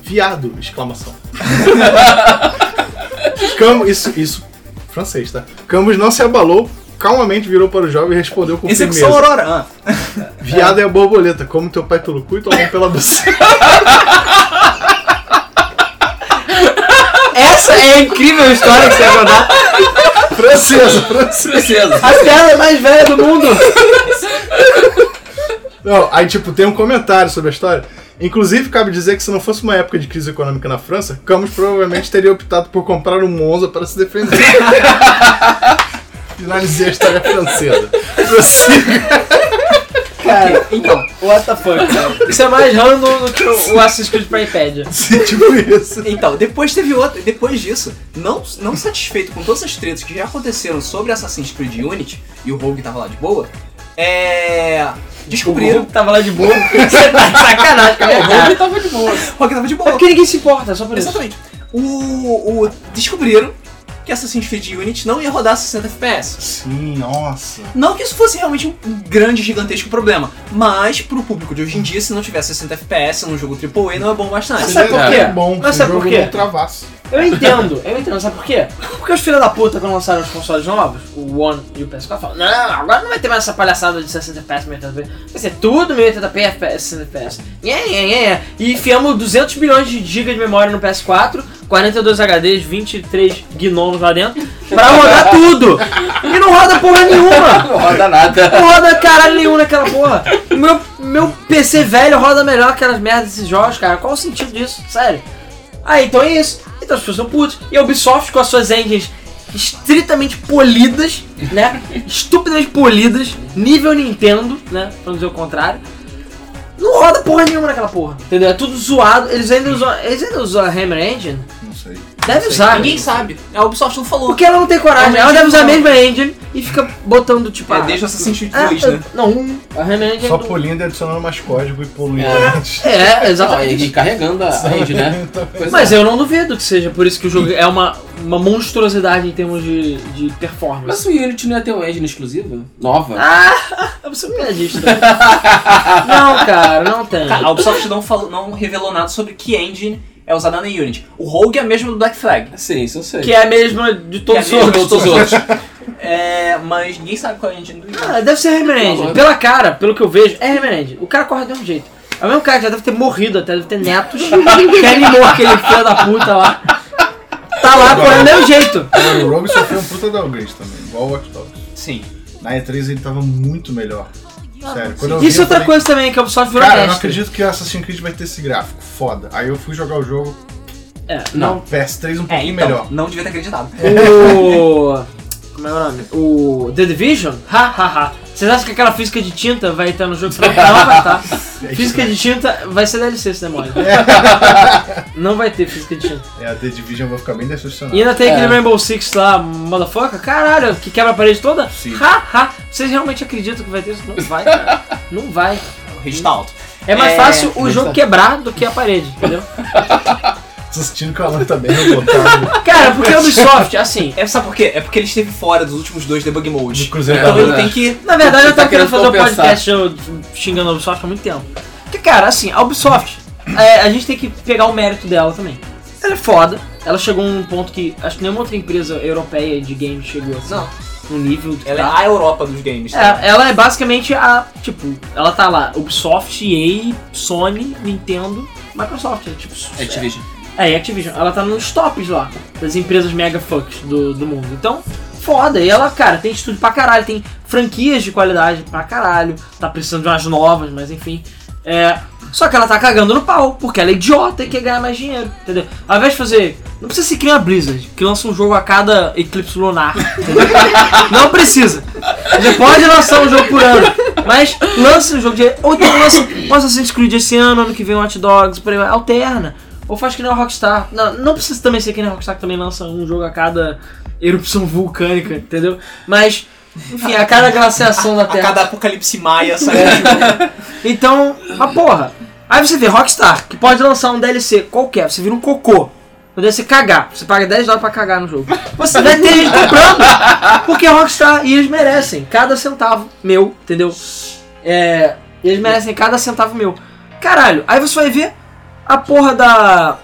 [SPEAKER 3] Viado! Exclamação. Camus, isso, isso, francês, tá? Camus não se abalou, calmamente virou para o jovem e respondeu com
[SPEAKER 1] Execução
[SPEAKER 3] firmeza:
[SPEAKER 1] Aurora. Ah.
[SPEAKER 3] Viado é a borboleta, come teu pai pelo cu e tua mãe pela buceta.
[SPEAKER 5] Essa é a incrível história que você vai contar.
[SPEAKER 3] francesa, francesa.
[SPEAKER 2] Princesa.
[SPEAKER 5] A piada mais velha do mundo.
[SPEAKER 3] Não, aí tipo, tem um comentário sobre a história. Inclusive, cabe dizer que se não fosse uma época de crise econômica na França, Camus provavelmente teria optado por comprar um Monza para se defender. Finalizei a história francesa. Prossiga.
[SPEAKER 5] Cara,
[SPEAKER 1] Então,
[SPEAKER 5] what the fuck, cara. Isso é mais random do que o o Assassin's Creed pra iPad.
[SPEAKER 3] Sim, tipo isso.
[SPEAKER 1] então, depois teve outra. Depois disso, não, não satisfeito com todas as tretas que já aconteceram sobre Assassin's Creed Unity e o Rogue tava lá de boa, é.
[SPEAKER 5] O
[SPEAKER 1] Descobriram.
[SPEAKER 5] Rogue tava lá de boa. Você tá de sacanagem com a minha cara.
[SPEAKER 2] tava de boa.
[SPEAKER 1] O Rogue tava de
[SPEAKER 5] É
[SPEAKER 1] boa.
[SPEAKER 5] porque ninguém se importa, só por isso.
[SPEAKER 1] Exatamente. O, o, descobriram que Assassin's Creed Unity não ia rodar 60 FPS.
[SPEAKER 3] Sim, nossa.
[SPEAKER 1] Não que isso fosse realmente um grande, gigantesco problema, mas pro público de hoje em dia, se não tiver 60 FPS num jogo AAA, não é bom bastante.
[SPEAKER 5] Sabe por quê?
[SPEAKER 3] É bom,
[SPEAKER 5] Mas
[SPEAKER 3] um
[SPEAKER 5] sabe por
[SPEAKER 3] jogo
[SPEAKER 5] quê?
[SPEAKER 3] não travasse.
[SPEAKER 5] Eu entendo, eu entendo, sabe por quê? Porque os filhos da puta, quando lançaram os consoles novos, o One e o PS4, falaram: Não, agora não vai ter mais essa palhaçada de 60 FPS, 1080p, vai ser tudo 1080p, FPS, 60 FPS. Nhé, nhé, nhé, nhé. E enfiamos 200 milhões de GB de memória no PS4, 42 HDs, 23 gnomos lá dentro, pra rodar tudo! E não roda porra nenhuma!
[SPEAKER 2] Não roda nada.
[SPEAKER 5] Não roda caralho nenhum naquela porra! O Meu, meu PC velho roda melhor aquelas merdas desses jogos, cara. Qual o sentido disso? Sério. Ah, então é isso. Então as pessoas são putas. E a Ubisoft com as suas engines estritamente polidas, né? Estupidamente polidas, nível Nintendo, né? Pra não dizer o contrário. Não roda porra nenhuma naquela porra, entendeu? É tudo zoado. Eles ainda usam, eles ainda usam a Hammer Engine?
[SPEAKER 3] Não sei.
[SPEAKER 5] Deve usar.
[SPEAKER 1] Ninguém sabe. A Ubisoft não falou.
[SPEAKER 5] Porque ela não tem coragem.
[SPEAKER 1] É
[SPEAKER 5] Ela
[SPEAKER 1] uma engine
[SPEAKER 5] deve usar a
[SPEAKER 1] nova.
[SPEAKER 5] mesma engine e fica botando tipo.
[SPEAKER 1] É,
[SPEAKER 5] ah,
[SPEAKER 1] desde o Assassin's Creed
[SPEAKER 5] ah,
[SPEAKER 1] 2, né?
[SPEAKER 5] Não, um. A Hammer Engine.
[SPEAKER 3] Só
[SPEAKER 5] é do-
[SPEAKER 3] polindo e adicionando mais código e poluindo.
[SPEAKER 5] É,
[SPEAKER 2] Não, e
[SPEAKER 5] exatamente.
[SPEAKER 2] e carregando a rede, né? Pois
[SPEAKER 5] Mas eu não duvido que seja por isso que o jogo é uma, uma monstruosidade em termos de, de performance.
[SPEAKER 2] Mas o Unity não ia ter uma engine exclusiva? Nova?
[SPEAKER 5] Ah, você é um piadista. não, cara, não tem.
[SPEAKER 1] Cara, a Ubisoft não, falou, não revelou nada sobre que engine é usada na Unity. O Rogue é a mesma do Black Flag.
[SPEAKER 2] Sim, isso eu sei.
[SPEAKER 5] Que é a mesma de todos os
[SPEAKER 1] Que é a mesma de
[SPEAKER 5] outros.
[SPEAKER 2] Todos os outros.
[SPEAKER 1] É, mas ninguém sabe qual é a engine do Unity.
[SPEAKER 5] Ah, deve ser Hammer Engine. Pela cara, pelo que eu vejo, é Hammer Engine. O cara corre do mesmo jeito. É o mesmo cara que já deve ter morrido até, deve ter netos. que animou aquele filho da puta lá. Tá lá correndo do mesmo jeito.
[SPEAKER 3] O Rogue sofreu um puta downgrade também, igual o Watch Dogs.
[SPEAKER 1] Sim.
[SPEAKER 3] Na E3 ele tava muito melhor. Sério, quando eu vi,
[SPEAKER 5] Isso é
[SPEAKER 3] eu
[SPEAKER 5] outra
[SPEAKER 3] falei,
[SPEAKER 5] coisa também que a Ubisoft virou
[SPEAKER 3] Cara, eu não
[SPEAKER 5] mestre.
[SPEAKER 3] acredito que Assassin's Creed vai ter esse gráfico. Foda. Aí eu fui jogar o jogo.
[SPEAKER 5] É,
[SPEAKER 3] não. PS3 um
[SPEAKER 1] É,
[SPEAKER 3] pouquinho
[SPEAKER 1] então,
[SPEAKER 3] melhor.
[SPEAKER 1] não devia ter acreditado. É,
[SPEAKER 5] O. Como é o nome? O. The Division? Ha ha ha. Vocês acham que aquela física de tinta vai estar no jogo? Não vai estar. Física de tinta vai ser DLC esse demônio. Não vai ter física de tinta.
[SPEAKER 3] É, a The Division vai ficar bem decepcionado.
[SPEAKER 5] E ainda tem aquele
[SPEAKER 2] É.
[SPEAKER 5] Rainbow Six lá, motherfucker, caralho, que quebra a parede toda.
[SPEAKER 3] Sim.
[SPEAKER 5] Ha, ha. Vocês realmente acreditam que vai ter isso? Não vai, cara. Não vai.
[SPEAKER 1] O rage tá alto.
[SPEAKER 5] É mais
[SPEAKER 1] É,
[SPEAKER 5] fácil o
[SPEAKER 2] mas
[SPEAKER 5] jogo
[SPEAKER 2] tá.
[SPEAKER 5] quebrar do que a parede, entendeu?
[SPEAKER 3] Tô sentindo que o Alan tá bem revoltado
[SPEAKER 5] Cara, porque a Ubisoft, assim,
[SPEAKER 1] É, sabe por quê? É porque ele esteve fora dos últimos dois debug
[SPEAKER 3] de
[SPEAKER 2] É.
[SPEAKER 1] modes.
[SPEAKER 3] Cruzeiro
[SPEAKER 1] Então
[SPEAKER 3] da
[SPEAKER 1] ele
[SPEAKER 3] Lua.
[SPEAKER 1] tem que.
[SPEAKER 5] na verdade
[SPEAKER 2] Você
[SPEAKER 5] eu tava
[SPEAKER 2] tá
[SPEAKER 5] querendo
[SPEAKER 2] querendo
[SPEAKER 5] fazer um
[SPEAKER 2] compensar.
[SPEAKER 5] podcast eu xingando a Ubisoft há muito tempo. Porque, cara, assim, a Ubisoft, é, a gente tem que pegar o mérito dela também. Ela é foda, ela chegou a um ponto que acho que nenhuma outra empresa europeia de games chegou assim.
[SPEAKER 1] Não.
[SPEAKER 5] No nível que
[SPEAKER 1] Ela é
[SPEAKER 5] tá.
[SPEAKER 1] a Europa dos games. tá?
[SPEAKER 5] É, ela é basicamente a. Tipo, ela tá lá, Ubisoft, EA, Sony, Nintendo, Microsoft. É, tipo,
[SPEAKER 2] Activision.
[SPEAKER 5] é, e Activision. Ela tá nos tops lá, das empresas mega fucks do, do mundo. Então, foda. E ela, cara, tem estúdio pra caralho, tem franquias de qualidade pra caralho. Tá precisando de umas novas, mas enfim. É. Só que ela tá cagando no pau, porque ela é idiota e quer ganhar mais dinheiro, entendeu? Ao invés de fazer. Não precisa se criar a Blizzard, que lança um jogo a cada eclipse lunar. entendeu? não precisa. Você pode lançar um jogo por ano, mas lance um jogo de. Ou então lança um Assassin's Creed esse ano, ano que vem um Hot Dogs, por aí, vai. alterna. Ou faz que nem a Rockstar. Não, não precisa também ser que nem a Rockstar que também lança um jogo a cada erupção vulcânica, entendeu? Mas, enfim, a cada glaciação da
[SPEAKER 1] A
[SPEAKER 5] Terra.
[SPEAKER 1] cada apocalipse maia tipo, sai
[SPEAKER 5] Então, uma porra. Aí você vê Rockstar, que pode lançar um DLC qualquer, você vira um cocô. Um DLC cagar. Você paga 10 dólares pra cagar no jogo. Você vai ter gente comprando. Porque é Rockstar e eles merecem cada centavo meu, entendeu? É, eles merecem cada centavo meu. Caralho, aí você vai ver a porra da.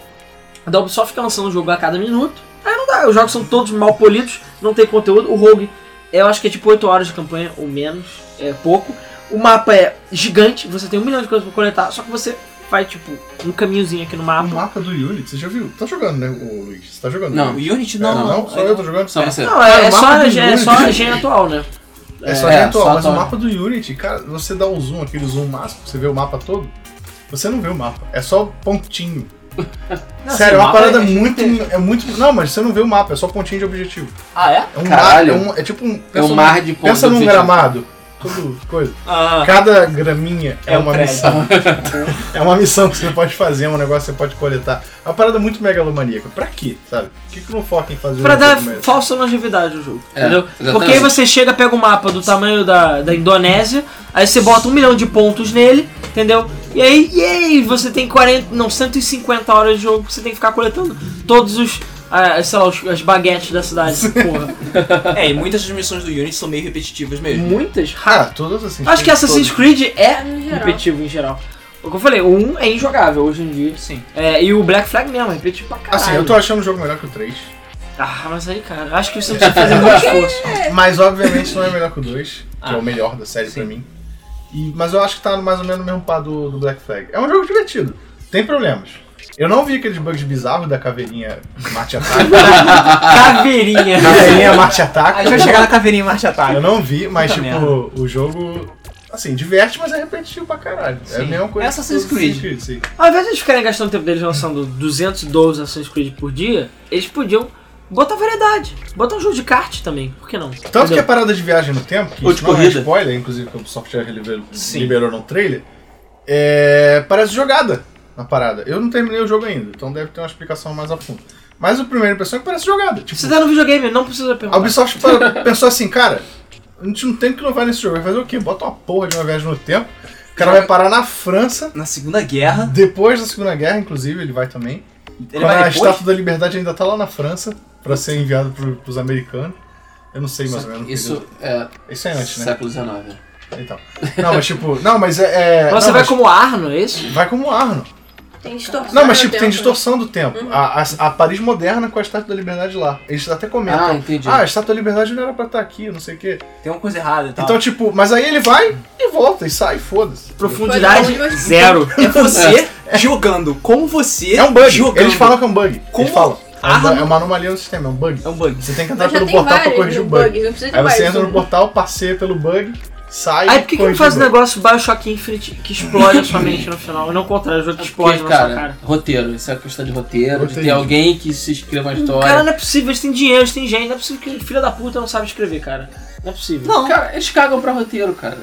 [SPEAKER 5] Da Ubisoft fica lançando um jogo a cada minuto. Aí não dá, os jogos são todos mal polidos, não tem conteúdo. O Rogue, eu acho que é tipo 8 horas de campanha ou menos, é pouco. O mapa é gigante, você tem um milhão de coisas pra coletar, só que você faz tipo um caminhozinho aqui no
[SPEAKER 2] Ah.
[SPEAKER 3] O
[SPEAKER 5] mapa.
[SPEAKER 3] mapa do Unity, você já viu? Tá jogando, né, o Luiz? Você tá jogando?
[SPEAKER 2] Não.
[SPEAKER 1] O
[SPEAKER 3] Unity?
[SPEAKER 1] Unity
[SPEAKER 3] É, não,
[SPEAKER 1] não.
[SPEAKER 3] só eu tô jogando.
[SPEAKER 2] Só você.
[SPEAKER 5] Não, é,
[SPEAKER 3] Cara,
[SPEAKER 5] é
[SPEAKER 3] o
[SPEAKER 5] só,
[SPEAKER 3] mapa
[SPEAKER 5] a,
[SPEAKER 3] do
[SPEAKER 5] gen- é
[SPEAKER 3] Unity.
[SPEAKER 5] só a gen atual, né?
[SPEAKER 3] É só
[SPEAKER 2] É,
[SPEAKER 3] gente atual,
[SPEAKER 2] só
[SPEAKER 3] mas o
[SPEAKER 2] atual.
[SPEAKER 3] mapa do Unity, cara, você dá o zoom, aquele zoom máximo, você vê o mapa todo, você não vê o mapa, é só pontinho.
[SPEAKER 1] Não, assim,
[SPEAKER 3] Sério, é uma
[SPEAKER 1] o mapa
[SPEAKER 3] parada
[SPEAKER 1] é-
[SPEAKER 3] muito, é muito. Não, mas você não vê o mapa, é só pontinho de objetivo.
[SPEAKER 1] Ah, é?
[SPEAKER 3] É um
[SPEAKER 2] Caralho.
[SPEAKER 3] mar, é, um, é tipo um.
[SPEAKER 2] É
[SPEAKER 3] pensa
[SPEAKER 2] um
[SPEAKER 3] num-
[SPEAKER 2] mar de pontos.
[SPEAKER 3] Pensa num
[SPEAKER 2] objetivo.
[SPEAKER 3] gramado, tudo coisa.
[SPEAKER 1] Ah,
[SPEAKER 3] Cada graminha é,
[SPEAKER 1] É um
[SPEAKER 3] uma
[SPEAKER 1] prédio.
[SPEAKER 3] missão. é uma missão que você pode fazer, é um negócio que você pode coletar. É uma parada muito megalomaníaca. Pra quê, sabe? Por que, que não foca em fazer
[SPEAKER 5] Pra
[SPEAKER 3] um
[SPEAKER 5] dar
[SPEAKER 3] jogo mesmo?
[SPEAKER 5] falsa longevidade ao jogo.
[SPEAKER 2] É,
[SPEAKER 5] entendeu?
[SPEAKER 2] exatamente.
[SPEAKER 5] Porque aí você chega, pega um mapa do tamanho da, da Indonésia, aí você bota um milhão de pontos nele, entendeu? E aí, e aí você tem 40, não, 150 horas de jogo que você tem que ficar coletando todos os, ah, sei lá, os- as baguetes da cidade. Porra.
[SPEAKER 1] é, e muitas das missões do Unity são meio repetitivas mesmo.
[SPEAKER 5] Muitas?
[SPEAKER 3] Ah, todas assim.
[SPEAKER 5] Acho que Assassin's Creed é
[SPEAKER 4] Em geral.
[SPEAKER 5] repetitivo em geral. O que eu falei, o 1 é injogável hoje em dia.
[SPEAKER 1] Sim.
[SPEAKER 5] É, e o Black Flag mesmo, é repetitivo pra caralho.
[SPEAKER 3] Assim, eu tô achando o jogo melhor que o 3.
[SPEAKER 5] Ah, mas aí, cara, acho que você não precisa fazer muito esforço.
[SPEAKER 3] Mas obviamente não é melhor que o 2, que
[SPEAKER 1] Ah.
[SPEAKER 3] é o melhor da série
[SPEAKER 1] Sim.
[SPEAKER 3] pra mim. E- mas eu acho que tá mais ou menos no mesmo par do, do Black Flag. É um jogo divertido, tem problemas. Eu não vi aqueles bugs bizarros da caveirinha Marte Ataca.
[SPEAKER 5] Caveirinha.
[SPEAKER 3] caveirinha Marte
[SPEAKER 1] A gente
[SPEAKER 3] Ataca.
[SPEAKER 1] vai chegar na caveirinha em Marte
[SPEAKER 3] Tá, Eu
[SPEAKER 1] Ataque.
[SPEAKER 3] não vi, mas
[SPEAKER 1] Puta
[SPEAKER 3] tipo, o jogo. Assim, diverte, mas é repetitivo pra caralho. É a
[SPEAKER 1] Sim.
[SPEAKER 3] mesma coisa.
[SPEAKER 1] É Assassin's
[SPEAKER 3] que o
[SPEAKER 1] Creed.
[SPEAKER 3] sim.
[SPEAKER 5] Ao invés de eles ficarem gastando o tempo deles lançando 212 Assassin's Creed por dia, eles podiam botar variedade. Botar um jogo de kart também, por que não?
[SPEAKER 3] Tanto que é
[SPEAKER 5] Entendeu?
[SPEAKER 3] a parada de viagem no tempo, que
[SPEAKER 2] Ou de
[SPEAKER 3] isso não é
[SPEAKER 2] corrida.
[SPEAKER 3] spoiler, inclusive que o software liberou,
[SPEAKER 1] Sim.
[SPEAKER 3] liberou no trailer, é, parece jogada na parada. Eu não terminei o jogo ainda, então deve ter uma explicação mais a fundo. Mas a primeira impressão é que parece jogada. Tipo,
[SPEAKER 5] Você tá no videogame, não precisa
[SPEAKER 3] a
[SPEAKER 5] perguntar.
[SPEAKER 3] Ubisoft pa- pensou assim, cara, a gente não tem que inovar nesse jogo. Vai fazer o quê? Bota uma porra de uma viagem no tempo, o cara vai parar na França,
[SPEAKER 1] Na Segunda Guerra.
[SPEAKER 3] depois da Segunda Guerra, inclusive, ele vai também.
[SPEAKER 1] Ele
[SPEAKER 3] Quando a
[SPEAKER 1] vai depois?
[SPEAKER 3] Estátua da Liberdade ainda tá lá na França, pra ser enviado pro, pros americanos. Eu não sei mais ou menos. o
[SPEAKER 2] Isso
[SPEAKER 3] período.
[SPEAKER 2] é
[SPEAKER 3] Isso é antes, né?
[SPEAKER 2] século XIX.
[SPEAKER 3] Então. Não, mas tipo. Não, mas é. é
[SPEAKER 5] Mas você
[SPEAKER 3] não,
[SPEAKER 5] vai
[SPEAKER 3] mas
[SPEAKER 5] como Arno, é isso?
[SPEAKER 3] vai como Arno.
[SPEAKER 4] Tem distorção.
[SPEAKER 3] Não, mas
[SPEAKER 4] no
[SPEAKER 3] tipo, tem
[SPEAKER 4] tempo. né? Uhum.
[SPEAKER 3] distorção do tempo. A, a- a Paris moderna com a Estátua da Liberdade lá. Eles até comentam.
[SPEAKER 2] Ah, entendi.
[SPEAKER 3] Ah, a Estátua da Liberdade não era pra estar aqui, não sei o quê.
[SPEAKER 1] Tem uma coisa errada e tal.
[SPEAKER 3] tá- Então, tipo, mas aí ele vai e volta e sai, foda-se.
[SPEAKER 5] Profundidade
[SPEAKER 4] Pode-
[SPEAKER 5] zero.
[SPEAKER 1] é você jogando com você.
[SPEAKER 3] É um bug.
[SPEAKER 1] Jogando.
[SPEAKER 3] Eles falam que é um bug.
[SPEAKER 1] Como?
[SPEAKER 3] Eles falam. É, um bu-
[SPEAKER 1] Arma?
[SPEAKER 3] é uma anomalia no sistema, é um bug.
[SPEAKER 1] É um bug.
[SPEAKER 3] Você tem que entrar
[SPEAKER 4] Mas Então, já
[SPEAKER 3] pelo
[SPEAKER 4] tem
[SPEAKER 3] portal pra
[SPEAKER 4] vários
[SPEAKER 3] corrigir o
[SPEAKER 4] bugs,
[SPEAKER 3] bug. né,
[SPEAKER 4] não precisa de
[SPEAKER 3] Aí
[SPEAKER 4] mais
[SPEAKER 3] você entra
[SPEAKER 4] um.
[SPEAKER 3] no portal, passeia pelo bug, sai
[SPEAKER 5] Aí por que, que não
[SPEAKER 3] corrige
[SPEAKER 5] faz
[SPEAKER 3] o
[SPEAKER 5] um
[SPEAKER 3] bug.
[SPEAKER 5] negócio Bioshock Infinite que explode a sua mente no final? E não o contrário, o jogo que explode
[SPEAKER 2] É Porque,
[SPEAKER 5] na
[SPEAKER 2] cara,
[SPEAKER 5] sua cara.
[SPEAKER 2] roteiro. Isso é questão de roteiro, de
[SPEAKER 3] Roteiro.
[SPEAKER 2] ter alguém que se escreva uma história.
[SPEAKER 5] Cara, não é possível, eles têm dinheiro, eles têm gente, não é possível que filha da puta não sabe escrever, cara. Não é possível.
[SPEAKER 2] Cara, eles cagam pra roteiro, cara.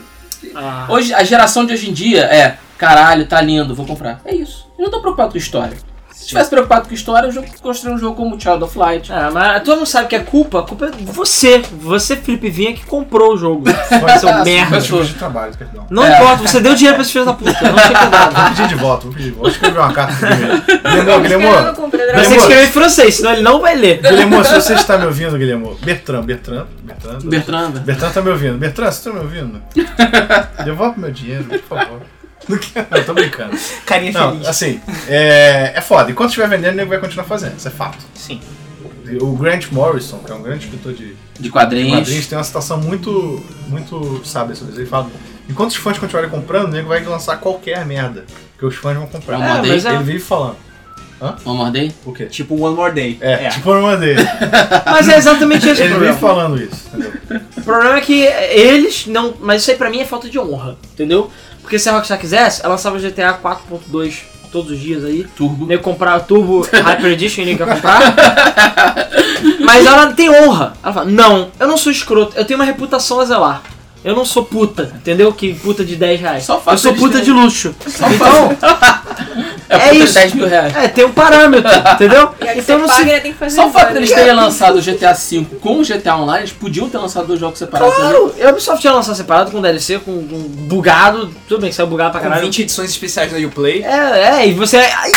[SPEAKER 5] Ah.
[SPEAKER 2] Hoje, a geração de hoje em dia é. caralho, tá lindo, vou comprar. É isso. Eu não tô preocupado com história. Se tivesse preocupado com história, eu jo- construía um jogo como Child of Light.
[SPEAKER 5] Ah, mas todo mundo sabe que a culpa, a culpa é você. Você, Felipe Vinha, que comprou o jogo. Seu merda.
[SPEAKER 2] Mas-
[SPEAKER 3] Desculpa de trabalho, perdão.
[SPEAKER 5] Não
[SPEAKER 2] É.
[SPEAKER 5] importa, você deu dinheiro pra esse filho da puta. Não tinha que dar.
[SPEAKER 3] Vou pedir de volta, vou pedir de volta. Vou escrever uma carta primeiro. Guilherme,
[SPEAKER 4] Eu não
[SPEAKER 3] Guilherme,
[SPEAKER 4] comprei
[SPEAKER 5] Mas tem que
[SPEAKER 4] Dragon Ball.
[SPEAKER 5] escrever em francês, senão ele não vai ler.
[SPEAKER 3] Guilherme, se você está me ouvindo, Guilherme. Bertrand, Bertrand. Bertrand, tô-
[SPEAKER 2] Bertrand, velho.
[SPEAKER 3] Bertrand tá me ouvindo. Bertrand, você tá me ouvindo? Devolve meu dinheiro, por favor. Não quero, não, tô brincando.
[SPEAKER 1] Carinha
[SPEAKER 3] Não,
[SPEAKER 1] feliz.
[SPEAKER 3] assim, é, é foda. Enquanto estiver vendendo, o nego vai continuar fazendo, isso é fato.
[SPEAKER 1] Sim.
[SPEAKER 3] O Grant Morrison, que é um grande escritor de
[SPEAKER 2] de quadrinhos.
[SPEAKER 3] quadrinhos, tem uma citação muito, muito sábia sobre isso. Ele fala: enquanto os fãs continuarem comprando, o nego vai lançar qualquer merda que os fãs vão comprar.
[SPEAKER 2] É uma
[SPEAKER 3] ele,
[SPEAKER 2] vez,
[SPEAKER 5] é.
[SPEAKER 3] ele vive falando:
[SPEAKER 2] Vamos morder?
[SPEAKER 3] o quê?
[SPEAKER 1] Tipo One More Day.
[SPEAKER 3] É, tipo uma dele.
[SPEAKER 5] Mas é exatamente esse o
[SPEAKER 3] Ele vive
[SPEAKER 5] problema.
[SPEAKER 3] falando isso, entendeu?
[SPEAKER 5] O problema é que eles não. Mas isso aí pra mim é falta de honra, entendeu? Porque se a Rockstar quisesse, ela lançava GTA 4.2 todos os dias aí.
[SPEAKER 2] Turbo.
[SPEAKER 5] Nem comprar o Turbo Hyper Edition, nem quer comprar. Mas ela não tem honra. Ela fala: Não, eu não sou escroto, eu tenho uma reputação a zelar. Eu não sou puta, entendeu? Que puta de 10 reais.
[SPEAKER 2] Só
[SPEAKER 5] eu
[SPEAKER 2] faço
[SPEAKER 5] sou
[SPEAKER 2] eles
[SPEAKER 5] puta
[SPEAKER 2] terem-
[SPEAKER 5] de luxo.
[SPEAKER 2] então,
[SPEAKER 5] É, isso.
[SPEAKER 2] 10 mil reais.
[SPEAKER 5] É, tem um parâmetro, entendeu?
[SPEAKER 4] E aí você
[SPEAKER 5] Então não
[SPEAKER 4] paga,
[SPEAKER 5] se.
[SPEAKER 4] ele tem é que fazer um
[SPEAKER 2] Só o fato
[SPEAKER 4] história.
[SPEAKER 2] deles terem lançado o GTA V com o GTA Online, eles podiam ter lançado dois jogos separados. né?
[SPEAKER 5] Claro, a Ubisoft ia lançar separado com DLC, com, com bugado. Tudo bem que saiu bugado pra
[SPEAKER 1] Com
[SPEAKER 5] caralho.
[SPEAKER 1] 20 edições especiais na Uplay.
[SPEAKER 5] É, é, e você. Ai,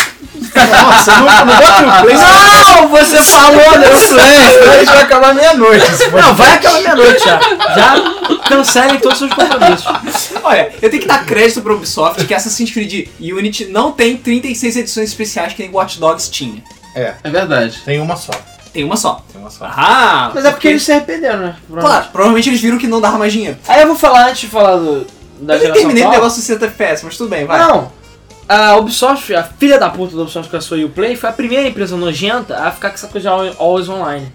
[SPEAKER 3] Nossa, não, não bota no play, senão
[SPEAKER 5] não, você falou nisso, né?
[SPEAKER 3] a gente vai acabar meia-noite. esse
[SPEAKER 5] Não,
[SPEAKER 3] podcast.
[SPEAKER 5] vai acabar meia-noite já. Já cancelem todos os seus compromissos.
[SPEAKER 1] Olha, eu tenho que dar crédito pra Ubisoft que Assassin's Creed Unity não tem 36 edições especiais que nem Watch Dogs tinha.
[SPEAKER 2] É verdade.
[SPEAKER 3] Tem uma só.
[SPEAKER 1] Tem uma só.
[SPEAKER 3] Tem uma só.
[SPEAKER 1] Ah!
[SPEAKER 6] Mas é porque eles se arrependeram, né?
[SPEAKER 1] Claro, provavelmente eles viram que não dava mais dinheiro.
[SPEAKER 6] Aí eu vou falar antes de falar do. Da
[SPEAKER 1] eu nem
[SPEAKER 6] geração
[SPEAKER 1] terminei o
[SPEAKER 6] atual.
[SPEAKER 1] negócio de 60 FPS, mas tudo bem, vai.
[SPEAKER 6] Não. A Ubisoft, a filha da puta da Ubisoft que lançou o Play, foi a primeira empresa nojenta a ficar com essa coisa de al- always online.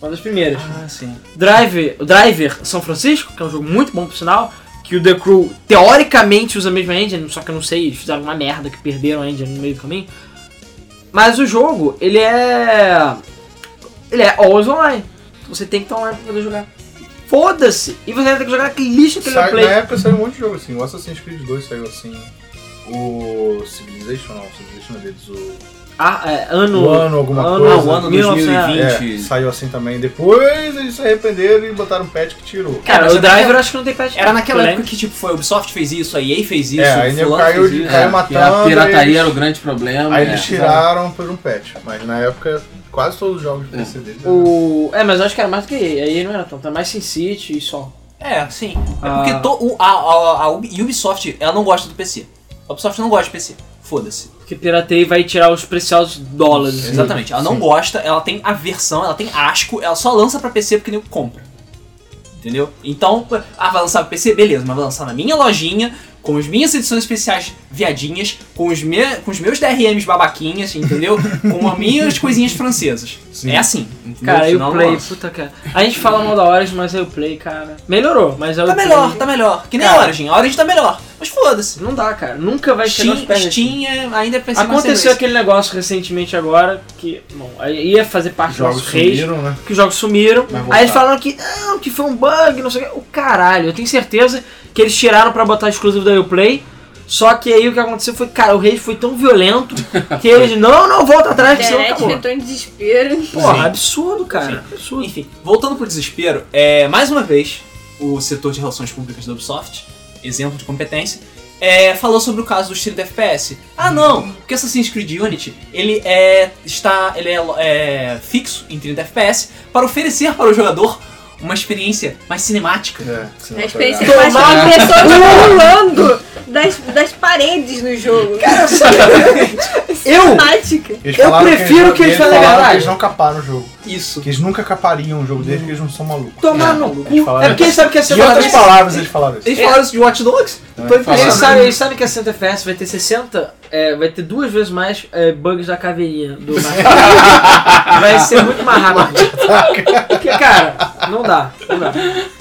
[SPEAKER 6] Uma das primeiras.
[SPEAKER 1] Ah, sim.
[SPEAKER 6] Drive, o Driver São Francisco, que é um jogo muito bom por sinal, que o The Crew teoricamente usa a mesma engine, só que eu não sei, eles fizeram uma merda que perderam a engine no meio do caminho. Mas o jogo, ele é. Ele é always online. Você tem que estar online pra poder jogar. Foda-se! E você vai ter que jogar que lixo que ele é
[SPEAKER 3] Sai,
[SPEAKER 6] play.
[SPEAKER 3] na época saiu um monte de jogo assim. O Assassin's Creed 2 saiu assim. O Civilization, não, o Civilization é deles. O,
[SPEAKER 6] Ah, é,
[SPEAKER 3] o
[SPEAKER 6] ano.
[SPEAKER 3] ano, alguma
[SPEAKER 6] ano,
[SPEAKER 3] coisa.
[SPEAKER 1] O ano
[SPEAKER 6] 1900,
[SPEAKER 1] 2020.
[SPEAKER 3] É, saiu assim também. Depois eles se arrependeram e botaram um patch que tirou.
[SPEAKER 6] Cara,
[SPEAKER 1] Mas
[SPEAKER 6] o
[SPEAKER 1] é
[SPEAKER 6] Driver
[SPEAKER 1] naquela-
[SPEAKER 6] acho que não tem patch.
[SPEAKER 1] Era naquela
[SPEAKER 6] né?
[SPEAKER 1] época que tipo, foi a Ubisoft fez isso, a EA fez isso,
[SPEAKER 3] É, aí
[SPEAKER 1] fulano
[SPEAKER 3] nego caiu,
[SPEAKER 1] fez
[SPEAKER 3] de-
[SPEAKER 1] isso.
[SPEAKER 3] caiu
[SPEAKER 2] É, porque
[SPEAKER 3] matando.
[SPEAKER 2] a pirataria
[SPEAKER 3] eles-
[SPEAKER 2] era o grande problema.
[SPEAKER 3] Aí
[SPEAKER 2] é.
[SPEAKER 3] eles tiraram por um patch. Mas na época, quase todos os jogos de PC deles. eram-
[SPEAKER 6] O... É, mas eu acho que era mais do que EA. Aí não era tanto, era mais Sin City e só.
[SPEAKER 1] É, sim.
[SPEAKER 6] Ah.
[SPEAKER 1] É porque to- o- a, a- a Ubi- Ubisoft, ela não gosta do PC. A Ubisoft não gosta de PC. Foda-se.
[SPEAKER 6] Porque pirateia vai tirar os preciosos dólares.
[SPEAKER 1] Exatamente. Ela não
[SPEAKER 3] Sim.
[SPEAKER 1] gosta, ela tem aversão, ela tem asco, ela só lança pra PC porque nego compra. Entendeu? Então, ah, vai lançar pra PC, beleza, mas vai lançar na minha lojinha, com as minhas edições especiais viadinhas, com os, me- com os meus DRMs babaquinhas, entendeu? com as minhas coisinhas francesas.
[SPEAKER 3] Sim.
[SPEAKER 1] É assim. entendeu?
[SPEAKER 6] Cara, aí
[SPEAKER 1] Senão
[SPEAKER 6] o
[SPEAKER 1] não
[SPEAKER 6] Play,
[SPEAKER 1] lança.
[SPEAKER 6] puta cara. A gente fala mal da Horas, mas aí o Play, cara. Melhorou, mas aí o
[SPEAKER 1] Tá
[SPEAKER 6] Play-
[SPEAKER 1] melhor, tá melhor. Que nem a
[SPEAKER 6] Cara.
[SPEAKER 1] Origin. A Origin tá melhor. Mas foda-se.
[SPEAKER 6] Não dá, cara. Nunca vai chegar aos
[SPEAKER 1] Steam,
[SPEAKER 6] pés. da Steam.
[SPEAKER 1] Steam é- ainda é PC
[SPEAKER 6] Aconteceu aquele negócio recentemente agora que, bom, aí ia fazer parte
[SPEAKER 3] Os
[SPEAKER 6] do nosso
[SPEAKER 3] jogos
[SPEAKER 6] rage,
[SPEAKER 3] sumiram, né?
[SPEAKER 6] que os jogos sumiram.
[SPEAKER 3] Mas
[SPEAKER 6] Aí eles
[SPEAKER 3] voltaram.
[SPEAKER 6] falaram que não, que foi um bug, não sei o que. O caralho, eu tenho certeza que eles tiraram pra botar exclusivo da Uplay. Só que aí o que aconteceu foi, cara, o rage foi tão violento que eles, não, não, volta
[SPEAKER 4] A
[SPEAKER 6] atrás, que senão
[SPEAKER 4] internet
[SPEAKER 6] acabou.
[SPEAKER 4] entrou em desespero. né?
[SPEAKER 6] Porra, absurdo, cara. Absurdo.
[SPEAKER 1] Enfim, voltando pro desespero, é, mais uma vez, o setor de relações públicas da Ubisoft, exemplo de competência, é, falou sobre o caso dos 30 FPS. Ah não, porque Assassin's Creed Unity, ele é, está, ele é, é, fixo em 30 FPS para oferecer para o jogador uma experiência mais cinemática.
[SPEAKER 3] É, se não
[SPEAKER 4] A
[SPEAKER 3] vai
[SPEAKER 4] experiência
[SPEAKER 3] pegar.
[SPEAKER 4] mais uma pessoa pulando das, das paredes no jogo. Cara,
[SPEAKER 1] É.
[SPEAKER 6] Eu
[SPEAKER 4] Cinemática.
[SPEAKER 3] Eles
[SPEAKER 6] Eu
[SPEAKER 3] falaram
[SPEAKER 6] prefiro que é eles falem a
[SPEAKER 3] falaram
[SPEAKER 6] verdade.
[SPEAKER 3] que eles não caparam o jogo.
[SPEAKER 1] Isso.
[SPEAKER 3] Que eles nunca capariam um jogo deles, porque eles não são malucos.
[SPEAKER 6] tomar no
[SPEAKER 3] Eles
[SPEAKER 6] cu.
[SPEAKER 3] falaram
[SPEAKER 6] É porque ele sabe que é
[SPEAKER 3] Em outras
[SPEAKER 6] 60
[SPEAKER 3] palavras, eles falaram isso.
[SPEAKER 1] Eles falaram isso de Watch Dogs?
[SPEAKER 3] Tô
[SPEAKER 6] Então, Ele sabe, ele sabe que a 60 FPS vai ter 60, é, vai ter duas vezes mais é, bugs da caveirinha do Mario. Vai ser muito mais rápido. Porque, cara, não dá, não dá.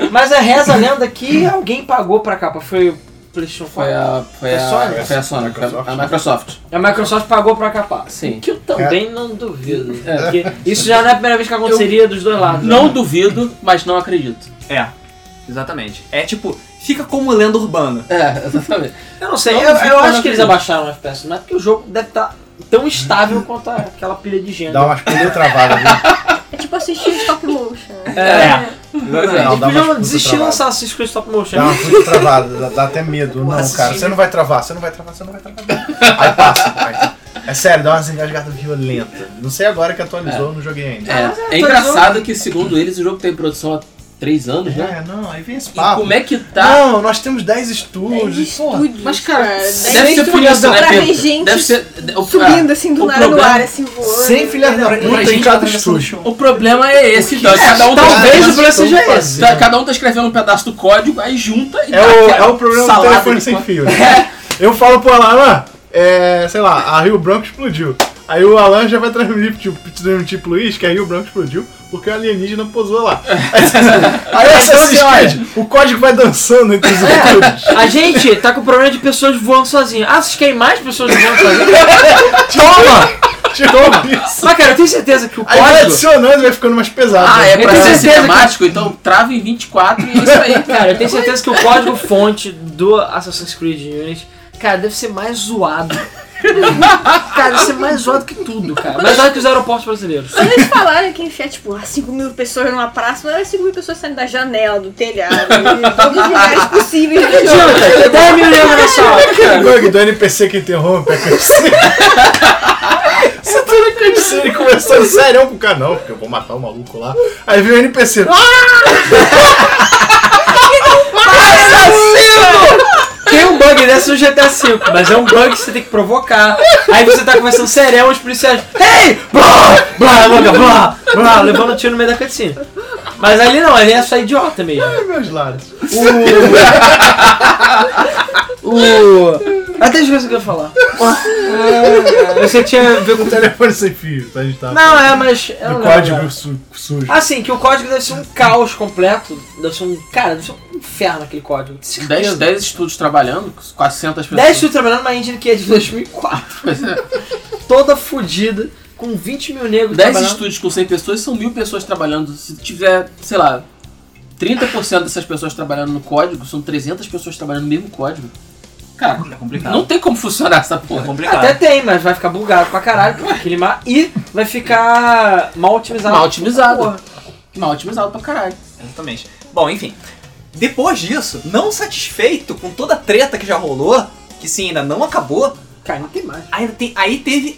[SPEAKER 6] Mas a reza a lenda que alguém pagou pra capa. Foi o PlayStation 4.
[SPEAKER 2] Foi a, foi
[SPEAKER 3] Foi
[SPEAKER 2] a,
[SPEAKER 3] Sony.
[SPEAKER 2] foi a Sony,
[SPEAKER 3] Microsoft.
[SPEAKER 2] a Microsoft.
[SPEAKER 6] A Microsoft pagou pra capar.
[SPEAKER 2] Sim.
[SPEAKER 6] Que eu também não duvido. é Porque isso já não é a primeira vez que aconteceria dos dois lados.
[SPEAKER 2] Não duvido, mas não acredito.
[SPEAKER 1] É. Exatamente. É tipo, fica como lenda urbana.
[SPEAKER 2] É, exatamente.
[SPEAKER 6] Eu não sei,
[SPEAKER 2] Não,
[SPEAKER 6] eu,
[SPEAKER 2] não fica
[SPEAKER 6] eu
[SPEAKER 2] nada
[SPEAKER 6] acho que eles
[SPEAKER 2] tudo.
[SPEAKER 6] abaixaram as peças, mas é porque o jogo deve estar tão estável quanto a- aquela pilha de gênero.
[SPEAKER 3] Dá umas pneu travada, viu?
[SPEAKER 4] É tipo assistir o stop motion.
[SPEAKER 1] É. Exatamente.
[SPEAKER 3] Não,
[SPEAKER 6] Eles
[SPEAKER 3] dá umas
[SPEAKER 6] podiam
[SPEAKER 3] puta
[SPEAKER 6] desistir e
[SPEAKER 3] travada.
[SPEAKER 6] lançar Assassin's Creed Stop Motion.
[SPEAKER 3] Dá uma puta travada, dá, dá até medo. Não,
[SPEAKER 1] assistindo.
[SPEAKER 3] cara, você não vai travar, você não vai travar, você não vai travar. Aí passa, pai. É sério, dá umas engasgadas violentas. Não sei agora que atualizou, eu não joguei ainda.
[SPEAKER 2] É, é engraçado que, segundo eles, o jogo tem produção há três anos, né?
[SPEAKER 3] É, não, aí vem esse
[SPEAKER 2] E
[SPEAKER 3] papo.
[SPEAKER 2] como é que tá?
[SPEAKER 3] Não, nós temos 10 estúdios. porra.
[SPEAKER 2] mas, cara,
[SPEAKER 4] dez
[SPEAKER 2] deve ser por
[SPEAKER 4] estúdios
[SPEAKER 2] isso, né,
[SPEAKER 4] pra
[SPEAKER 2] Pedro?
[SPEAKER 4] ver gente
[SPEAKER 2] Deve ser... o-
[SPEAKER 4] tipo, Subindo assim do
[SPEAKER 2] o
[SPEAKER 4] nada no
[SPEAKER 2] problema-
[SPEAKER 4] ar, assim voando.
[SPEAKER 3] Sem filhas da
[SPEAKER 1] Pra- pra
[SPEAKER 3] puta em
[SPEAKER 1] gente
[SPEAKER 3] cada
[SPEAKER 1] tá atravessando
[SPEAKER 3] estúdio.
[SPEAKER 1] o chão.
[SPEAKER 2] O problema é esse, então. Cada um,
[SPEAKER 3] Cara,
[SPEAKER 2] tá,
[SPEAKER 5] Talvez o
[SPEAKER 3] nós
[SPEAKER 5] problema seja
[SPEAKER 3] estamos
[SPEAKER 5] esse.
[SPEAKER 3] fazendo-
[SPEAKER 2] cada um tá escrevendo um pedaço do código, aí junta e
[SPEAKER 3] É
[SPEAKER 2] dá
[SPEAKER 3] o, é
[SPEAKER 2] aquela-
[SPEAKER 3] o problema do
[SPEAKER 2] salada
[SPEAKER 3] telefone
[SPEAKER 2] de
[SPEAKER 3] sem
[SPEAKER 2] código.
[SPEAKER 3] fio. né? Eu falo pro Alan, Alan, é, sei lá, a Rio Branco explodiu. Aí o Alan já vai transmitir pro tipo, tipo Luiz que a Rio Branco explodiu porque o alienígena posou lá. Aí o Assassin's Creed, o código vai dançando entre os estúdios.
[SPEAKER 5] A gente tá com problema de pessoas voando sozinhas. Ah, vocês querem mais pessoas voando sozinhas?
[SPEAKER 3] Tipo isso.
[SPEAKER 5] Mas, cara, eu tenho certeza que o
[SPEAKER 3] Aí vai
[SPEAKER 5] código.
[SPEAKER 3] adicionando e vai ficando mais pesado.
[SPEAKER 2] Ah,
[SPEAKER 3] né?
[SPEAKER 2] é pra
[SPEAKER 5] Eu tenho
[SPEAKER 2] ser
[SPEAKER 5] certeza que-
[SPEAKER 2] cinemático, então trava em 24 e é isso aí.
[SPEAKER 5] Cara, eu tenho certeza que o código fonte do Assassin's Creed Unity, cara, deve ser mais zoado. cara, deve ser mais zoado que tudo, cara. Mais zoado que os aeroportos brasileiros.
[SPEAKER 4] Quando eles falaram aqui em chat, tipo, ah, 5 mil pessoas numa praça, não era 5 mil pessoas saindo da janela, do telhado, de todos os lugares possíveis do jogo.
[SPEAKER 5] Adianta, 10 mil euros nessa hora.
[SPEAKER 3] Aquele bug do NPC que interrompe a cutscene. Você tá na cutscene começando sério pro cara, não, porque eu vou matar o maluco lá. Aí vem o NPC.
[SPEAKER 5] Tem um bug desse no GTA V, mas é um bug que você tem que provocar. Aí você tá conversando serião, os policiais. Hey! Blá! Blá, blá, blá, blá, levando um tiro no meio da cutscene. Mas ali não, ali é só idiota mesmo.
[SPEAKER 3] Ai, meus lados.
[SPEAKER 5] O. Até esqueci o que eu ia falar. Eu sei que tinha a ver com.
[SPEAKER 3] O telefone sem fio, tá? A gente tá.
[SPEAKER 5] Não, é, mas. eu
[SPEAKER 3] do
[SPEAKER 5] não
[SPEAKER 3] código
[SPEAKER 5] lembro.
[SPEAKER 3] su- sujo.
[SPEAKER 5] Assim, que o código deve ser um caos completo. Deve ser um. Cara, deve ser um inferno aquele código.
[SPEAKER 2] 10, estudos trabalhando, 400 pessoas. é.
[SPEAKER 5] 10 estudos trabalhando numa engine que é de 2004. Toda fodida, com 20 mil negros
[SPEAKER 2] 10
[SPEAKER 5] trabalhando.
[SPEAKER 2] estúdios com 100 pessoas são mil pessoas trabalhando. Se tiver, sei lá, 30% dessas pessoas trabalhando no código, são 300 pessoas trabalhando no mesmo código. Cara,
[SPEAKER 1] É complicado.
[SPEAKER 2] não tem como funcionar essa
[SPEAKER 1] É
[SPEAKER 2] porra.
[SPEAKER 1] complicado.
[SPEAKER 5] Até tem, mas vai ficar bugado pra caralho, porque vai limar e vai ficar mal otimizado.
[SPEAKER 2] Mal otimizado.
[SPEAKER 5] Porra.
[SPEAKER 2] Mal otimizado pra caralho.
[SPEAKER 1] Exatamente. Bom, enfim. Depois disso, não satisfeito com toda a treta que já rolou, que sim, ainda não acabou,
[SPEAKER 5] Cara, não tem mais.
[SPEAKER 1] ainda tem, aí teve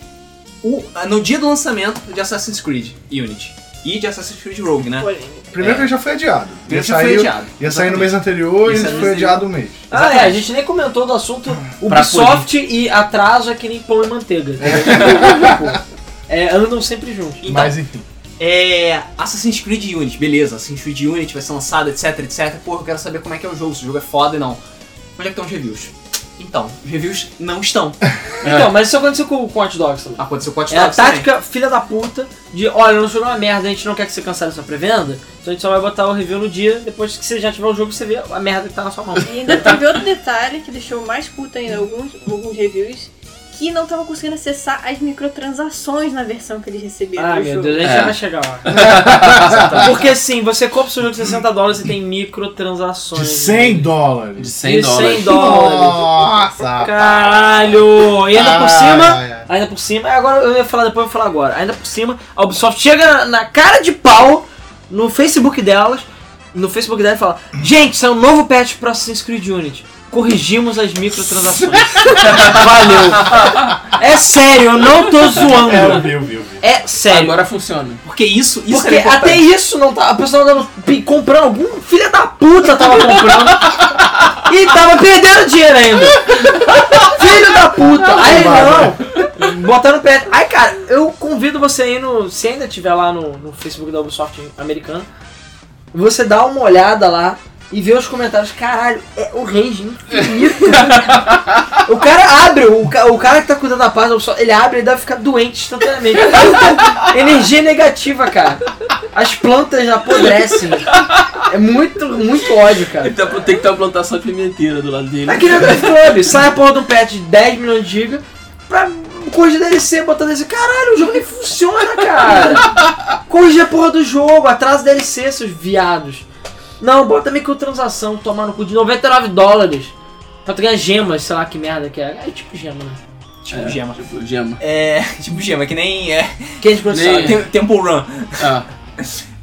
[SPEAKER 1] o, no dia do lançamento de Assassin's Creed Unity e de Assassin's Creed Rogue, né?
[SPEAKER 3] Primeiro que ele já foi adiado. Ia
[SPEAKER 1] Esse foi
[SPEAKER 3] sair-
[SPEAKER 1] adiado.
[SPEAKER 3] Ia sair no
[SPEAKER 1] Exatamente.
[SPEAKER 3] mês anterior e
[SPEAKER 1] Isso,
[SPEAKER 3] ele
[SPEAKER 1] no
[SPEAKER 3] foi
[SPEAKER 1] mês
[SPEAKER 3] adiado um mês.
[SPEAKER 5] Ah, é, a gente nem comentou do assunto
[SPEAKER 2] Pra
[SPEAKER 5] Ubisoft e atraso é que nem pão e manteiga. É, andam sempre juntos.
[SPEAKER 1] Então,
[SPEAKER 3] Mas enfim.
[SPEAKER 1] É. Assassin's Creed Unity, beleza, Assassin's Creed Unity vai ser lançado, etc, etc. Pô, eu quero saber como é que é o jogo, se o jogo é foda e não. Onde é que estão os reviews? Então, os reviews não estão.
[SPEAKER 5] Então, mas isso aconteceu com, com o Hot Dogs também.
[SPEAKER 1] Aconteceu com o Hot
[SPEAKER 5] É a
[SPEAKER 1] Dogs também.
[SPEAKER 5] tática filha da puta de, olha, não jogou uma merda, a gente não quer que você cancele sua pré-venda, então a gente só vai botar o review no dia, depois que você já tiver o jogo, você vê a merda que tá na sua mão.
[SPEAKER 4] E ainda teve outro detalhe que deixou mais puta ainda alguns, alguns reviews, que não tava conseguindo acessar as microtransações na versão que eles receberam
[SPEAKER 5] Ah,
[SPEAKER 4] do
[SPEAKER 5] meu
[SPEAKER 4] jogo.
[SPEAKER 5] Deus, a gente
[SPEAKER 2] É.
[SPEAKER 5] já vai chegar lá. Porque assim, você compra o seu jogo de 60 dólares e tem microtransações.
[SPEAKER 3] De 100
[SPEAKER 2] De
[SPEAKER 3] dólares.
[SPEAKER 2] 100
[SPEAKER 5] De
[SPEAKER 2] dólares.
[SPEAKER 5] 100 dólares.
[SPEAKER 3] Nossa!
[SPEAKER 5] Caralho! E ainda por cima.
[SPEAKER 3] Ai, ai,
[SPEAKER 5] Ainda por cima, agora eu ia falar depois, eu vou falar agora. Ainda por cima, a Ubisoft chega na, na cara de pau no Facebook delas, no Facebook dela e fala: Gente, isso é um novo patch pro Assassin's Creed Unity. Corrigimos as microtransações. Valeu! É sério, eu não tô
[SPEAKER 3] ai. É, eu
[SPEAKER 5] zoando.
[SPEAKER 3] vi, eu vi, eu vi.
[SPEAKER 5] É sério.
[SPEAKER 2] Agora funciona.
[SPEAKER 1] Porque isso, isso
[SPEAKER 5] Porque
[SPEAKER 1] era importante.
[SPEAKER 5] até isso não tá. A pessoa andando pi- comprando algum filho da puta tava comprando. e tava perdendo dinheiro ainda. filho da puta. Aí não. Botando pé. Aí, cara, eu convido você aí no. Se ainda tiver lá no, no Facebook da Ubisoft americana, você dá uma olhada lá. E vê os comentários, caralho, é o range infinito. o cara abre, o, ca- o cara que tá cuidando da paz, da Ubisoft, ele abre e deve ficar doente instantaneamente. Energia negativa, cara. As plantas apodrecem. É muito, muito ódio, cara.
[SPEAKER 2] Ele tá- tem que ter uma plantação de pimenteira do lado dele.
[SPEAKER 5] Aqui no Drive Club, sai a porra de um patch de 10 milhões de giga pra corrigir DLC, botando esse. Caralho, o jogo nem funciona, cara. Corrigir a porra do jogo, atrasa DLC, seus viados. Não, bota microtransação, tomar no cu de 99 dólares. Pra tu ganhar gemas, sei lá que merda que é. É tipo gema, né?
[SPEAKER 1] Tipo
[SPEAKER 2] É.
[SPEAKER 1] gema.
[SPEAKER 2] Tipo, gema.
[SPEAKER 1] É, tipo gema, que nem é,
[SPEAKER 5] Queijo processado.
[SPEAKER 1] Tem- Temple Run.
[SPEAKER 2] Ah,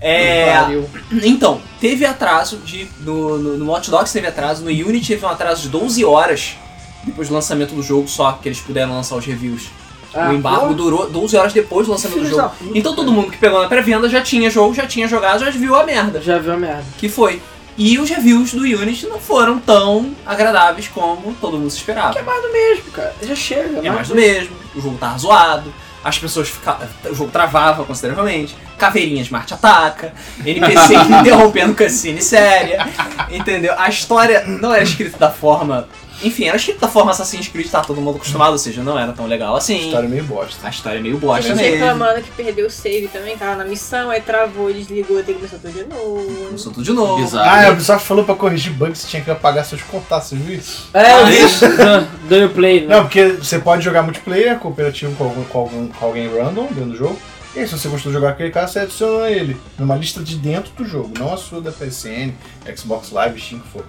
[SPEAKER 1] É,
[SPEAKER 5] Pariu.
[SPEAKER 1] então, teve atraso de, no, no, no Watch Dogs teve atraso, no Unity teve um atraso de 12 horas depois do lançamento do jogo, só que eles puderam lançar os reviews. o embargo durou 12 horas depois do lançamento do
[SPEAKER 5] Ah, Filhos da
[SPEAKER 1] jogo. Então todo mundo que pegou na pré-venda já tinha jogo, já tinha jogado, já viu a merda
[SPEAKER 5] Já viu a merda.
[SPEAKER 1] que foi. E os reviews do Unity não foram tão agradáveis como todo mundo se esperava.
[SPEAKER 5] Mesmo, cara. Já chega,
[SPEAKER 1] É
[SPEAKER 5] né?
[SPEAKER 1] mais do mesmo, o jogo tava zoado, as pessoas ficavam. O jogo travava consideravelmente, caveirinha de Marte ataca, NPC interrompendo cutscene séria, entendeu? A história não era escrita da forma. Enfim, era escrita da forma Assassin's Creed, tá todo mundo acostumado, ou seja, não era tão legal assim.
[SPEAKER 3] História meio bosta.
[SPEAKER 1] A história é meio bosta
[SPEAKER 4] Tem gente
[SPEAKER 1] mesmo.
[SPEAKER 4] reclamando que perdeu o save também, tava na missão, aí travou, desligou, tem que começar tudo de novo.
[SPEAKER 1] Começou tudo de novo.
[SPEAKER 3] Ah, a
[SPEAKER 2] bizarro.
[SPEAKER 3] Ubisoft falou pra corrigir bugs você tinha que apagar seus contatos, você viu isso?
[SPEAKER 5] É, eu
[SPEAKER 1] Ah,
[SPEAKER 5] vi. Do- Do you play, né?
[SPEAKER 3] Não, porque você pode jogar multiplayer, cooperativo com, algum, com, algum- com alguém random dentro do jogo. E aí, se você gostou de jogar aquele cara, você adiciona ele numa lista de dentro do jogo, não a sua da PSN, Xbox Live, Steam, o que for.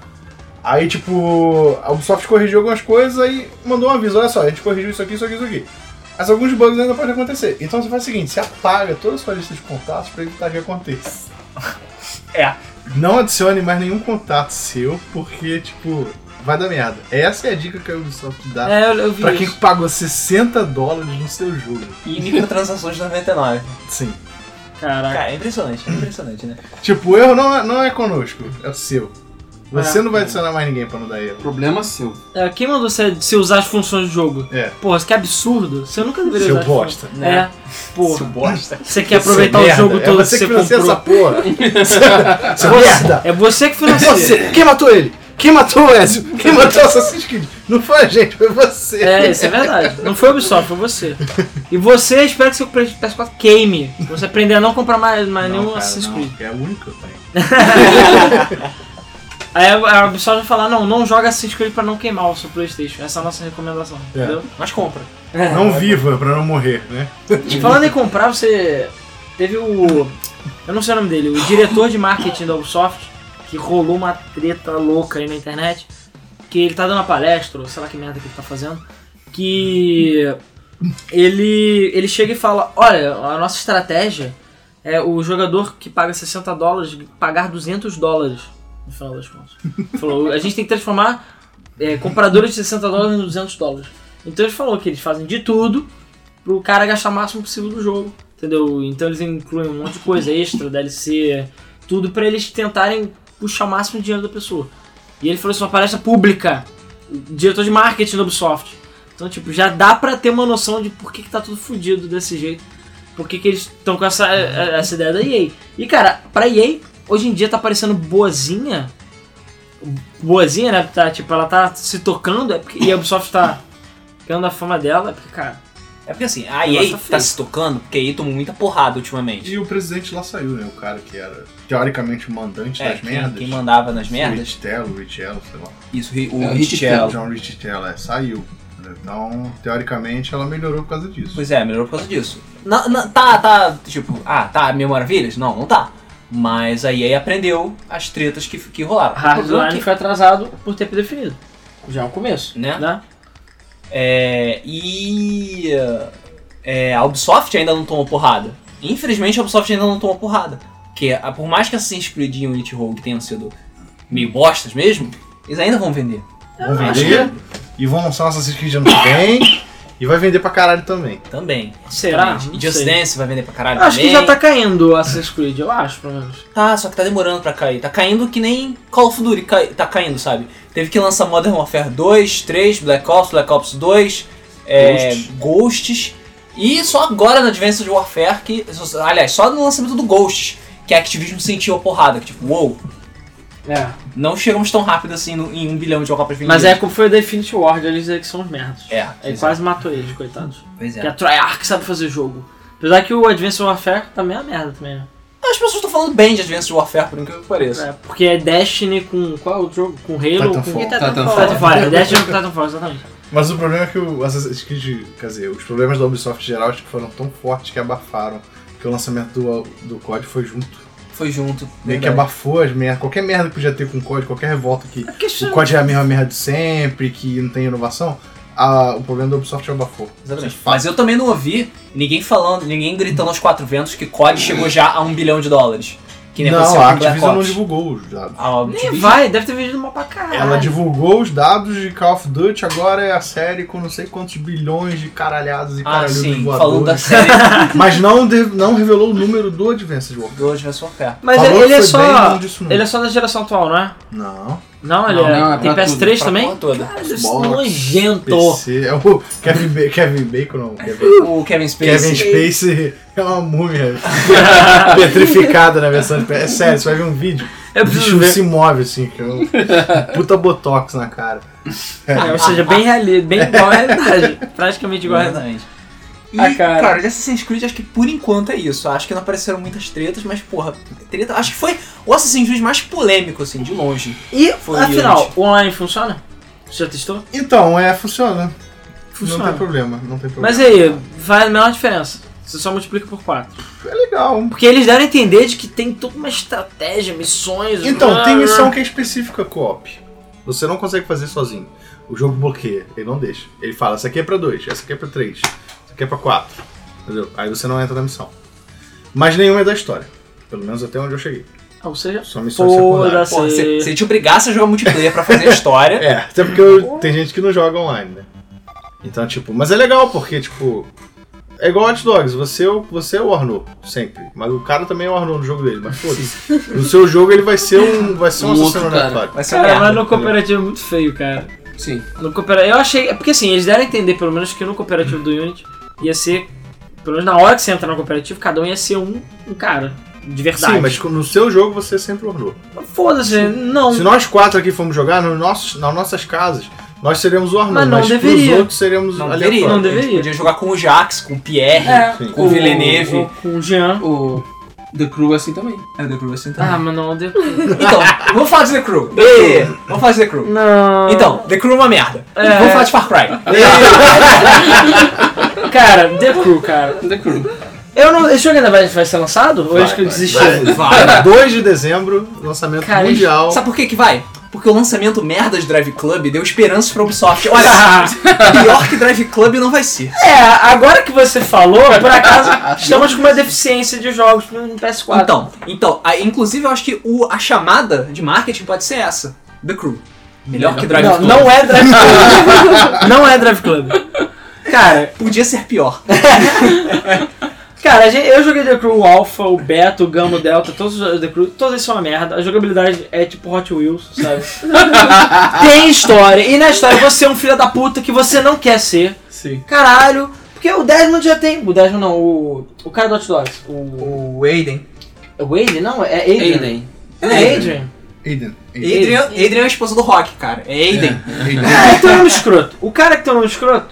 [SPEAKER 3] Aí, tipo, a Ubisoft corrigiu algumas coisas aí mandou um aviso: olha só, a gente corrigiu isso aqui, isso aqui, isso aqui. Mas alguns bugs ainda podem acontecer. Então você faz o seguinte: você apaga toda a sua lista de contatos pra evitar que aconteça.
[SPEAKER 1] É.
[SPEAKER 3] Não adicione mais nenhum contato seu, porque, tipo, vai dar merda. Essa é a dica que a Ubisoft dá
[SPEAKER 5] É, eu, eu vi
[SPEAKER 3] Pra
[SPEAKER 5] isso.
[SPEAKER 3] quem pagou 60 dólares no seu jogo.
[SPEAKER 1] E microtransações de 99.
[SPEAKER 3] Sim.
[SPEAKER 5] Caraca.
[SPEAKER 1] Cara, é impressionante, é impressionante, né?
[SPEAKER 3] Tipo, o erro não é, não é conosco, é o seu. Você não vai adicionar mais ninguém pra não dar erro.
[SPEAKER 2] Problema seu.
[SPEAKER 5] É, quem mandou você, você usar as funções do jogo?
[SPEAKER 3] É.
[SPEAKER 5] Porra, isso que absurdo. Você nunca deveria
[SPEAKER 3] Seu
[SPEAKER 5] usar. as
[SPEAKER 3] bosta.
[SPEAKER 5] funções. É,
[SPEAKER 1] Seu
[SPEAKER 5] porra.
[SPEAKER 1] bosta.
[SPEAKER 5] Você quer aproveitar
[SPEAKER 3] Seu
[SPEAKER 5] o
[SPEAKER 3] merda.
[SPEAKER 5] jogo
[SPEAKER 3] é
[SPEAKER 5] todo que
[SPEAKER 3] você
[SPEAKER 5] você
[SPEAKER 3] que financia
[SPEAKER 5] comprou.
[SPEAKER 3] essa porra. seu merda!
[SPEAKER 5] É você que financia.
[SPEAKER 3] Você! Quem matou ele? Quem matou o Ezio? Quem matou o Assassin's Creed? Não foi a gente, foi você.
[SPEAKER 5] É, isso é verdade. Não foi o Ubisoft, foi você. E você, espero que seu PS4 queime. Você aprender a não comprar mais, mais
[SPEAKER 3] Não,
[SPEAKER 5] nenhum
[SPEAKER 3] cara,
[SPEAKER 5] Assassin's
[SPEAKER 3] não,
[SPEAKER 5] Creed.
[SPEAKER 3] É o único que eu tenho.
[SPEAKER 5] Aí a a Ubisoft vai falar, não, não joga Assassin's Creed pra não queimar o seu Playstation. Essa é a nossa recomendação, entendeu?
[SPEAKER 1] Mas compra.
[SPEAKER 5] É.
[SPEAKER 3] Não viva pra não morrer, né?
[SPEAKER 5] E falando em comprar, você teve o... Eu não sei o nome dele. O diretor de marketing da Ubisoft, que rolou uma treta louca aí na internet, que ele tá dando uma palestra, ou sei lá que merda que ele tá fazendo, que ele, ele chega e fala, olha, a nossa estratégia é o jogador que paga 60 dólares pagar 200 dólares, no final das contas. Ele falou, a gente tem que transformar é, compradores de 60 dólares em 200 dólares. Então ele falou que eles fazem de tudo pro cara gastar o máximo possível do jogo, entendeu? Então eles incluem um monte de coisa extra, DLC, tudo pra eles tentarem puxar o máximo de dinheiro da pessoa. E ele falou isso numa palestra pública, diretor de marketing da Ubisoft. Então, tipo, já dá pra ter uma noção de por que, que tá tudo fudido desse jeito. Por que, que eles estão com essa, eh, essa ideia da EA. E, cara, pra EA, hoje em dia tá parecendo boazinha. Boazinha, né? Tá, tipo, ela tá se tocando é porque- e a Ubisoft tá ganhando a fama dela. é Porque, cara,
[SPEAKER 1] É porque assim, a
[SPEAKER 5] Nossa,
[SPEAKER 1] EA tá
[SPEAKER 5] feio.
[SPEAKER 1] se tocando, porque a EA tomou muita porrada ultimamente.
[SPEAKER 3] E o presidente lá saiu, né? O cara que era, teoricamente, o mandante
[SPEAKER 1] É,
[SPEAKER 3] das
[SPEAKER 1] quem,
[SPEAKER 3] merdas.
[SPEAKER 1] quem mandava nas merdas?
[SPEAKER 3] Richtello, Richello, sei lá.
[SPEAKER 1] Isso, ri- o
[SPEAKER 2] É, o
[SPEAKER 3] O
[SPEAKER 1] Richello.
[SPEAKER 3] John Richitello é, saiu. Então, teoricamente, ela melhorou por causa disso.
[SPEAKER 1] Pois é, melhorou por causa disso. Na- na- tá, tá, tipo, ah, tá, Mil Maravilhas? Não, não tá. Mas a EA aprendeu as tretas que, que rolaram.
[SPEAKER 5] Hardline foi atrasado por tempo definido. Já é um começo.
[SPEAKER 1] Né?
[SPEAKER 5] Né?
[SPEAKER 1] É, e é, a Ubisoft ainda não tomou porrada. Infelizmente a Ubisoft ainda não tomou porrada. Porque a- por mais que Assassin's Creed e Unity Rogue tenham sido meio bostas mesmo, eles ainda vão vender.
[SPEAKER 4] Ah.
[SPEAKER 3] Vão
[SPEAKER 1] acho é.
[SPEAKER 3] vender e vão lançar nossa Assassin's Creed ano que vem. E vai vender pra caralho
[SPEAKER 4] Tá
[SPEAKER 3] também.
[SPEAKER 1] Também.
[SPEAKER 5] Será?
[SPEAKER 1] E
[SPEAKER 5] Não
[SPEAKER 1] Just
[SPEAKER 5] sei.
[SPEAKER 1] Dance vai vender pra caralho
[SPEAKER 5] Acho
[SPEAKER 1] também.
[SPEAKER 5] que já tá caindo o Assassin's Creed, eu acho, pelo menos.
[SPEAKER 1] Tá, só que tá demorando pra cair. Tá caindo que nem Call of Duty cai- tá caindo, sabe? Teve que lançar Modern Warfare 2, 3, Black Ops, Black Ops 2, é, Ghosts. E só agora na Advanced Warfare que. Aliás, só no lançamento do Ghosts, que a Activision sentiu a porrada. Que tipo, uou,
[SPEAKER 5] É.
[SPEAKER 1] não chegamos tão rápido assim no- em um bilhão de jogos pra
[SPEAKER 5] Mas é como foi o Definite Ward, eles é que são os merdas.
[SPEAKER 1] É,
[SPEAKER 5] Ele
[SPEAKER 1] pois é,
[SPEAKER 5] quase matou eles, coitados.
[SPEAKER 1] pois é.
[SPEAKER 5] Que a Treyarch sabe fazer jogo. Apesar que o Advanced Warfare também é uma merda também, né?
[SPEAKER 1] As pessoas estão falando bem de Advanced Warfare, por incrível que pareça.
[SPEAKER 5] É, porque é Destiny com qual outro jogo? Com Halo?
[SPEAKER 3] Titanfall.
[SPEAKER 4] E
[SPEAKER 5] Com...
[SPEAKER 4] tá tão
[SPEAKER 2] Titanfall.
[SPEAKER 4] foda.
[SPEAKER 5] Titanfall. É Destiny com Titanfall, exatamente.
[SPEAKER 3] Mas o problema é que o Assassin's Creed, quer dizer, os problemas tipo, da Ubisoft em geral acho que foram tão fortes que abafaram. Que o lançamento do, do COD foi junto.
[SPEAKER 2] foi junto.
[SPEAKER 3] Meio que abafou as merdas. Qualquer merda que podia ter com o COD, qualquer revolta que
[SPEAKER 5] Porque isso-
[SPEAKER 3] o COD é a mesma merda de sempre, que não tem inovação, a- o problema da Ubisoft abafou.
[SPEAKER 1] Exatamente. Mas eu também não ouvi ninguém falando, ninguém gritando aos quatro ventos que COD chegou já a um bilhão de dólares. Que nem
[SPEAKER 3] não,
[SPEAKER 1] aconteceu
[SPEAKER 3] a
[SPEAKER 1] com Black
[SPEAKER 3] Activision não
[SPEAKER 1] Ops.
[SPEAKER 3] divulgou os dados.
[SPEAKER 1] A
[SPEAKER 5] Nem
[SPEAKER 1] Activision-
[SPEAKER 5] vai, deve ter vendido mal pra caralho.
[SPEAKER 3] Ela divulgou os dados de Call of Duty, agora é a série com não sei quantos bilhões de caralhadas e
[SPEAKER 1] Ah,
[SPEAKER 3] caralhudos
[SPEAKER 1] sim,
[SPEAKER 3] voadores.
[SPEAKER 1] falando da série
[SPEAKER 3] Mas não, de- não revelou o número do Advanced Warfare.
[SPEAKER 1] do Advanced Warfare.
[SPEAKER 5] Mas
[SPEAKER 3] Falou
[SPEAKER 5] ele,
[SPEAKER 3] que
[SPEAKER 5] ele é
[SPEAKER 3] foi
[SPEAKER 5] só.
[SPEAKER 3] bem, mas não disse nunca.
[SPEAKER 5] Ele é só da geração atual, não é?
[SPEAKER 3] Não.
[SPEAKER 5] Não, ele
[SPEAKER 2] Não,
[SPEAKER 5] é.
[SPEAKER 2] não, é
[SPEAKER 5] tem
[SPEAKER 2] pra
[SPEAKER 5] PS3
[SPEAKER 1] Pra
[SPEAKER 5] também?
[SPEAKER 1] porra toda.
[SPEAKER 5] Caralho, isso
[SPEAKER 3] Xbox,
[SPEAKER 5] nojento.
[SPEAKER 3] PC, é o Kevin, Ba- Kevin Bacon, não. Kevin,
[SPEAKER 1] O Kevin
[SPEAKER 3] Kevin
[SPEAKER 1] Spacey.
[SPEAKER 3] Space é uma múmia petrificada na versão de PS. É sério, você vai ver um vídeo.
[SPEAKER 5] Eu
[SPEAKER 3] o
[SPEAKER 5] É preciso
[SPEAKER 3] bicho
[SPEAKER 5] ver.
[SPEAKER 3] se move assim, que é um puta botox na cara.
[SPEAKER 5] É, ou seja, bem, reali bem igual à realidade. Praticamente igual à realidade.
[SPEAKER 1] Exatamente. E,
[SPEAKER 5] Ah, cara.
[SPEAKER 1] cara. de Assassin's Creed, acho que por enquanto é isso. Acho que não apareceram muitas tretas, mas, porra, treta. Acho que foi o Assassin's Creed mais polêmico, assim, de longe.
[SPEAKER 5] E,
[SPEAKER 1] Foi
[SPEAKER 5] afinal,
[SPEAKER 1] antes.
[SPEAKER 5] o online funciona? Você já testou?
[SPEAKER 3] Então, é, funciona. Não
[SPEAKER 5] Funciona.
[SPEAKER 3] tem problema, não tem problema.
[SPEAKER 5] Mas e aí, faz a menor diferença. Você só multiplica por 4.
[SPEAKER 3] É legal.
[SPEAKER 5] Porque eles deram a entender de que tem toda uma estratégia, missões.
[SPEAKER 3] Então, tem missão que é específica co-op. Você não consegue fazer sozinho. O jogo bloqueia, ele não deixa. Ele fala, essa aqui é pra dois, essa aqui é pra três, essa aqui é pra quatro. Entendeu? Aí você não entra na missão. Mas nenhuma é da história. Pelo menos até onde eu cheguei.
[SPEAKER 5] Ou seja,
[SPEAKER 3] São missões secundárias.
[SPEAKER 5] foda-se.
[SPEAKER 1] Porra, se, se te obrigasse a jogar multiplayer pra fazer a história.
[SPEAKER 3] É, até porque eu- tem gente que não joga online, né? Então, tipo, mas é legal porque, tipo, é igual Hot Dogs, você, é o- você é o Arnaud, sempre. Mas o cara também é o Arnaud no jogo dele, mas foda-se. No seu jogo ele vai ser um, vai ser um,
[SPEAKER 2] Um outro
[SPEAKER 3] assassino
[SPEAKER 2] cara.
[SPEAKER 3] aleatório.
[SPEAKER 1] Vai ser uma
[SPEAKER 5] Cara, mas
[SPEAKER 1] merda.
[SPEAKER 5] no cooperativo é muito feio, cara.
[SPEAKER 2] Sim.
[SPEAKER 5] No cooperativo, eu achei. É porque assim, eles deram a entender, pelo menos, que no cooperativo do Unity ia ser. Pelo menos na hora que você entra no cooperativo, cada um ia ser um, um cara. De verdade.
[SPEAKER 3] Sim, mas no seu jogo você é sempre o Arnaud.
[SPEAKER 5] Foda-se, não.
[SPEAKER 3] Se nós quatro aqui formos jogar nos nossos, nas nossas casas, nós seremos o
[SPEAKER 5] Mas
[SPEAKER 3] Arnaud, mas,
[SPEAKER 5] não deveria.
[SPEAKER 3] pros outros seremos
[SPEAKER 1] Não
[SPEAKER 3] aleatórios.
[SPEAKER 1] deveria,
[SPEAKER 5] não
[SPEAKER 1] a gente
[SPEAKER 5] deveria.
[SPEAKER 1] Podia jogar com o Jax, com o Pierre.
[SPEAKER 3] Sim.
[SPEAKER 1] Com o Villeneuve.
[SPEAKER 5] o- Com o Jean.
[SPEAKER 2] O The Crew é assim também.
[SPEAKER 1] É o The Crew assim
[SPEAKER 5] Ah,
[SPEAKER 1] também.
[SPEAKER 5] mas não, de...
[SPEAKER 1] Então, vamos falar de The Crew. Ê, Vamos falar de The Crew.
[SPEAKER 5] Não.
[SPEAKER 1] Então, The Crew é uma merda.
[SPEAKER 5] É.
[SPEAKER 1] Vamos falar de Far Cry.
[SPEAKER 5] Cara, The Crew, cara.
[SPEAKER 2] The Crew.
[SPEAKER 5] Eu não. Esse jogo ainda vai, vai ser lançado? Ou
[SPEAKER 3] Vai,
[SPEAKER 5] acho que eu
[SPEAKER 3] vai,
[SPEAKER 5] desisti?
[SPEAKER 3] vai.
[SPEAKER 1] Vai.
[SPEAKER 3] 2 de dezembro, lançamento
[SPEAKER 5] Cara,
[SPEAKER 3] mundial.
[SPEAKER 1] Sabe por que que vai? Porque o lançamento merda de Drive Club deu esperança pra Ubisoft. Olha, pior que Drive Club não vai ser.
[SPEAKER 5] É, agora que você falou, por acaso, estamos com uma deficiência de jogos no PS4.
[SPEAKER 1] Então, então a- inclusive eu acho que o- a chamada de marketing pode ser essa. The Crew. Melhor que Drive
[SPEAKER 5] não,
[SPEAKER 1] Club.
[SPEAKER 5] não é Drive Club. não é Drive Club. Cara,
[SPEAKER 1] Podia ser pior.
[SPEAKER 5] cara, a gente- eu joguei The Crew, o Alpha, o Beta, o Gamma, o Delta, todos os The Crew, todos eles são uma merda. A jogabilidade é tipo Hot Wheels, sabe? Tem história, e na história você é um filho da puta que você não quer ser.
[SPEAKER 2] Sim.
[SPEAKER 5] Caralho, porque o Desmond já tem. O Desmond não, o. O cara do Hot Dogs. O.
[SPEAKER 2] O Aiden.
[SPEAKER 5] É o Aiden? Não, é Adrian.
[SPEAKER 2] Aiden.
[SPEAKER 5] É Adrian.
[SPEAKER 3] Aiden. Aiden.
[SPEAKER 1] Adrian, Adrian é a esposa do Rock, cara. É Aiden.
[SPEAKER 3] Aiden.
[SPEAKER 5] Ah, tem um nome escroto. O cara que tem um nome escroto,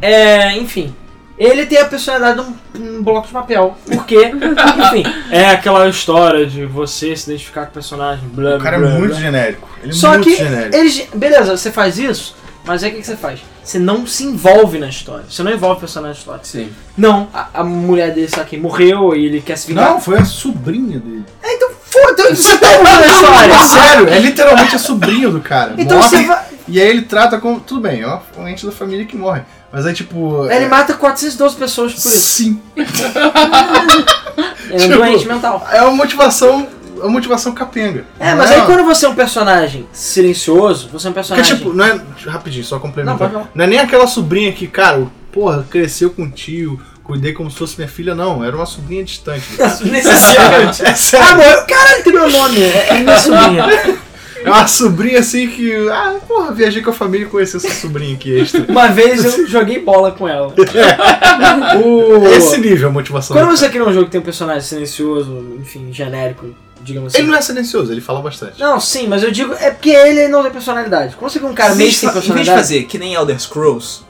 [SPEAKER 5] é, enfim, ele tem a personalidade de um, um bloco de papel. Porque, enfim, é aquela história de você se identificar com o personagem, blá,
[SPEAKER 3] O cara é
[SPEAKER 5] blá,
[SPEAKER 3] muito
[SPEAKER 5] blá.
[SPEAKER 3] genérico. Ele é
[SPEAKER 5] Só
[SPEAKER 3] muito
[SPEAKER 5] que
[SPEAKER 3] genérico.
[SPEAKER 5] Eles, beleza, você faz isso, mas aí o que, que você faz? Você não se envolve na história. Você não envolve o personagem na história.
[SPEAKER 2] Sim.
[SPEAKER 5] Não, a, a mulher dele sabe quem morreu e ele quer se vingar.
[SPEAKER 3] Não, foi a sobrinha dele.
[SPEAKER 5] Então você tá envolvido na história.
[SPEAKER 3] Sério, é literalmente a sobrinha do cara.
[SPEAKER 5] Então
[SPEAKER 3] morre,
[SPEAKER 5] você vai,
[SPEAKER 3] E aí ele trata como. Tudo bem, é uma- um ente da família que morre. Mas aí, tipo.
[SPEAKER 5] ele
[SPEAKER 3] é-
[SPEAKER 5] mata 412 pessoas por isso.
[SPEAKER 3] Sim.
[SPEAKER 5] Ele é um
[SPEAKER 3] Tipo,
[SPEAKER 5] doente mental.
[SPEAKER 3] É uma motivação. É uma motivação capenga.
[SPEAKER 5] É,
[SPEAKER 3] Não
[SPEAKER 5] mas
[SPEAKER 3] é
[SPEAKER 5] aí
[SPEAKER 3] uma-
[SPEAKER 5] quando você é um personagem silencioso, você é um
[SPEAKER 3] Porque,
[SPEAKER 5] personagem.
[SPEAKER 3] tipo, não é. Rapidinho, só
[SPEAKER 5] Não,
[SPEAKER 3] complementar.
[SPEAKER 5] pode
[SPEAKER 3] Não,
[SPEAKER 5] falar.
[SPEAKER 3] é nem aquela sobrinha que, cara, o- porra, cresceu com o tio, cuidei como se fosse minha filha, não. Era uma sobrinha distante. É sério, é sério.
[SPEAKER 5] Amor, caralho, que meu nome é, é minha sobrinha.
[SPEAKER 3] É uma sobrinha assim que. Ah, porra, viajei com a família e conheci essa sobrinha aqui extra.
[SPEAKER 5] Uma vez eu joguei bola com ela. O-
[SPEAKER 3] Esse nível é a motivação.
[SPEAKER 5] Quando
[SPEAKER 3] do
[SPEAKER 5] você cria um jogo que tem um personagem silencioso, enfim, genérico, digamos
[SPEAKER 3] cara. Ele
[SPEAKER 5] assim.
[SPEAKER 3] não é silencioso, ele fala bastante.
[SPEAKER 5] Não, sim, mas eu digo, é porque ele não tem personalidade. Quando você cria um cara meio
[SPEAKER 1] Em fa-
[SPEAKER 5] sem
[SPEAKER 1] em vez de
[SPEAKER 5] personalidade.
[SPEAKER 1] fazer que nem Elder Scrolls,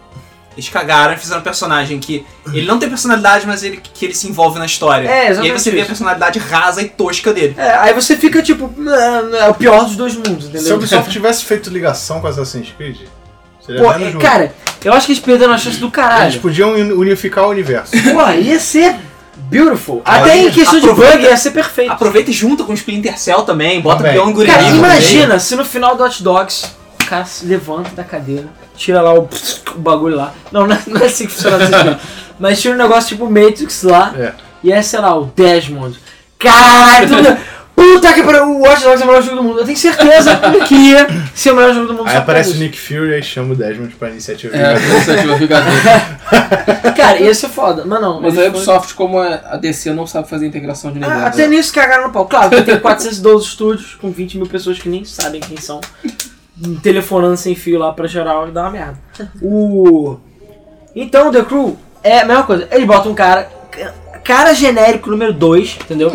[SPEAKER 1] eles cagaram e fizeram um personagem que ele não tem personalidade, mas ele, que ele se envolve na história.
[SPEAKER 5] É,
[SPEAKER 1] e aí
[SPEAKER 5] exatamente
[SPEAKER 1] você vê a
[SPEAKER 5] isso.
[SPEAKER 1] personalidade rasa e tosca dele.
[SPEAKER 5] É, aí você fica tipo, "Ah, é o pior dos dois mundos,
[SPEAKER 3] Se a
[SPEAKER 5] entendeu?
[SPEAKER 3] Ubisoft tivesse feito ligação com Assassin's Creed, seria
[SPEAKER 5] Pô,
[SPEAKER 3] menos
[SPEAKER 5] é,
[SPEAKER 3] né, jogo.
[SPEAKER 5] cara, eu acho que eles perderam a chance do
[SPEAKER 3] Eles
[SPEAKER 5] caralho.
[SPEAKER 3] podiam un- unificar o universo.
[SPEAKER 5] Pô, ia ser
[SPEAKER 6] Beautiful.
[SPEAKER 1] Ah,
[SPEAKER 6] Até em
[SPEAKER 1] mas
[SPEAKER 6] questão de
[SPEAKER 1] aproveita-
[SPEAKER 6] bug ia ser perfeito.
[SPEAKER 1] Aproveita e junta com o Splinter Cell também, bota
[SPEAKER 3] Também.
[SPEAKER 1] Beyond Good and
[SPEAKER 6] Cara,
[SPEAKER 1] Evil no meio.
[SPEAKER 6] imagina
[SPEAKER 5] Imagina se no final do Hot Dogs o cara se levanta da cadeira, tira lá o, o bagulho lá. Não, não é, não é assim que funciona esse jogo. Mas tira um negócio tipo Matrix lá
[SPEAKER 3] É.
[SPEAKER 5] e é, sei lá, o Desmond. Caralho, tudo. Puta que pariu, o Watch Dogs é o melhor jogo do mundo. Eu tenho certeza que ia ser o melhor jogo do mundo.
[SPEAKER 3] Aí
[SPEAKER 5] só por
[SPEAKER 3] aparece o
[SPEAKER 5] isso.
[SPEAKER 3] Nick Fury e chama o Desmond pra iniciativa.
[SPEAKER 2] É,
[SPEAKER 3] É.
[SPEAKER 2] iniciativa Vingadores.
[SPEAKER 5] Cara, ia ser foda. Mas não.
[SPEAKER 2] Mas é a
[SPEAKER 5] eles foram-
[SPEAKER 2] Ubisoft, como a DC, não sabe fazer integração de negócio.
[SPEAKER 5] Ah, até nisso cagaram no pau. Claro, porque tem 412 estúdios com 20 mil pessoas que nem sabem quem são. Telefonando sem fio lá pra geral e dá uma merda. O... Então, The Crew é a mesma coisa. Eles botam um cara... Cara genérico número 2, entendeu?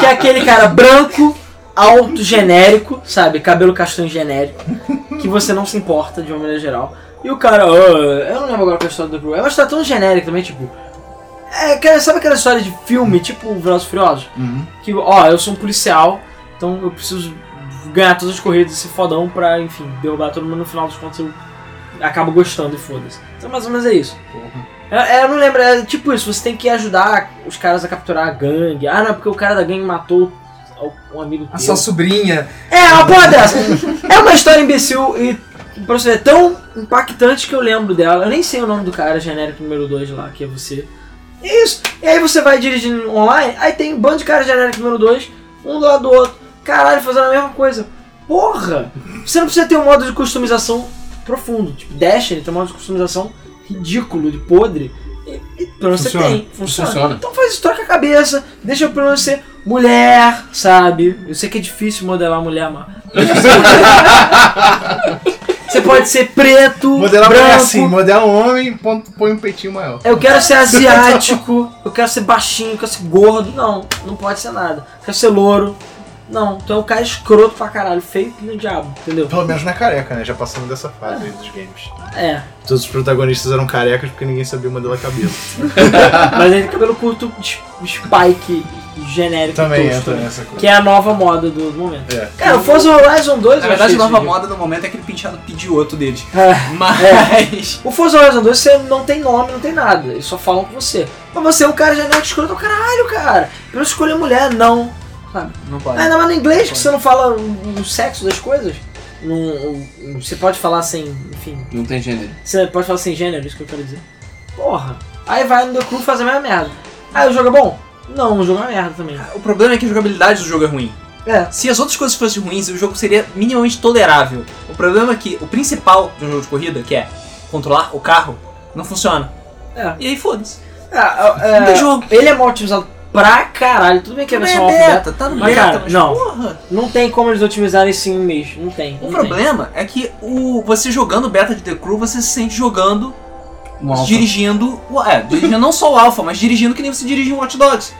[SPEAKER 5] que é aquele cara branco, alto, genérico, sabe? Cabelo castanho genérico. Que você não se importa de uma maneira geral. E o cara, "Ah, eu não lembro agora qual é a história do Crew. É uma história tão genérica também, tipo. É, aquela- sabe aquela história de filme, tipo Velozes e Furiosos? Que, ó, eu sou um policial, então eu preciso ganhar todas as corridas desse fodão pra, enfim, derrubar todo mundo no final dos contos eu acabo gostando e foda-se. Então mais ou menos é isso. É, é, eu não lembro, é tipo isso, você tem que ajudar os caras a capturar a gangue. Ah, não, é porque o cara da gangue matou o- um amigo
[SPEAKER 7] A
[SPEAKER 5] teu.
[SPEAKER 7] sua sobrinha.
[SPEAKER 5] É, uma porra dessa. É uma história imbecil e, pra você ver, tão impactante que eu lembro dela. Eu nem sei o nome do cara, genérico número 2 lá, que é você. E é isso. E aí você vai dirigindo online, aí tem um bando de cara genérico número 2, um do lado do outro. Caralho, fazendo a mesma coisa. Porra! Você não precisa ter um modo de customização profundo. Tipo, Destiny tem um modo de customização ridículo, de podre. E, e pelo menos você
[SPEAKER 3] Funciona.
[SPEAKER 5] tem. Funciona.
[SPEAKER 2] Funciona.
[SPEAKER 5] Então faz isso, troca a cabeça, deixa pelo menos ser mulher, sabe? Eu sei que é difícil modelar mulher, mas. Você pode ser preto,
[SPEAKER 3] Modelar
[SPEAKER 5] branco.
[SPEAKER 3] é assim, modelar um homem ponto, põe um peitinho maior.
[SPEAKER 5] Eu quero ser asiático, eu quero ser baixinho, eu quero ser gordo. Não, não pode ser nada. Eu quero ser louro. Não, tu é um cara escroto pra caralho, feio que nem o diabo, entendeu?
[SPEAKER 3] Pelo menos na careca, né? Já passamos dessa fase aí dos games.
[SPEAKER 5] É.
[SPEAKER 3] Todos os protagonistas eram carecas porque ninguém sabia modelar a cabeça.
[SPEAKER 5] Mas ele tem cabelo curto, de- de spike, genérico.
[SPEAKER 3] Também
[SPEAKER 5] tosco,
[SPEAKER 3] entra
[SPEAKER 5] né?
[SPEAKER 3] nessa coisa.
[SPEAKER 5] Que é a nova moda do momento.
[SPEAKER 3] É.
[SPEAKER 5] Cara, o Forza Horizon 2
[SPEAKER 1] Uhum. Na
[SPEAKER 5] eu
[SPEAKER 1] verdade, a
[SPEAKER 5] achei
[SPEAKER 1] nova
[SPEAKER 5] isso
[SPEAKER 1] moda no momento é aquele penteado pidioto deles. É.
[SPEAKER 5] ridículo.
[SPEAKER 1] Mas.
[SPEAKER 5] O Forza Horizon 2 você não tem nome, não tem nada, eles só falam com você. Mas você é um cara genérico escroto, caralho, cara. Eu não escolher mulher, não.
[SPEAKER 1] Não pode.
[SPEAKER 5] Ainda mais no inglês, que você não fala o, o sexo das coisas. Não- o- o- você pode falar sem, enfim,
[SPEAKER 2] Não tem gênero.
[SPEAKER 5] você pode falar sem gênero, isso que eu quero dizer. Porra. Aí vai no The Crew fazer a mesma merda. Aí o jogo é bom? Não, o jogo é uma merda também.
[SPEAKER 1] O problema é que a jogabilidade do jogo é ruim.
[SPEAKER 5] É.
[SPEAKER 1] Se as outras coisas fossem ruins, o jogo seria minimamente tolerável. O problema é que o principal de um jogo de corrida, que é controlar o carro, não funciona.
[SPEAKER 5] É.
[SPEAKER 1] E aí foda-se.
[SPEAKER 5] É,
[SPEAKER 1] Não tem jogo.
[SPEAKER 5] Ele é mal otimizado pra caralho. Tudo bem que é a versão
[SPEAKER 1] é
[SPEAKER 5] alfa
[SPEAKER 1] beta, tá no
[SPEAKER 5] Mas,
[SPEAKER 1] beta,
[SPEAKER 5] cara,
[SPEAKER 1] mas
[SPEAKER 5] não.
[SPEAKER 1] porra.
[SPEAKER 5] Não tem como eles otimizarem isso em um mês. Não tem.
[SPEAKER 1] O
[SPEAKER 5] não
[SPEAKER 1] problema é que o, você jogando beta de The Crew, você se sente jogando,
[SPEAKER 2] Um alfa.
[SPEAKER 1] dirigindo. o- É, dirigindo não só o Alpha, mas dirigindo que nem você dirige um Watch Dogs.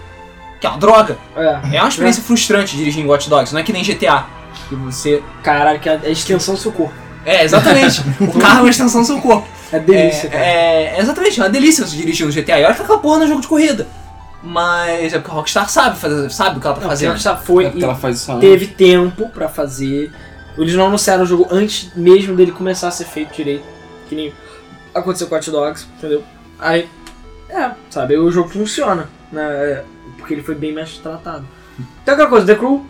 [SPEAKER 1] Que é uma droga.
[SPEAKER 5] Tem. É.
[SPEAKER 1] É uma experiência frustrante dirigir em Watch Dogs, não é que nem GTA. Que você.
[SPEAKER 5] Caralho, que é a extensão do seu corpo.
[SPEAKER 1] É, exatamente. o carro é uma extensão do seu corpo.
[SPEAKER 5] É delícia,
[SPEAKER 1] é,
[SPEAKER 5] cara.
[SPEAKER 1] é, exatamente, é uma delícia você dirigir no GTA. E olha que aquela porra no jogo de corrida. Mas é porque a Rockstar sabe, fazer, sabe o que ela tá
[SPEAKER 5] Não,
[SPEAKER 1] fazendo.
[SPEAKER 5] já foi
[SPEAKER 2] É
[SPEAKER 5] e
[SPEAKER 2] porque ela faz isso antes.
[SPEAKER 5] teve tempo pra fazer. Eles não anunciaram o jogo antes mesmo dele começar a ser feito direito. Que nem aconteceu com o Hot Dogs, entendeu? Aí, é, sabe, o jogo funciona, né? Porque ele foi bem mais tratado. Então aquela coisa, The Crew,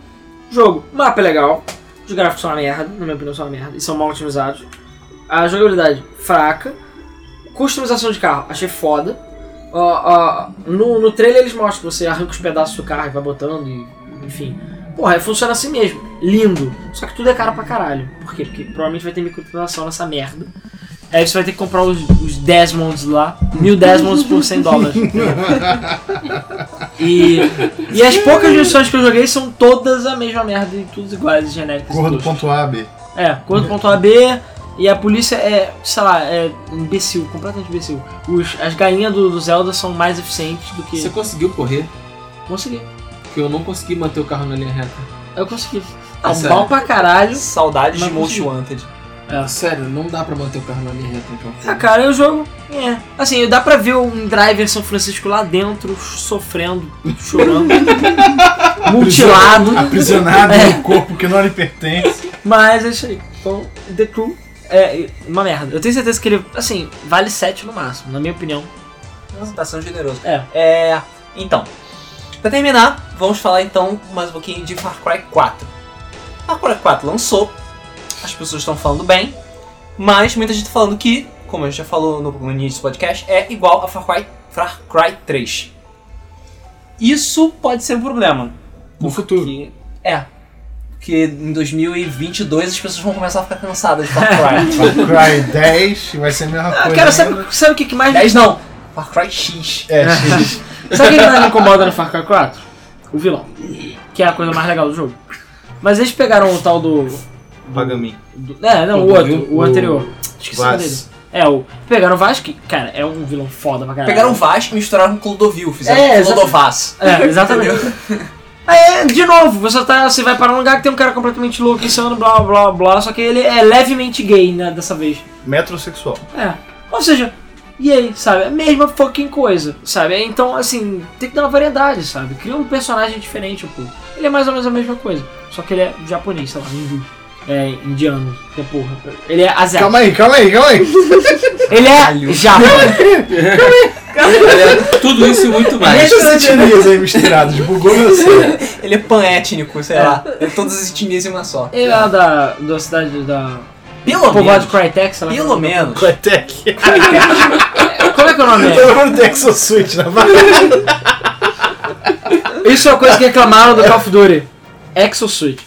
[SPEAKER 5] jogo, mapa é legal, os gráficos são uma merda, na minha opinião são uma merda, e são mal otimizados. A jogabilidade fraca, customização de carro, achei foda. Ó, ó, no, no trailer eles mostram que você arranca os pedaços do carro e vai botando, e, enfim. Porra, funciona assim mesmo. Lindo. Só que tudo é caro pra caralho. Por quê? Porque provavelmente vai ter microtransação nessa merda. Aí você vai ter que comprar os, os Desmonds lá. Mil Desmonds por 100 dólares. e, e as poucas missões que eu joguei são todas a mesma merda e todas iguais, genéricas. e
[SPEAKER 3] Gordo
[SPEAKER 5] toscas.
[SPEAKER 3] ponto A, B.
[SPEAKER 5] É, Corpo.ab e a polícia é, sei lá, é imbecil, completamente imbecil. Os, as galinhas do, do Zelda são mais eficientes do que.
[SPEAKER 2] Você conseguiu correr?
[SPEAKER 5] Consegui.
[SPEAKER 2] Porque eu não consegui manter o carro na linha reta.
[SPEAKER 5] Eu consegui.
[SPEAKER 2] É
[SPEAKER 5] Tá
[SPEAKER 2] sério?
[SPEAKER 5] mal pra caralho.
[SPEAKER 1] Saudades
[SPEAKER 5] Mas
[SPEAKER 1] de Most
[SPEAKER 5] consegui.
[SPEAKER 1] Wanted.
[SPEAKER 2] Ah, Sério, não dá pra manter o carro na linha reta. Então.
[SPEAKER 5] Ah, cara, e o jogo. É. Assim, dá pra ver um driver São Francisco lá dentro, sofrendo, chorando, mutilado.
[SPEAKER 3] Aprisionado
[SPEAKER 5] É.
[SPEAKER 3] em um corpo que não lhe pertence.
[SPEAKER 5] Mas é isso aí. Então, The Crew é uma merda. Eu tenho certeza que ele, assim, vale 7 no máximo, na minha opinião.
[SPEAKER 1] Nossa, tá sendo generoso.
[SPEAKER 5] É.
[SPEAKER 1] É, Então, pra terminar, vamos falar então mais um pouquinho de Far Cry 4. Far Cry 4 lançou, as pessoas estão falando bem, mas muita gente tá falando que, como a gente já falou no, no início do podcast, é igual a Far Cry, Far Cry 3. Isso pode ser um problema.
[SPEAKER 3] No futuro.
[SPEAKER 1] Que- é. Porque em 2022 as pessoas vão começar a ficar cansadas de Far Cry.
[SPEAKER 3] Far Cry 10 vai ser a mesma coisa.
[SPEAKER 5] Ah, Cara,
[SPEAKER 3] né?
[SPEAKER 5] sabe, sabe o que, que mais.
[SPEAKER 1] 10 não! Far Cry X.
[SPEAKER 3] É,
[SPEAKER 5] Ah.
[SPEAKER 3] X.
[SPEAKER 5] Sabe o que que mais me incomoda no Far Cry 4? O vilão. Que é a coisa mais legal do jogo. Mas eles pegaram o tal do.
[SPEAKER 3] Pagamin.
[SPEAKER 5] do- é, não, o, outro, o, anterior. Esqueci o nome
[SPEAKER 3] Vaz.
[SPEAKER 5] dele. É, o. Pegaram o Vasco, que, cara, é um vilão foda pra caralho.
[SPEAKER 1] Pegaram o Vasco e misturaram com o Clodovil, fizeram
[SPEAKER 5] É, exatamente.
[SPEAKER 1] Clodovaz.
[SPEAKER 5] É, exatamente. Aí, é, de novo, você, tá, você vai para um lugar que tem um cara completamente louco, insano, blá blá blá, só que ele é levemente gay, né, dessa vez.
[SPEAKER 3] Metrosexual.
[SPEAKER 5] É. Ou seja, e aí, sabe? A mesma fucking coisa, sabe? Então, assim, tem que dar uma variedade, sabe? Cria um personagem diferente, pô. Ele é mais ou menos a mesma coisa, só que ele é japonês, sei lá, hindu. É, indiano, que é porra. Ele é asiático.
[SPEAKER 3] Calma aí, calma aí, calma aí.
[SPEAKER 5] Ele é japa.
[SPEAKER 2] Tudo isso e muito mais.
[SPEAKER 3] Deixa as etnias aí misturadas, bugou meu cérebro.
[SPEAKER 1] Ele é pan-étnico, sei lá. É todas as etnias em uma só.
[SPEAKER 5] Ele é lá da, da cidade da.
[SPEAKER 1] Pelo
[SPEAKER 5] Povoado
[SPEAKER 1] menos.
[SPEAKER 5] de Crytek, sei lá. é
[SPEAKER 1] Pelo menos.
[SPEAKER 3] Crytek.
[SPEAKER 5] Como é que é o nome dele?
[SPEAKER 3] Eu lembro do Texas Switch né? na barra.
[SPEAKER 5] Isso é uma coisa que reclamaram do Call of Duty. Exosuit.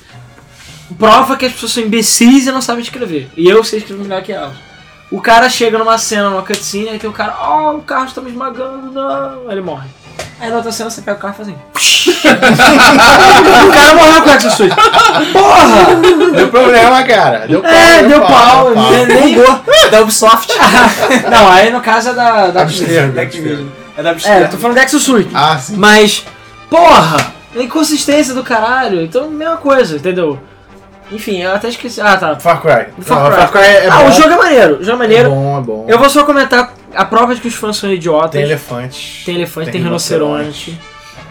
[SPEAKER 5] Prova que as pessoas são imbecis e não sabem escrever. E eu sei escrever melhor que elas. O cara chega numa cena, numa cutscene, aí tem o cara, ó, o carro está me esmagando, não. Aí ele morre. Aí na outra cena você pega o carro e faz assim. o cara morreu com o Exosuit. Porra!
[SPEAKER 3] Deu problema, cara. Deu pau.
[SPEAKER 5] É, deu pau,
[SPEAKER 3] deu
[SPEAKER 5] entendeu?
[SPEAKER 1] Bugou. Da Ubisoft.
[SPEAKER 5] Não, aí no caso é da. da
[SPEAKER 3] Abstergo,
[SPEAKER 1] Da
[SPEAKER 3] abstergo.
[SPEAKER 1] Activision. É da
[SPEAKER 5] é, eu
[SPEAKER 1] Ubisoft.
[SPEAKER 5] tô falando da Exosuit.
[SPEAKER 3] né? Ah, sim.
[SPEAKER 5] Mas, porra! a Inconsistência do caralho. Então, mesma coisa, entendeu? Enfim, eu até esqueci. Ah, tá.
[SPEAKER 3] Far Cry.
[SPEAKER 5] Far
[SPEAKER 3] Não,
[SPEAKER 5] Cry.
[SPEAKER 3] Far Cry é, é
[SPEAKER 5] ah,
[SPEAKER 3] bom.
[SPEAKER 5] o jogo é maneiro. O jogo é
[SPEAKER 3] é
[SPEAKER 5] maneiro.
[SPEAKER 3] bom, é bom.
[SPEAKER 5] eu vou só comentar a prova de que os fãs são idiotas.
[SPEAKER 3] Tem elefantes.
[SPEAKER 5] Tem elefante, tem, rinoceronte.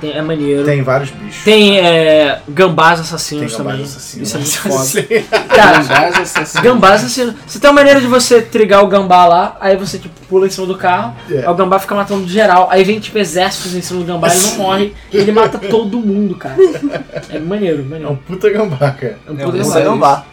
[SPEAKER 5] Tem, é maneiro. Tem,
[SPEAKER 3] Tem vários bichos.
[SPEAKER 5] é, gambás assassinos
[SPEAKER 3] gambás
[SPEAKER 5] também.
[SPEAKER 3] assassinos.
[SPEAKER 5] Isso é muito foda.
[SPEAKER 3] Sim.
[SPEAKER 5] Cara,
[SPEAKER 2] Gambás assassinos.
[SPEAKER 5] gambás assassinos. Você tem uma maneira de você trigar o gambá lá, aí você tipo, pula em cima do carro,
[SPEAKER 3] É.
[SPEAKER 5] aí o gambá fica matando geral. Aí vem tipo exércitos em cima do gambá, ele não morre. e Ele mata todo mundo, cara. É maneiro,
[SPEAKER 3] É
[SPEAKER 5] maneiro.
[SPEAKER 3] um puta gambá, cara.
[SPEAKER 5] É um
[SPEAKER 1] É,
[SPEAKER 5] poder
[SPEAKER 1] você
[SPEAKER 5] maneiro.
[SPEAKER 1] não vá.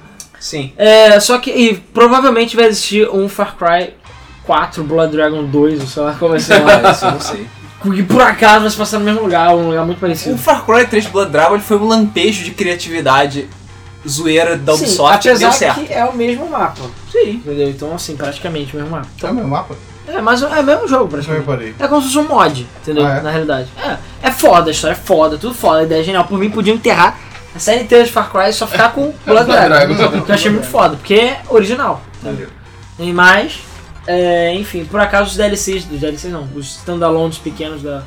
[SPEAKER 1] Sim.
[SPEAKER 5] É, só que e provavelmente vai existir um Far Cry 4, Blood Dragon 2, ou sei lá como vai ser lá.
[SPEAKER 1] isso eu não sei.
[SPEAKER 5] que por acaso vai se passar no mesmo lugar, um lugar muito
[SPEAKER 1] O
[SPEAKER 5] parecido.
[SPEAKER 1] Far Cry 3 Blood Dragon ele foi um lampejo de criatividade zoeira da
[SPEAKER 5] Sim,
[SPEAKER 1] Ubisoft e
[SPEAKER 5] apesar
[SPEAKER 1] deu certo.
[SPEAKER 5] que é o mesmo mapa. Sim. Entendeu? Então, assim, praticamente o mesmo mapa.
[SPEAKER 3] Tá no meu mapa?
[SPEAKER 5] É, mas é o mesmo jogo,
[SPEAKER 3] Eu
[SPEAKER 5] praticamente.
[SPEAKER 3] reparei.
[SPEAKER 5] É como se fosse um mod, entendeu?
[SPEAKER 3] Ah, é?
[SPEAKER 5] Na realidade. É, é foda, a história é foda, tudo foda, a ideia é genial. Por mim, podia enterrar a série inteira de Far Cry e só ficar com Blood Dragon. que eu achei muito foda, porque é original.
[SPEAKER 3] Valeu.
[SPEAKER 5] E mais, é, enfim, por acaso os DLCs, os DLCs não, os standalones pequenos da,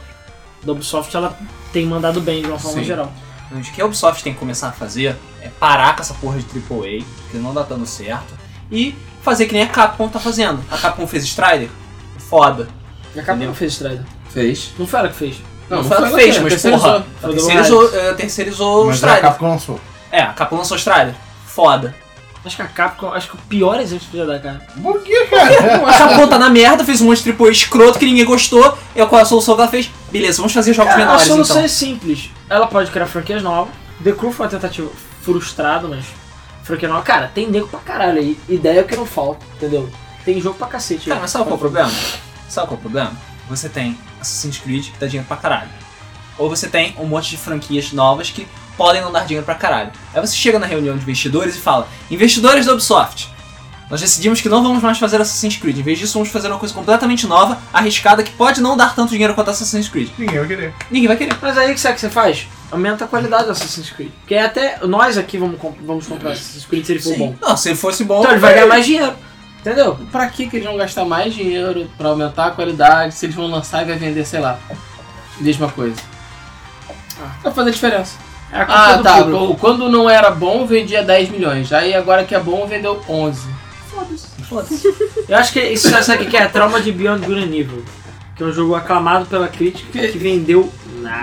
[SPEAKER 5] da Ubisoft, ela tem mandado bem de uma forma
[SPEAKER 2] Sim.
[SPEAKER 5] geral.
[SPEAKER 1] O Então, que a Ubisoft tem que começar a fazer é parar com essa porra de AAA, que não tá dando certo, e fazer que nem a Capcom tá fazendo. A Capcom fez Strider? Foda.
[SPEAKER 5] E a Capcom
[SPEAKER 1] Entendeu?
[SPEAKER 5] fez Strider.
[SPEAKER 2] Fez.
[SPEAKER 5] Não foi ela que fez.
[SPEAKER 1] Não, foi ela que fez, mas
[SPEAKER 2] terceirizou.
[SPEAKER 1] porra.
[SPEAKER 5] Foi
[SPEAKER 1] Ela
[SPEAKER 5] do
[SPEAKER 1] terceirizou, eh, terceirizou o
[SPEAKER 3] Mas a
[SPEAKER 1] Strider.
[SPEAKER 3] Capcom lançou.
[SPEAKER 1] É, a Capcom lançou o Strider. Foda.
[SPEAKER 5] Acho que a Capcom, acho que o pior exemplo que podia dar, cara.
[SPEAKER 3] Por que, cara?
[SPEAKER 1] A Capcom tá na merda, fez um monte de AAA escroto que ninguém gostou, e qual é a solução que ela fez? Beleza, vamos fazer jogos
[SPEAKER 5] a
[SPEAKER 1] menores
[SPEAKER 5] solução
[SPEAKER 1] então.
[SPEAKER 5] é simples. Ela pode criar franquias novas. The Crew foi uma tentativa frustrada, mas franquia nova. Cara, tem nego pra caralho aí. Ideia é que não falta, entendeu? Tem jogo pra cacete. né?
[SPEAKER 1] Cara,
[SPEAKER 5] aí.
[SPEAKER 1] mas sabe qual é o problema? Sabe qual é o problema? Você tem Assassin's Creed que dá dinheiro pra caralho. Ou você tem um monte de franquias novas que podem não dar dinheiro pra caralho. Aí você chega na reunião de investidores e fala: Investidores da Ubisoft, nós decidimos que não vamos mais fazer Assassin's Creed. Em vez disso, vamos fazer uma coisa completamente nova, arriscada, que pode não dar tanto dinheiro quanto Assassin's Creed.
[SPEAKER 3] Ninguém vai querer.
[SPEAKER 1] Ninguém vai querer.
[SPEAKER 5] Mas aí o que sabe que você faz? Aumenta a qualidade do Assassin's Creed. Porque até nós aqui vamos, comp- vamos comprar Assassin's Creed se ele for bom.
[SPEAKER 1] Não, se ele fosse bom.
[SPEAKER 5] Então ele vai ganhar mais dinheiro. Entendeu?
[SPEAKER 2] Pra que que eles vão gastar mais dinheiro pra aumentar a qualidade se eles vão lançar e vai vender, sei lá, mesma coisa? Não vai fazer diferença.
[SPEAKER 5] É Ah. a culpa
[SPEAKER 2] Ah,
[SPEAKER 5] do
[SPEAKER 2] tá.
[SPEAKER 5] público.
[SPEAKER 2] qu- Quando não era bom, vendia 10 milhões. Aí agora que é bom, vendeu 11.
[SPEAKER 5] Eu acho que isso sabe o que que é? Trauma de Beyond Good and Evil. Que é um jogo aclamado pela crítica que vendeu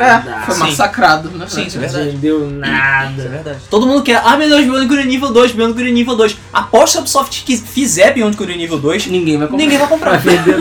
[SPEAKER 2] É, foi
[SPEAKER 1] Sim.
[SPEAKER 2] massacrado, né?
[SPEAKER 1] Sim, isso é
[SPEAKER 5] Não
[SPEAKER 1] verdade.
[SPEAKER 5] vendeu
[SPEAKER 1] Isso é
[SPEAKER 5] nada.
[SPEAKER 1] verdade. Todo mundo quer, ah, meu Deus, Beyond Good and Evil 2, Beyond Good and Evil 2. Após a Ubisoft que fizer Beyond Good and Evil 2,
[SPEAKER 2] Ninguém vai comprar.
[SPEAKER 1] ninguém vai
[SPEAKER 5] Não
[SPEAKER 1] comprar.
[SPEAKER 5] vendeu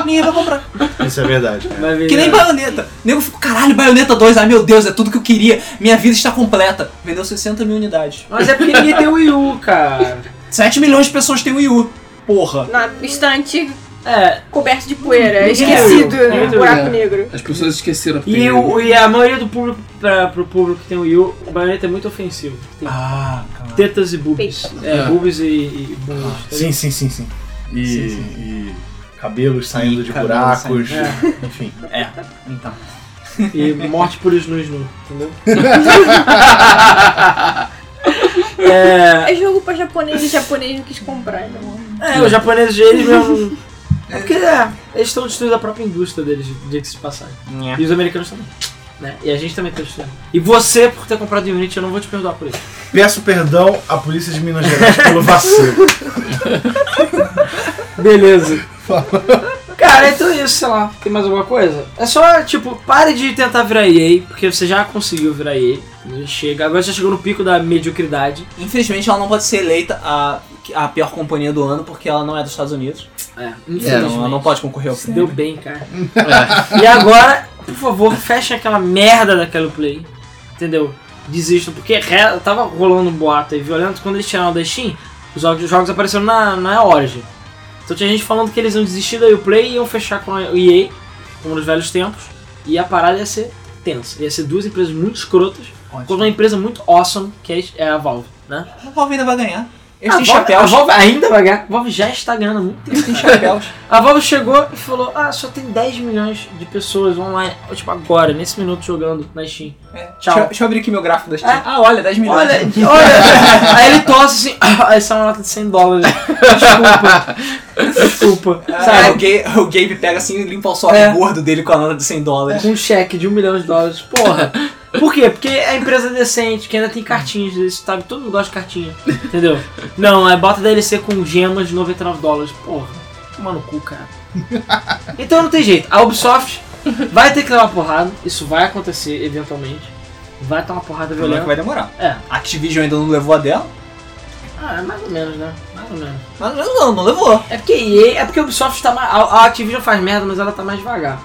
[SPEAKER 1] ninguém vai comprar.
[SPEAKER 3] Isso é verdade. cara.
[SPEAKER 5] Vai vender
[SPEAKER 1] Que nem
[SPEAKER 5] nada.
[SPEAKER 1] Baioneta. O nego ficou, caralho, Baioneta 2, ai meu Deus, é tudo que eu queria. Minha vida está completa. Vendeu 60 mil unidades.
[SPEAKER 5] Mas é porque ninguém tem Wii U, cara.
[SPEAKER 1] 7 milhões de pessoas têm Wii U. Porra.
[SPEAKER 4] Na estante
[SPEAKER 5] É,
[SPEAKER 4] coberto de poeira, É
[SPEAKER 5] Ninguém
[SPEAKER 4] esquecido,
[SPEAKER 5] viu.
[SPEAKER 4] né?
[SPEAKER 5] Ninguém
[SPEAKER 4] buraco
[SPEAKER 2] viu.
[SPEAKER 4] negro.
[SPEAKER 2] As pessoas esqueceram. que
[SPEAKER 5] e,
[SPEAKER 2] tem-
[SPEAKER 5] o, e a maioria do público, pra, pro público que tem Wii U, o baioneta é muito ofensivo. Tem
[SPEAKER 1] Ah, cara.
[SPEAKER 5] tetas e boobs. É,
[SPEAKER 2] É.
[SPEAKER 5] boobs e, e bundas. tá
[SPEAKER 3] Sim, sim, sim, sim. E,
[SPEAKER 1] Sim,
[SPEAKER 3] e cabelos saindo de
[SPEAKER 1] cabelos
[SPEAKER 3] buracos,
[SPEAKER 5] saindo.
[SPEAKER 3] enfim.
[SPEAKER 1] É, então.
[SPEAKER 5] ligado? E morte por snu snu, entendeu? é,
[SPEAKER 4] É jogo pra japonês e japonês não quis comprar, então.
[SPEAKER 5] é, os japoneses, eles mesmo... É porque é, eles estão destruindo a própria indústria deles, de que se passar.
[SPEAKER 1] Nhe.
[SPEAKER 5] E os americanos também. Né? E a gente também tá destruindo. E você, por ter comprado o Unity, eu não vou te perdoar por isso.
[SPEAKER 3] Peço perdão à polícia de Minas Gerais pelo vacilo.
[SPEAKER 5] Beleza. Cara, então é isso, sei lá. Tem mais alguma coisa? É só, tipo, pare de tentar virar EA, porque você já conseguiu virar EA. né? Chega, agora já chegou no pico da mediocridade.
[SPEAKER 1] Infelizmente ela não pode ser eleita a, a pior companhia do ano porque ela não é dos Estados Unidos.
[SPEAKER 5] É,
[SPEAKER 1] Então ela não pode concorrer ao
[SPEAKER 5] Se
[SPEAKER 1] prêmio.
[SPEAKER 5] deu bem, cara. E agora, por favor, fechem aquela merda daquela play. Entendeu? Desistam, porque re- tava rolando um boato aí violento. Quando eles tiraram da Steam, os jogos, os jogos apareceram na, na Origin. Então tinha gente falando que eles iam desistir da Uplay e iam fechar com a EA, como nos velhos tempos. E a parada ia ser tensa. Ia ser duas empresas muito escrotas contra uma empresa muito awesome, que é- é a Valve, né?
[SPEAKER 1] A Valve ainda vai ganhar. Eles
[SPEAKER 5] a
[SPEAKER 1] têm
[SPEAKER 5] Valve, a
[SPEAKER 1] chapéus.
[SPEAKER 5] Valve ainda vai ganhar. A Valve já está ganhando há muito tempo.
[SPEAKER 1] Eles têm chapéus.
[SPEAKER 5] A Valve chegou e falou: Ah, só tem 10 milhões de pessoas online, tipo agora, nesse minuto jogando na Steam.
[SPEAKER 1] É,
[SPEAKER 5] Tchau.
[SPEAKER 1] Deixa, eu- deixa eu abrir aqui meu gráfico da Steam.
[SPEAKER 5] É.
[SPEAKER 1] Ah, olha, 10 milhões.
[SPEAKER 5] Olha, olha! aí ele tosse assim, aí sai uma nota de 100 dólares. Desculpa. Desculpa.
[SPEAKER 1] Ah, o,
[SPEAKER 5] Sabe?
[SPEAKER 1] Gabe, o Gabe pega assim e limpa o sódio
[SPEAKER 5] É.
[SPEAKER 1] gordo dele com a nota de 100 dólares.
[SPEAKER 5] Com um cheque de 1 milhão de dólares. Porra. Por quê? Porque é empresa decente, que ainda tem cartinhas, eles- sabe? Todo mundo gosta de cartinha. Entendeu? Não, é bota DLC com gemas de 99 dólares. Porra. Toma no cu, cara. Então não tem jeito. A Ubisoft vai ter que levar uma porrada. Isso vai acontecer eventualmente. Vai ter uma porrada
[SPEAKER 1] O problema é que
[SPEAKER 5] violenta.
[SPEAKER 1] vai demorar.
[SPEAKER 5] É.
[SPEAKER 1] A Activision ainda não levou a dela,
[SPEAKER 5] Ah, mais ou menos, né? Mais ou menos.
[SPEAKER 1] mas não, não levou.
[SPEAKER 5] É porque EA, é porque a Ubisoft tá mais. A, a Activision faz merda, mas ela tá mais devagar.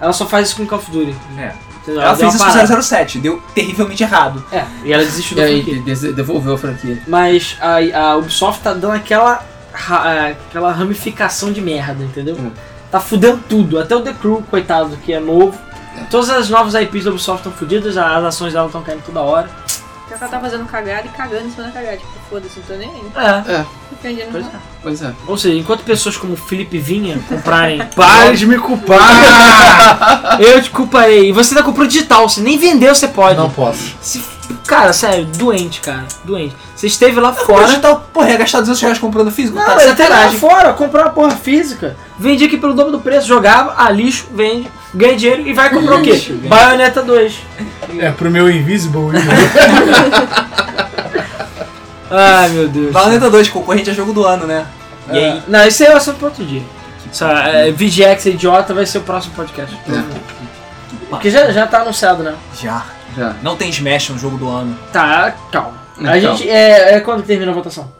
[SPEAKER 5] Ela só faz isso com Call of Duty.
[SPEAKER 1] É.
[SPEAKER 5] Entendeu?
[SPEAKER 1] Ela,
[SPEAKER 5] deu
[SPEAKER 1] fez
[SPEAKER 5] uma
[SPEAKER 1] isso
[SPEAKER 5] parada.
[SPEAKER 1] com 007, deu terrivelmente errado.
[SPEAKER 5] É, e ela desistiu
[SPEAKER 2] E
[SPEAKER 5] da
[SPEAKER 2] aí,
[SPEAKER 5] franquia.
[SPEAKER 2] des- devolveu a franquia.
[SPEAKER 5] Mas a, a Ubisoft tá dando aquela, ra- é, aquela ramificação de merda, entendeu?
[SPEAKER 2] Hum.
[SPEAKER 5] Tá fudendo tudo. Até o The Crew, coitado, que é novo. Todas as novas IPs da Ubisoft estão fudidas, as ações dela estão caindo toda hora.
[SPEAKER 4] Pior que ela tá fazendo cagada e cagando em cima da cagada. Tipo, foda-se, não tô nem aí.
[SPEAKER 5] É.
[SPEAKER 4] Depende, não
[SPEAKER 5] Pois
[SPEAKER 4] vai.
[SPEAKER 2] Pois é.
[SPEAKER 5] Ou seja, enquanto pessoas como o Felipe Vinha comprarem.
[SPEAKER 3] Pare de me culpar!
[SPEAKER 5] eu te culparei. E você ainda comprou digital, você nem vendeu, você pode.
[SPEAKER 3] Não posso.
[SPEAKER 5] Se- cara, sério, doente, cara. Doente. Você esteve lá
[SPEAKER 1] Fora.
[SPEAKER 5] fora.
[SPEAKER 1] Hoje tá, porra, ia gastar 200 reais comprando físico,
[SPEAKER 5] Não,
[SPEAKER 1] tá
[SPEAKER 5] mas até lá
[SPEAKER 1] sacanagem.
[SPEAKER 5] fora, comprar uma porra física. Vendia aqui pelo dobro do preço, jogava, ah, lixo, vende, ganha dinheiro e vai comprar o quê?
[SPEAKER 1] Lixo, ganha.
[SPEAKER 5] Baioneta 2.
[SPEAKER 3] É pro meu Invisible Evil.
[SPEAKER 5] Ai, meu Deus.
[SPEAKER 1] Valenta 2, concorrente a jogo do ano, né? E aí,
[SPEAKER 5] Não, isso aí é assunto pra outro dia. Essa, é, VGX idiota vai ser o próximo podcast. Porque já, já tá anunciado, né?
[SPEAKER 1] já.
[SPEAKER 2] Já.
[SPEAKER 1] Não tem Smash no jogo do ano.
[SPEAKER 5] Tá, calma. A
[SPEAKER 2] Então.
[SPEAKER 5] gente. É, é quando que termina a votação?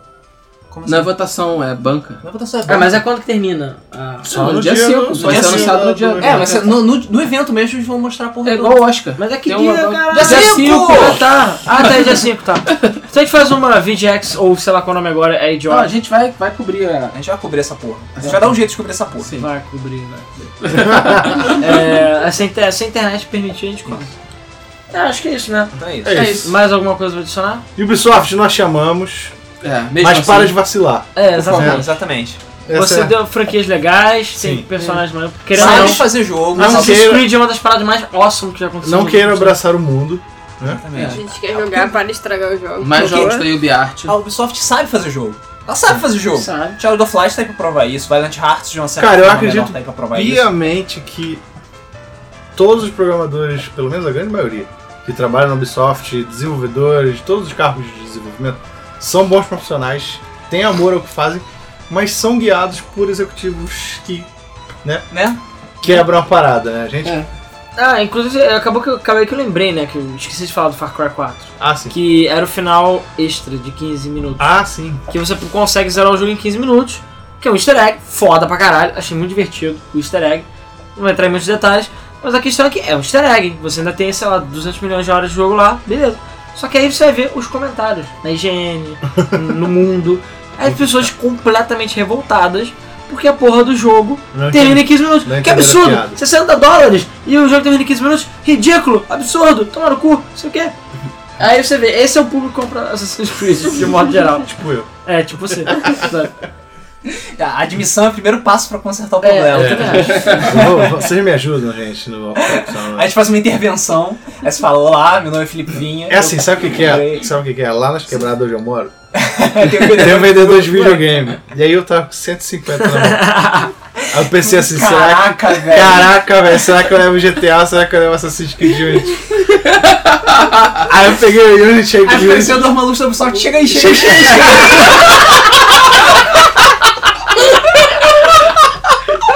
[SPEAKER 1] Como assim?
[SPEAKER 2] Na votação, é banca.
[SPEAKER 1] Não vou só
[SPEAKER 5] Ah, mas é quando que termina? Ah,
[SPEAKER 2] Só no dia 5. Só
[SPEAKER 1] dia
[SPEAKER 2] ser
[SPEAKER 1] cinco.
[SPEAKER 2] anunciado no dia
[SPEAKER 1] É, mas cê- no, no- no evento mesmo eles vão mostrar a porra
[SPEAKER 2] É
[SPEAKER 1] do-
[SPEAKER 2] igual o Oscar.
[SPEAKER 5] mas é que
[SPEAKER 2] Tem
[SPEAKER 5] dia,
[SPEAKER 2] uma ban-
[SPEAKER 5] caralho?
[SPEAKER 1] Dia
[SPEAKER 5] Cinco!
[SPEAKER 1] cinco!
[SPEAKER 5] Ah, tá. Ah, tá, é dia 5, tá. Se a gente faz uma VGX ou sei lá qual o nome agora, é
[SPEAKER 2] Não,
[SPEAKER 5] idiota.
[SPEAKER 2] a gente vai, vai cobrir a.
[SPEAKER 1] A gente vai cobrir essa porra. A gente vai dar um jeito de cobrir essa porra.
[SPEAKER 2] Sim.
[SPEAKER 5] Vai cobrir, vai cobrir. é, se, a inter- se a internet permitir, a gente conta. É, acho que é isso, né?
[SPEAKER 1] Então é isso.
[SPEAKER 3] É
[SPEAKER 2] É
[SPEAKER 3] isso.
[SPEAKER 2] isso.
[SPEAKER 5] Mais alguma coisa pra adicionar?
[SPEAKER 3] Ubisoft, nós chamamos,
[SPEAKER 2] É, mesmo
[SPEAKER 3] mas
[SPEAKER 2] assim,
[SPEAKER 3] para de vacilar.
[SPEAKER 5] É,
[SPEAKER 1] É,
[SPEAKER 5] exatamente.
[SPEAKER 1] exatamente.
[SPEAKER 3] Essa
[SPEAKER 5] Você
[SPEAKER 3] é-
[SPEAKER 5] deu franquias legais, tem
[SPEAKER 3] Sim.
[SPEAKER 5] personagens mais. Querendo ou
[SPEAKER 1] Sabe
[SPEAKER 5] não,
[SPEAKER 1] fazer jogo,
[SPEAKER 3] Não
[SPEAKER 1] sabe-
[SPEAKER 5] Assassin's
[SPEAKER 3] queira-
[SPEAKER 5] Creed é uma das paradas mais awesome que já aconteceu.
[SPEAKER 2] um
[SPEAKER 3] Não
[SPEAKER 5] no
[SPEAKER 3] queira
[SPEAKER 5] mundo.
[SPEAKER 3] abraçar o mundo.
[SPEAKER 1] Exatamente.
[SPEAKER 5] é.
[SPEAKER 4] A gente quer jogar para estragar o jogo.
[SPEAKER 2] Mais
[SPEAKER 4] Por favor.
[SPEAKER 2] jogos da UbiArt.
[SPEAKER 1] A Ubisoft sabe fazer jogo. Ela sabe fazer jogo.
[SPEAKER 5] Sabe?
[SPEAKER 1] Child of Light tá aí pra provar isso. Violent Hearts de uma certa
[SPEAKER 3] Cara, eu
[SPEAKER 1] forma,
[SPEAKER 3] acredito
[SPEAKER 1] menor, tá aí pra provar isso.
[SPEAKER 3] Piamente que todos os programadores, pelo menos a grande maioria, que trabalham na Ubisoft, desenvolvedores, todos os cargos de desenvolvimento, são bons profissionais, têm amor ao que fazem, mas são guiados por executivos que
[SPEAKER 1] Né?
[SPEAKER 3] quebram a parada, né? A gente
[SPEAKER 2] É.
[SPEAKER 5] Ah, inclusive, acabou que, eu- acabei que eu lembrei, né? Que eu esqueci de falar do Far Cry 4.
[SPEAKER 3] Ah, sim.
[SPEAKER 5] Que era o final extra de 15 minutos.
[SPEAKER 3] Ah, sim.
[SPEAKER 5] Que você consegue zerar o jogo em 15 minutos. Que é um easter egg, foda pra caralho. Achei muito divertido o easter egg. Não vou entrar em muitos detalhes. Mas a questão é que é um easter egg. hein? Você ainda tem, sei lá, 200 milhões de horas de jogo lá, beleza. Só que aí você vai ver os comentários na higiene, no mundo. As pessoas completamente revoltadas porque a porra do jogo
[SPEAKER 3] Não
[SPEAKER 5] Termina em 15 minutos.
[SPEAKER 3] Não
[SPEAKER 5] que
[SPEAKER 3] entenderam
[SPEAKER 5] absurdo!
[SPEAKER 3] a piada.
[SPEAKER 5] 60 dólares e o jogo termina em 15 minutos? Ridículo! Absurdo! Toma no cu! Não sei o quê. Aí você vê, esse é o público que compra Assassin's Creed, de modo geral.
[SPEAKER 3] Tipo eu.
[SPEAKER 5] É, tipo você. sabe?
[SPEAKER 1] A admissão é o primeiro passo pra consertar o
[SPEAKER 5] É,
[SPEAKER 1] problema.
[SPEAKER 5] eu também acho.
[SPEAKER 3] Vou- Vocês me ajudam, gente, no
[SPEAKER 1] A gente faz uma intervenção, aí você fala, olá, meu nome é Felipe Vinha.
[SPEAKER 3] É assim, sabe o que, que é?
[SPEAKER 1] comprei."
[SPEAKER 3] Sabe o que, que é? Lá nas quebradas onde eu moro,
[SPEAKER 1] Eu tenho medo.
[SPEAKER 3] tem um vendedor de videogame. E aí eu tava com 150 na mão. Aí eu pensei assim, será que.
[SPEAKER 1] Caraca, velho.
[SPEAKER 3] Caraca, velho, será que eu levo GTA? Será que eu levo Assassin's Creed Unity? aí eu peguei o Unity, cheguei
[SPEAKER 1] Aí
[SPEAKER 3] o Unity.
[SPEAKER 1] apareceu o Dormaluz do Ubisoft, chega aí, chega aí, chega aí.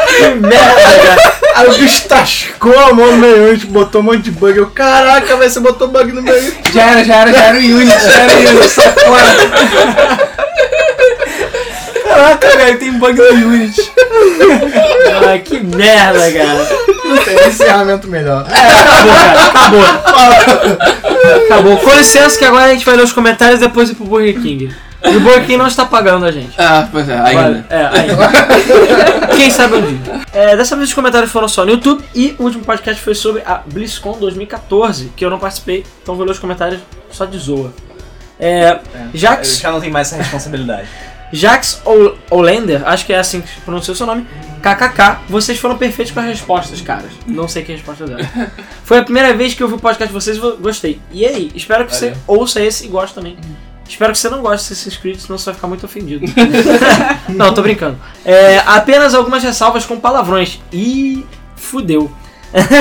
[SPEAKER 3] Que merda, cara. Aí o bicho tascou a mão no meu Unity, botou um monte de bug. Eu, caraca, velho, você botou bug no meu Unity.
[SPEAKER 1] Já era, já era, já era o Unity, já era o Unity, sai fora. Caraca, velho, tem bug no Unity.
[SPEAKER 5] Ai, que merda, cara.
[SPEAKER 3] Tem encerramento melhor.
[SPEAKER 5] Acabou, cara. Acabou. Acabou. Com licença que agora a gente vai ler os comentários e depois ir pro Burger King. E o Burger King não está pagando a gente.
[SPEAKER 2] Ah, pois é, ainda.
[SPEAKER 5] É, ainda. Quem sabe um dia. É, dessa vez os comentários foram só no YouTube e o último podcast foi sobre a BlizzCon 2014, que eu não participei, então vou ler os comentários só de zoa. É,
[SPEAKER 3] Tá
[SPEAKER 5] Jax,
[SPEAKER 1] Já não tem mais essa responsabilidade.
[SPEAKER 5] Jax Ol- Olander, acho que é assim que pronuncia o seu nome, KKK, vocês foram perfeitos com as respostas, caras. Não sei que resposta é deram. Foi a primeira vez que eu vi o podcast de vocês e vo- gostei. E é aí, espero que você ouça esse e goste também. Espero que você não goste desse inscrito, senão você vai ficar muito ofendido. não, tô brincando. É, apenas algumas ressalvas com palavrões. Ih, fudeu.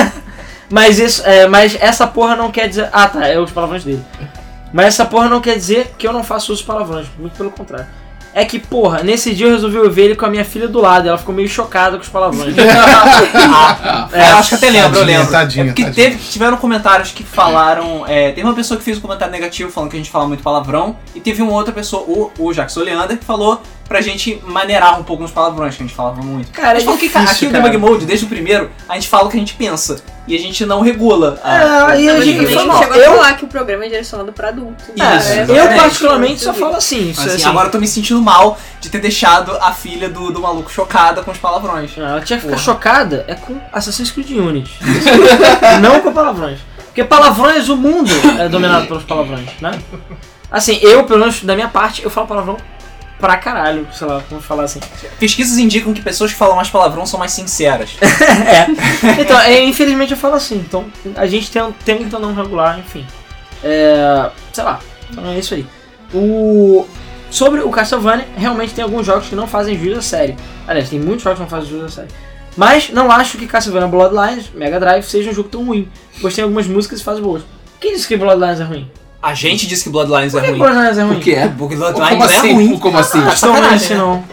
[SPEAKER 5] mas, isso, é, mas essa porra não quer dizer. Ah, tá, é os palavrões dele. Mas essa porra não quer dizer que eu não faço uso de palavrões, muito pelo contrário. É que, porra, nesse dia eu resolvi eu ver ele com a minha filha do lado, ela ficou meio chocada com os palavrões.
[SPEAKER 1] É, eu acho que até lembro, eu
[SPEAKER 3] Tadinha,
[SPEAKER 1] lembro.
[SPEAKER 3] tadinha,
[SPEAKER 1] é porque
[SPEAKER 3] tadinha.
[SPEAKER 1] teve- tiveram comentários que falaram. É, teve uma pessoa que fez um comentário negativo falando que a gente fala muito palavrão. E teve uma outra pessoa, o, o Jackson Oleander, que falou pra gente maneirar um pouco nos palavrões, que a gente falava muito.
[SPEAKER 5] Cara,
[SPEAKER 1] a
[SPEAKER 5] é
[SPEAKER 1] gente falou que cara, aqui
[SPEAKER 5] difícil,
[SPEAKER 1] o
[SPEAKER 5] cara.
[SPEAKER 1] Debug Mode, desde o primeiro, a gente fala o que a gente pensa. E a gente não regula. Ah, né? a-
[SPEAKER 5] É, e a
[SPEAKER 4] Mas
[SPEAKER 5] gente
[SPEAKER 4] também
[SPEAKER 5] foi
[SPEAKER 4] chegou
[SPEAKER 5] mal.
[SPEAKER 4] a
[SPEAKER 5] Eu,
[SPEAKER 4] falar que o programa é direcionado pra adulto.
[SPEAKER 1] Isso.
[SPEAKER 4] É,
[SPEAKER 5] eu
[SPEAKER 4] é,
[SPEAKER 5] particularmente
[SPEAKER 4] isso,
[SPEAKER 5] só
[SPEAKER 4] isso.
[SPEAKER 5] falo assim. isso é
[SPEAKER 1] Assim,
[SPEAKER 5] assim.
[SPEAKER 1] Agora eu tô me sentindo mal de ter deixado a filha do, do maluco chocada com os palavrões.
[SPEAKER 5] Não, Ela tinha que ficar
[SPEAKER 1] Porra.
[SPEAKER 5] chocada é com Assassin's Creed Unity. não com palavrões. Porque palavrões, o mundo é dominado pelos palavrões, né? Assim, eu, pelo menos da minha parte, eu falo palavrão pra caralho, sei lá, como falar assim.
[SPEAKER 1] Pesquisas indicam que pessoas que falam mais palavrão são mais sinceras.
[SPEAKER 5] É. Então, é, infelizmente eu falo assim, então a gente tem, tenta não regular, enfim. É, sei lá, então é isso aí. O, sobre o Castlevania, realmente tem alguns jogos que não fazem jus à série. Aliás, tem muitos jogos que não fazem jus à série. Mas não acho que Castlevania Bloodlines, Mega Drive, seja um jogo tão ruim, pois tem algumas músicas que fazem boas. Quem disse que Bloodlines é ruim?
[SPEAKER 1] A gente disse que Bloodlines é
[SPEAKER 5] Por que
[SPEAKER 1] ruim.
[SPEAKER 5] Bloodlines é ruim?
[SPEAKER 2] O que é?
[SPEAKER 1] Porque
[SPEAKER 2] Como
[SPEAKER 1] Bloodlines é
[SPEAKER 2] assim?
[SPEAKER 1] ruim.
[SPEAKER 2] Como assim?
[SPEAKER 5] Ah,
[SPEAKER 1] Sacanagem,
[SPEAKER 5] sacanagem,
[SPEAKER 1] né?
[SPEAKER 5] não.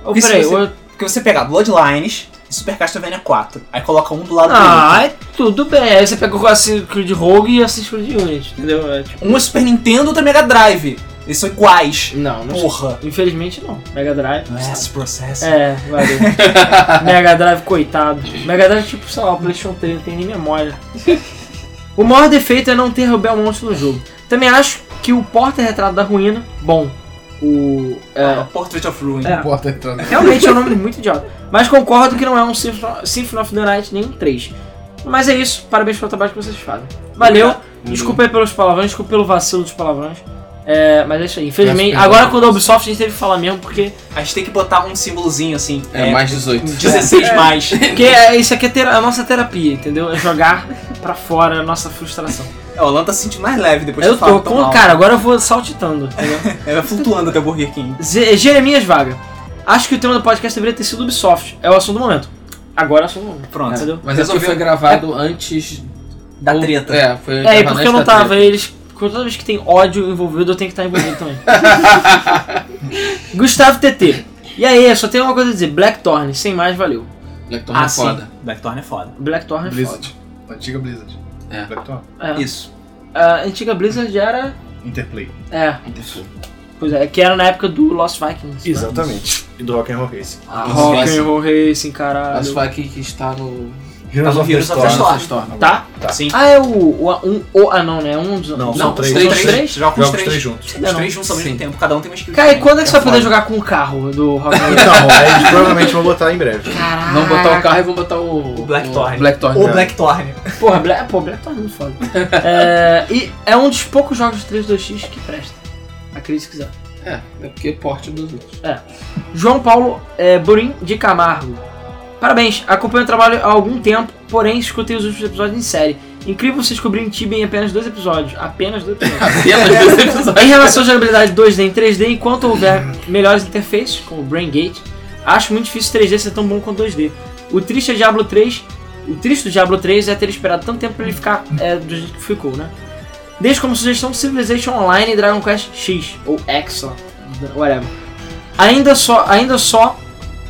[SPEAKER 5] Oh,
[SPEAKER 1] Porque se
[SPEAKER 5] peraí,
[SPEAKER 1] você-
[SPEAKER 5] eu-
[SPEAKER 1] Porque você pega Bloodlines e Super Castlevania 4, aí coloca um do lado do outro.
[SPEAKER 5] Ah, é tudo bem. Aí você pega o Assassin's Creed Rogue e Assassin's Creed Unity, entendeu? É, tipo,
[SPEAKER 1] Um é Super Nintendo, outro é Mega Drive. Eles são iguais.
[SPEAKER 5] não, não
[SPEAKER 1] Porra.
[SPEAKER 5] Infelizmente não. Mega Drive.
[SPEAKER 1] Process, process.
[SPEAKER 5] É, valeu. Mega Drive, coitado. Mega Drive, tipo, sei lá, o PlayStation 3, não tem nem memória. O maior defeito é não ter o Belmonte no jogo. Também acho que o porta-retrato da ruína, bom. O. é,
[SPEAKER 1] Ah, Portrait of Ruin.
[SPEAKER 5] É.
[SPEAKER 3] Porta entrando.
[SPEAKER 5] Realmente é um nome muito idiota. Mas concordo que não é um Symphony Symphony of the Night nem um 3. Mas é isso. Parabéns pelo trabalho que vocês fazem. Valeu.
[SPEAKER 2] Uhum.
[SPEAKER 5] Desculpa aí pelos palavrões, desculpa pelo vacilo dos palavrões. É, mas é isso aí. Infelizmente,
[SPEAKER 2] Peço
[SPEAKER 5] agora
[SPEAKER 2] perdão.
[SPEAKER 5] quando a Ubisoft a gente teve que falar mesmo, porque,
[SPEAKER 1] A gente tem que botar um símbolozinho assim.
[SPEAKER 2] É, mais 18.
[SPEAKER 1] 16 mais.
[SPEAKER 5] porque é- isso aqui é tera- a nossa terapia, entendeu? É jogar pra fora a nossa frustração.
[SPEAKER 1] É, O Alan tá se sentindo mais leve depois
[SPEAKER 5] Eu tá
[SPEAKER 1] de falar
[SPEAKER 5] tô
[SPEAKER 1] tão
[SPEAKER 5] com.
[SPEAKER 1] tá mal.
[SPEAKER 5] Cara, agora eu vou saltitando, entendeu?
[SPEAKER 1] É, vai flutuando até o Burger King.
[SPEAKER 5] Ze- Jeremias Vaga. Acho que o tema do podcast deveria ter sido Ubisoft. É o assunto do momento. Agora é o assunto do momento.
[SPEAKER 1] Pronto. Ah,
[SPEAKER 5] Entendeu?
[SPEAKER 2] Mas é porque
[SPEAKER 1] Resolveu.
[SPEAKER 2] foi gravado antes
[SPEAKER 1] Da
[SPEAKER 2] do-
[SPEAKER 1] treta.
[SPEAKER 2] É, foi
[SPEAKER 5] É, e
[SPEAKER 2] gravado
[SPEAKER 5] porque
[SPEAKER 2] antes
[SPEAKER 5] eu não
[SPEAKER 2] da
[SPEAKER 5] tava,
[SPEAKER 2] treta.
[SPEAKER 5] eles. Toda vez que tem ódio envolvido, eu tenho que estar envolvido também. Gustavo TT. E aí, só tem uma coisa a dizer: Blackthorn, sem mais, valeu.
[SPEAKER 2] Lector é
[SPEAKER 1] Ah, sim.
[SPEAKER 2] foda.
[SPEAKER 1] Blackthorn é foda.
[SPEAKER 5] Blackthorn é foda.
[SPEAKER 3] Blizzard. Antiga Blizzard.
[SPEAKER 2] É.
[SPEAKER 3] Blackthorn.
[SPEAKER 5] É.
[SPEAKER 1] Isso.
[SPEAKER 5] A antiga Blizzard era.
[SPEAKER 3] Interplay.
[SPEAKER 5] É,
[SPEAKER 2] Interfou.
[SPEAKER 5] pois é, que era na época do Lost Vikings. né?
[SPEAKER 3] Exatamente. E do Rock'n'Roll Race.
[SPEAKER 5] Tá
[SPEAKER 2] Ah,
[SPEAKER 8] Rock'n'Roll
[SPEAKER 5] é
[SPEAKER 8] Racing, caralho.
[SPEAKER 2] As aqui que está no.
[SPEAKER 1] Tá no Heroes of the
[SPEAKER 2] Storm.
[SPEAKER 1] Storm.
[SPEAKER 2] Storm.
[SPEAKER 5] Tá?
[SPEAKER 1] Sim.
[SPEAKER 5] Ah, é o. o um, o ah, não, né? Um dos.
[SPEAKER 3] Não,
[SPEAKER 5] dos-
[SPEAKER 3] são três.
[SPEAKER 2] três.
[SPEAKER 1] Os três? Joga com
[SPEAKER 3] Joga
[SPEAKER 1] os
[SPEAKER 3] os
[SPEAKER 1] três.
[SPEAKER 3] três juntos.
[SPEAKER 5] Não,
[SPEAKER 1] Os três juntos ao mesmo
[SPEAKER 2] sim.
[SPEAKER 1] tempo, cada um tem uma skill.
[SPEAKER 5] Cara, e
[SPEAKER 1] diferente.
[SPEAKER 5] quando é que você vai poder jogar com o carro do Rock and Roll?
[SPEAKER 3] Então, aí eles provavelmente vão botar em breve.
[SPEAKER 5] Caraca.
[SPEAKER 2] Vamos botar o carro e vamos botar o.
[SPEAKER 1] O Blackthorn.
[SPEAKER 2] O né? Blackthorn.
[SPEAKER 1] O Blackthorn.
[SPEAKER 5] Porra, Black, pô, Black tá muito foda. é, e é um dos poucos jogos de 3-2x que presta. Acredite se quiser.
[SPEAKER 2] É, é porque é porte dos outros.
[SPEAKER 5] João Paulo é, Burim de Camargo. Parabéns, acompanho o trabalho há algum tempo, porém escutei os últimos episódios em série. Incrível vocês cobrirem Tibia em apenas dois episódios. Apenas dois episódios.
[SPEAKER 2] Apenas dois episódios.
[SPEAKER 5] em relação à jogabilidade 2D em 3D, enquanto houver melhores interfaces, como o Brain Gate, acho muito difícil 3D ser tão bom quanto 2D. O triste é Diablo 3. O triste do Diablo 3 é ter esperado tanto tempo pra ele ficar é, do jeito que ficou, né? Deixo como sugestão Civilization Online e Dragon Quest X, ou X, lá, whatever. Ainda só, ainda só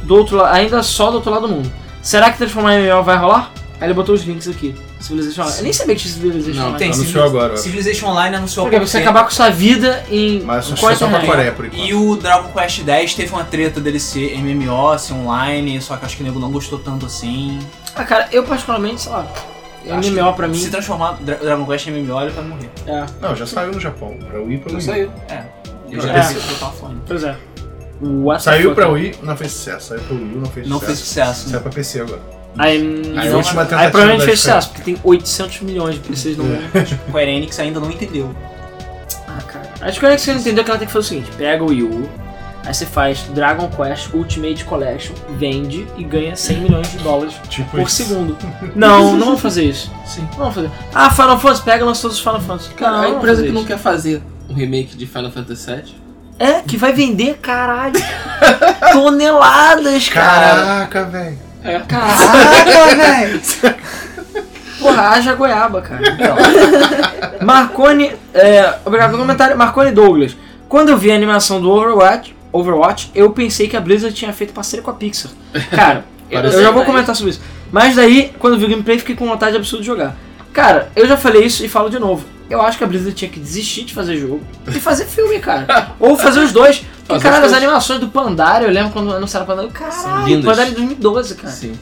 [SPEAKER 5] do outro lado, ainda só do outro lado do mundo. Será que transformar em MMO vai rolar? Aí ele botou os links aqui. Civilization Online. Eu nem sabia que tinha Civilization
[SPEAKER 2] Não,
[SPEAKER 5] Online.
[SPEAKER 1] Tem
[SPEAKER 3] Anunciou
[SPEAKER 1] Civil-
[SPEAKER 3] agora, eu acho.
[SPEAKER 1] Civilization Online anunciou
[SPEAKER 5] Porque
[SPEAKER 1] há pouco
[SPEAKER 5] você
[SPEAKER 1] tempo.
[SPEAKER 5] acabar com sua vida em. um
[SPEAKER 3] Mas
[SPEAKER 5] com
[SPEAKER 3] acho que é só pra
[SPEAKER 5] internet.
[SPEAKER 3] Coreia, por enquanto.
[SPEAKER 1] E o Dragon Quest X teve uma treta dele ser MMO, ser online, só que acho que o nego não gostou tanto assim.
[SPEAKER 5] Ah, cara, eu particularmente, sei lá.
[SPEAKER 1] Acho
[SPEAKER 5] MMO pra mim.
[SPEAKER 1] Se transformar Dra- Dragon Quest em MMO, ele vai morrer.
[SPEAKER 5] É,
[SPEAKER 3] Não, já saiu no Japão. Pra Wii pra
[SPEAKER 2] Não
[SPEAKER 3] Wii.
[SPEAKER 2] saiu.
[SPEAKER 1] Ele já
[SPEAKER 3] É.
[SPEAKER 1] decidiu botar offline.
[SPEAKER 5] pois é. What the
[SPEAKER 3] Saiu
[SPEAKER 5] fuck?
[SPEAKER 3] pra Wii, não fez sucesso. Saiu pra Wii, não fez
[SPEAKER 1] Não fez
[SPEAKER 3] sucesso.
[SPEAKER 1] sucesso.
[SPEAKER 3] Saiu pra PC agora.
[SPEAKER 5] Aí,
[SPEAKER 3] Aí
[SPEAKER 1] não-
[SPEAKER 3] a última
[SPEAKER 1] aí
[SPEAKER 3] tentativa É.
[SPEAKER 5] aí provavelmente
[SPEAKER 3] da
[SPEAKER 5] né? fez
[SPEAKER 3] Square.
[SPEAKER 5] sucesso, porque tem 800 milhões de PCs no mundo.
[SPEAKER 1] O Square Enix ainda não entendeu.
[SPEAKER 5] Ah, cara. Acho que o Alex entendeu que ela tem que fazer o seguinte: pega o Wii U, aí você faz Dragon Quest Ultimate Collection, vende e ganha 100 milhões de dólares
[SPEAKER 3] Tipo
[SPEAKER 5] por
[SPEAKER 3] isso.
[SPEAKER 5] segundo. Não, não vou fazer isso.
[SPEAKER 2] Sim.
[SPEAKER 5] Não vou fazer. Ah, Final Fantasy, pega e lança todos os Final Fantasy. Cara,
[SPEAKER 2] Cara, a
[SPEAKER 5] não vou
[SPEAKER 2] empresa
[SPEAKER 5] fazer
[SPEAKER 2] que
[SPEAKER 5] isso.
[SPEAKER 2] não quer fazer um remake de Final Fantasy VII.
[SPEAKER 5] É, que vai vender, caralho. toneladas, cara.
[SPEAKER 3] Caraca, velho.
[SPEAKER 5] Caraca, velho. Porra, haja goiaba, cara. Então. Marconi, é, obrigado pelo comentário. Marconi Douglas. Quando eu vi a animação do Overwatch, Overwatch, eu pensei que a Blizzard tinha feito parceria com a Pixar. Cara, eu,
[SPEAKER 2] Parece
[SPEAKER 5] eu já vou
[SPEAKER 4] verdade.
[SPEAKER 5] comentar sobre isso. Mas daí, quando eu vi o gameplay, fiquei com vontade absurda de jogar. Cara, eu já falei isso e falo de novo. Eu acho que a Blizzard tinha que desistir de fazer jogo e fazer filme, cara. Ou fazer os dois. Porque,
[SPEAKER 2] Fazer
[SPEAKER 5] caralho,
[SPEAKER 2] os
[SPEAKER 5] as
[SPEAKER 2] dois.
[SPEAKER 5] animações do Pandaria, eu lembro quando anunciaram o Pandaria. Caralho,
[SPEAKER 2] lindas.
[SPEAKER 5] Pandaria é em 2012, cara.
[SPEAKER 2] Sim.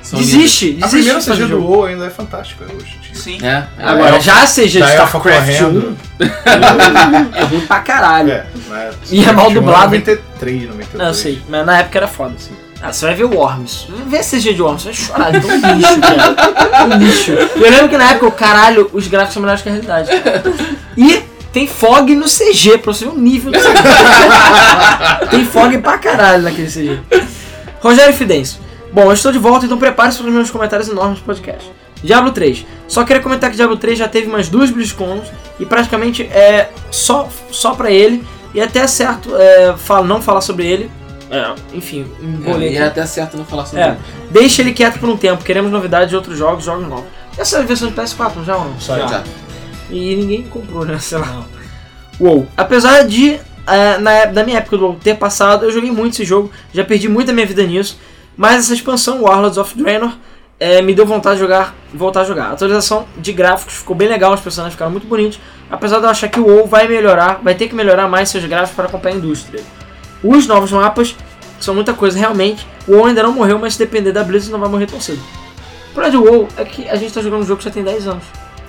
[SPEAKER 2] São
[SPEAKER 5] Desiste,
[SPEAKER 3] A
[SPEAKER 5] desiste
[SPEAKER 3] primeira
[SPEAKER 5] de fazer
[SPEAKER 3] CG do
[SPEAKER 5] jogo.
[SPEAKER 3] WoW ainda é fantástica hoje.
[SPEAKER 1] Sim.
[SPEAKER 2] lindas. É.
[SPEAKER 5] Agora, já seja de
[SPEAKER 3] Da Elfa
[SPEAKER 5] StarCraft 1,
[SPEAKER 3] correndo.
[SPEAKER 5] É ruim pra caralho.
[SPEAKER 3] É, mas.
[SPEAKER 5] E é mal dublado.
[SPEAKER 3] 93, 93.
[SPEAKER 5] Não, eu sei, mas na época era foda, assim. Ah, você vai ver o Worms. Vê esse CG de Worms, você vai chorar, é tão lixo, cara. É um lixo. Eu lembro que na época, o caralho, os gráficos são melhores que a realidade. E tem fog no CG, pra você ver o nível do CG. Tem fog pra caralho naquele CG. Rogério Fidêncio. Bom, eu estou de volta, então prepare-se para os meus comentários enormes do podcast. Diablo 3. Só queria comentar que Diablo 3 já teve umas duas BlizzCons e praticamente é só, só pra ele. E até certo é, fala, não falar sobre ele. É, enfim, um
[SPEAKER 2] É,
[SPEAKER 5] boleto.
[SPEAKER 2] e é até certo não falar sobre
[SPEAKER 5] É.
[SPEAKER 2] ele.
[SPEAKER 5] Deixa ele quieto por um tempo, queremos novidades de outros jogos, jogos novos. Essa é a versão de PS4, não já ou não?
[SPEAKER 1] Só
[SPEAKER 2] Já.
[SPEAKER 5] E ninguém comprou, né? Sei lá. Uou. Apesar de, eh, na, ép- da minha época do WoW ter passado, eu joguei muito esse jogo, já perdi muito da minha vida nisso. Mas essa expansão, Warlords of Draenor, eh, me deu vontade de jogar, voltar a jogar. A atualização de gráficos ficou bem legal, os personagens ficaram muito bonitos. Apesar de eu achar que o WoW vai melhorar, vai ter que melhorar mais seus gráficos para acompanhar a indústria. Os novos mapas são muita coisa, realmente. O WoW ainda não morreu, mas se depender da Blizzard não vai morrer tão cedo. O problema de WoW é que a gente está jogando um jogo que já tem 10 anos.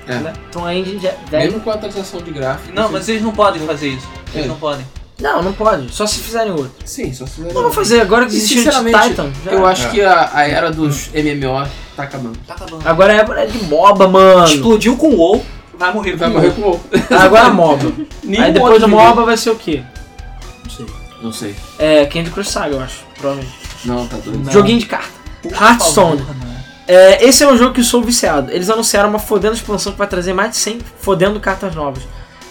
[SPEAKER 2] É.
[SPEAKER 5] né? Então aí a gente já velho.
[SPEAKER 2] Mesmo com a atualização de gráfico.
[SPEAKER 1] Não,
[SPEAKER 2] assim,
[SPEAKER 1] mas eles não podem fazer isso. Eles
[SPEAKER 2] É.
[SPEAKER 1] não podem.
[SPEAKER 5] Não, não pode. Só se fizerem outro.
[SPEAKER 2] Sim, só se
[SPEAKER 5] Não vou fazer, agora que
[SPEAKER 2] E,
[SPEAKER 5] desistiu de
[SPEAKER 2] sinceramente,
[SPEAKER 5] Titan. já
[SPEAKER 2] Eu
[SPEAKER 5] era.
[SPEAKER 2] acho
[SPEAKER 3] É.
[SPEAKER 2] que a, a era dos MMO tá acabando.
[SPEAKER 1] Tá acabando.
[SPEAKER 5] Agora é época de MOBA, mano.
[SPEAKER 1] Explodiu com o WoW, vai morrer com
[SPEAKER 2] Vai
[SPEAKER 1] o
[SPEAKER 2] morrer
[SPEAKER 1] WoW.
[SPEAKER 2] com o outro.
[SPEAKER 5] Agora é MOBA.
[SPEAKER 2] Nenhum
[SPEAKER 5] Aí depois
[SPEAKER 2] outro
[SPEAKER 5] do
[SPEAKER 2] jogo.
[SPEAKER 5] MOBA vai ser o quê?
[SPEAKER 1] Não sei.
[SPEAKER 2] Não sei.
[SPEAKER 5] É, Candy Crush Saga, eu acho. Provavelmente.
[SPEAKER 2] Não, tá doido.
[SPEAKER 1] Não.
[SPEAKER 5] Joguinho de carta. Hearthstone.
[SPEAKER 1] Por favor, né?
[SPEAKER 5] É, esse é um jogo que eu sou viciado. Eles anunciaram uma fodendo expansão que vai trazer mais de 100 fodendo cartas novas.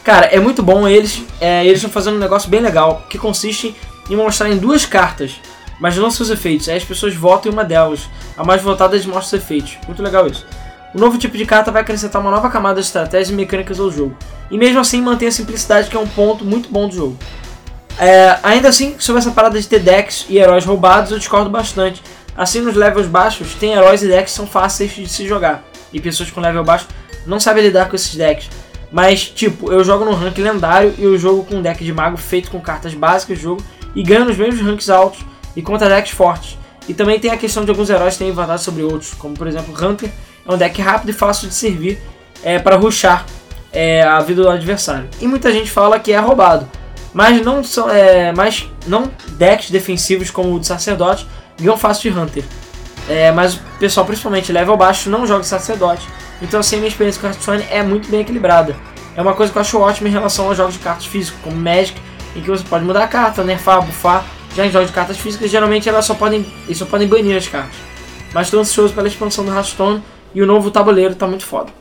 [SPEAKER 5] Cara, é muito bom eles. é, eles estão fazendo um negócio bem legal, que consiste em mostrarem duas cartas, mas não seus efeitos. Aí as pessoas votam em uma delas. A mais votada eles mostram os efeitos. Muito legal isso. O novo tipo de carta vai acrescentar uma nova camada de estratégias e mecânicas ao jogo. E mesmo assim mantém a simplicidade, que é um ponto muito bom do jogo. É, ainda assim, sobre essa parada de ter decks e heróis roubados, eu discordo bastante. Assim, nos levels baixos, tem heróis e decks que são fáceis de se jogar. E pessoas com level baixo não sabem lidar com esses decks. Mas, tipo, eu jogo no rank lendário e eu jogo com um deck de mago feito com cartas básicas do jogo e ganho nos mesmos ranks altos e contra decks fortes. E também tem a questão de alguns heróis terem vantagem sobre outros, como por exemplo Hunter, é um deck rápido e fácil de servir é, para rushar é, a vida do adversário. E muita gente fala que é roubado, mas não são, é, mas não decks defensivos como o de Sacerdote ganham fácil de Hunter. É, mas o pessoal, principalmente level baixo, não joga de Sacerdote, então assim a minha experiência com Hearthstone é muito bem equilibrada. É uma coisa que eu acho ótima em relação aos jogos de cartas físicos, como Magic, em que você pode mudar a carta, nerfar, buffar. Já em jogos de cartas físicas, geralmente elas só podem, eles só podem banir as cartas. Mas estou ansioso pela expansão do Hearthstone e o novo tabuleiro tá muito foda.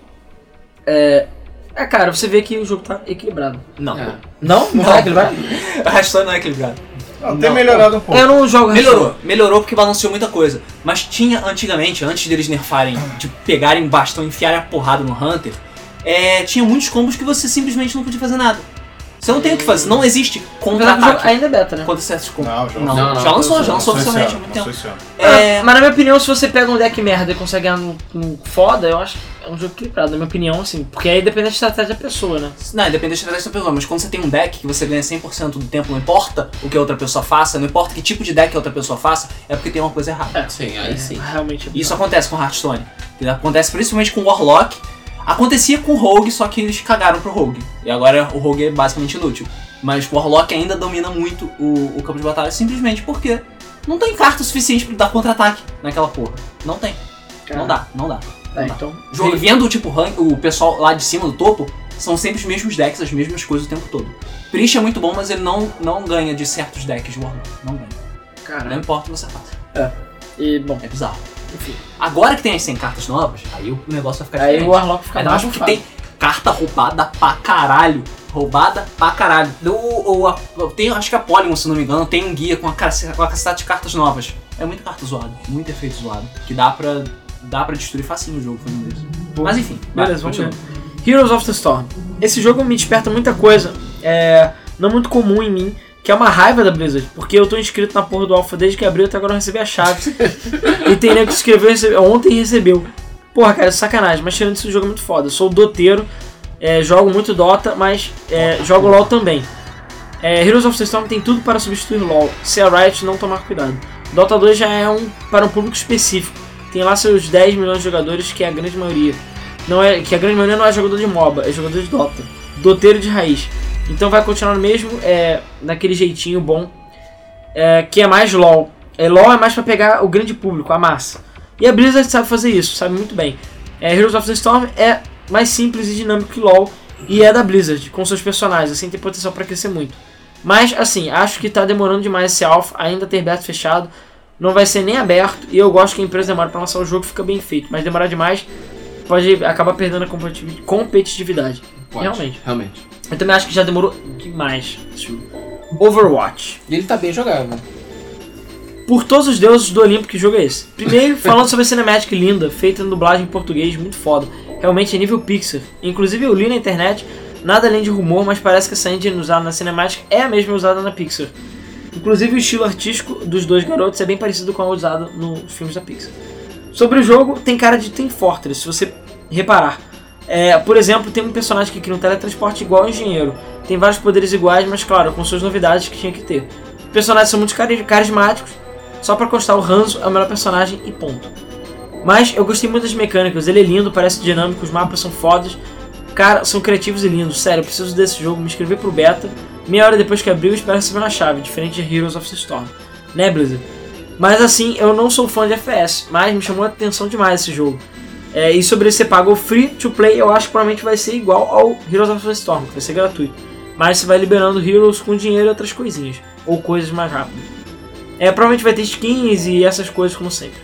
[SPEAKER 5] É, é cara, você vê que o jogo tá equilibrado.
[SPEAKER 1] Não.
[SPEAKER 2] É.
[SPEAKER 5] Não? Não tá equilibrado?
[SPEAKER 1] O Hearthstone não é equilibrado.
[SPEAKER 3] Não, tem melhorado um pouco.
[SPEAKER 5] Eu não jogo Hearthstone.
[SPEAKER 1] Melhorou, melhorou porque balanceou muita coisa. Mas tinha antigamente, antes deles nerfarem, tipo, pegarem bastão e enfiarem a porrada no Hunter, é, tinha muitos combos que você simplesmente não podia fazer nada. Você não tem o que fazer, não existe
[SPEAKER 5] Apesar que o jogo
[SPEAKER 1] contra-ataque
[SPEAKER 5] ainda é beta, né?
[SPEAKER 1] contra certos combos.
[SPEAKER 3] Não, já
[SPEAKER 1] não,
[SPEAKER 2] não,
[SPEAKER 1] já
[SPEAKER 2] não,
[SPEAKER 1] lançou, já
[SPEAKER 2] não
[SPEAKER 1] lançou
[SPEAKER 3] Não sei se
[SPEAKER 1] oficialmente há
[SPEAKER 3] é,
[SPEAKER 1] muito
[SPEAKER 3] não
[SPEAKER 1] tempo.
[SPEAKER 3] sei se é.
[SPEAKER 1] É,
[SPEAKER 5] Ah, mas na minha opinião, se você pega um deck merda e consegue ganhar num, num foda, eu acho que é um jogo equilibrado, na minha opinião, assim. Porque aí depende da estratégia da pessoa, né?
[SPEAKER 1] Não, depende da estratégia da pessoa, mas quando você tem um deck que você ganha 100% do tempo, não importa o que a outra pessoa faça, não importa que tipo de deck a outra pessoa faça, é porque tem uma coisa errada.
[SPEAKER 2] Sim, aí sim.
[SPEAKER 5] Realmente é
[SPEAKER 1] E Isso acontece com Hearthstone. entendeu? Acontece principalmente com Warlock. Acontecia com Rogue, só que eles cagaram pro Rogue. E agora o Rogue é basicamente inútil. Mas o Warlock ainda domina muito o, o campo de batalha simplesmente porque não tem carta suficiente pra dar contra-ataque naquela porra. Não tem.
[SPEAKER 5] É.
[SPEAKER 1] Não dá, não dá.
[SPEAKER 5] Tá, então.
[SPEAKER 1] Jogo, vendo tipo, rank- o pessoal lá de cima do topo, são sempre os mesmos decks, as mesmas coisas o tempo todo. Priest é muito bom, mas ele não, não ganha de certos decks de Warlock. Não ganha. Não
[SPEAKER 5] Caramba.
[SPEAKER 1] importa o que você faça.
[SPEAKER 5] E bom,
[SPEAKER 1] É bizarro.
[SPEAKER 5] Enfim.
[SPEAKER 1] Agora que tem as 100 cartas novas, aí o negócio vai ficar
[SPEAKER 5] aí o
[SPEAKER 1] diferente.
[SPEAKER 5] Warlock fica
[SPEAKER 6] é
[SPEAKER 1] Ainda mais
[SPEAKER 5] mais
[SPEAKER 1] porque tem carta roubada pra caralho. Roubada pra caralho. O, o, a, tem, acho que a Polygon, se não me engano, tem um guia com a, ca- com a cacetada de cartas novas. É muita carta zoada, muito efeito zoado. Que dá pra, dá pra destruir facinho o jogo fazendo isso. Mas enfim, vai,
[SPEAKER 5] Beleza, vamos
[SPEAKER 1] continua.
[SPEAKER 5] ver. Heroes of the Storm. Esse jogo me desperta muita coisa, é, não muito comum em mim, que é uma raiva da Blizzard, porque eu tô inscrito na porra do Alpha desde que abriu até agora eu não recebi a chave. e tem nego que escreveu e recebeu- ontem e recebeu. Porra, cara, sacanagem, mas tirando isso, o jogo é muito foda. Eu sou doteiro, é, jogo muito Dota, mas é, jogo LoL também. É, Heroes of the Storm tem tudo para substituir LoL, se a Riot não tomar cuidado. Dota 2 já é um para um público específico. Tem lá seus 10 milhões de jogadores, que é a grande maioria não é que a grande maioria não é jogador de MOBA, é jogador de Dota, doteiro de raiz. Então vai continuar mesmo é, daquele jeitinho bom, é, que é mais LoL. É, LoL é mais pra pegar o grande público, a massa. E a Blizzard sabe fazer isso, sabe muito bem. É, Heroes of the Storm é mais simples e dinâmico que LoL e é da Blizzard, com seus personagens, assim tem potencial pra crescer muito. Mas assim, acho que tá demorando demais esse alpha, ainda ter beta fechado, não vai ser nem aberto e eu gosto que a empresa demora pra lançar o jogo, fica bem feito, mas demorar demais pode acabar perdendo a competi- competitividade.
[SPEAKER 2] Pode.
[SPEAKER 5] Realmente.
[SPEAKER 2] Realmente.
[SPEAKER 5] Eu também acho que já demorou demais. esse jogo. Overwatch.
[SPEAKER 2] E ele tá bem jogável.
[SPEAKER 5] Por todos os deuses do Olimpo, que jogo é esse? Primeiro, falando sobre a cinemática linda, feita em dublagem em português, muito foda. Realmente é nível Pixar. Inclusive eu li na internet, nada além de rumor, mas parece que essa engine usada na cinemática é a mesma usada na Pixar. Inclusive o estilo artístico dos dois garotos é bem parecido com a usada nos filmes da Pixar. Sobre o jogo, tem cara de Team Fortress, se você reparar. É, por exemplo, tem um personagem que cria um teletransporte igual ao engenheiro. Tem vários poderes iguais, mas claro, com suas novidades que tinha que ter. Os personagens são muito cari- carismáticos, só pra constar, o Hanzo é o melhor personagem e ponto. Mas eu gostei muito das mecânicas, ele é lindo, parece dinâmico, os mapas são fodas. Cara, são criativos e lindos, sério, eu preciso desse jogo, me inscrever pro beta. Meia hora depois que abriu, espero receber uma chave, diferente de Heroes of the Storm. Né, Blizzard? Mas assim, eu não sou fã de FPS, mas me chamou a atenção demais esse jogo. É, e sobre ele ser pago ou free to play, eu acho que provavelmente vai ser igual ao Heroes of the Storm, que vai ser gratuito. Mas você vai liberando Heroes com dinheiro e outras coisinhas, ou coisas mais rápidas. É, provavelmente vai ter skins e essas coisas como sempre.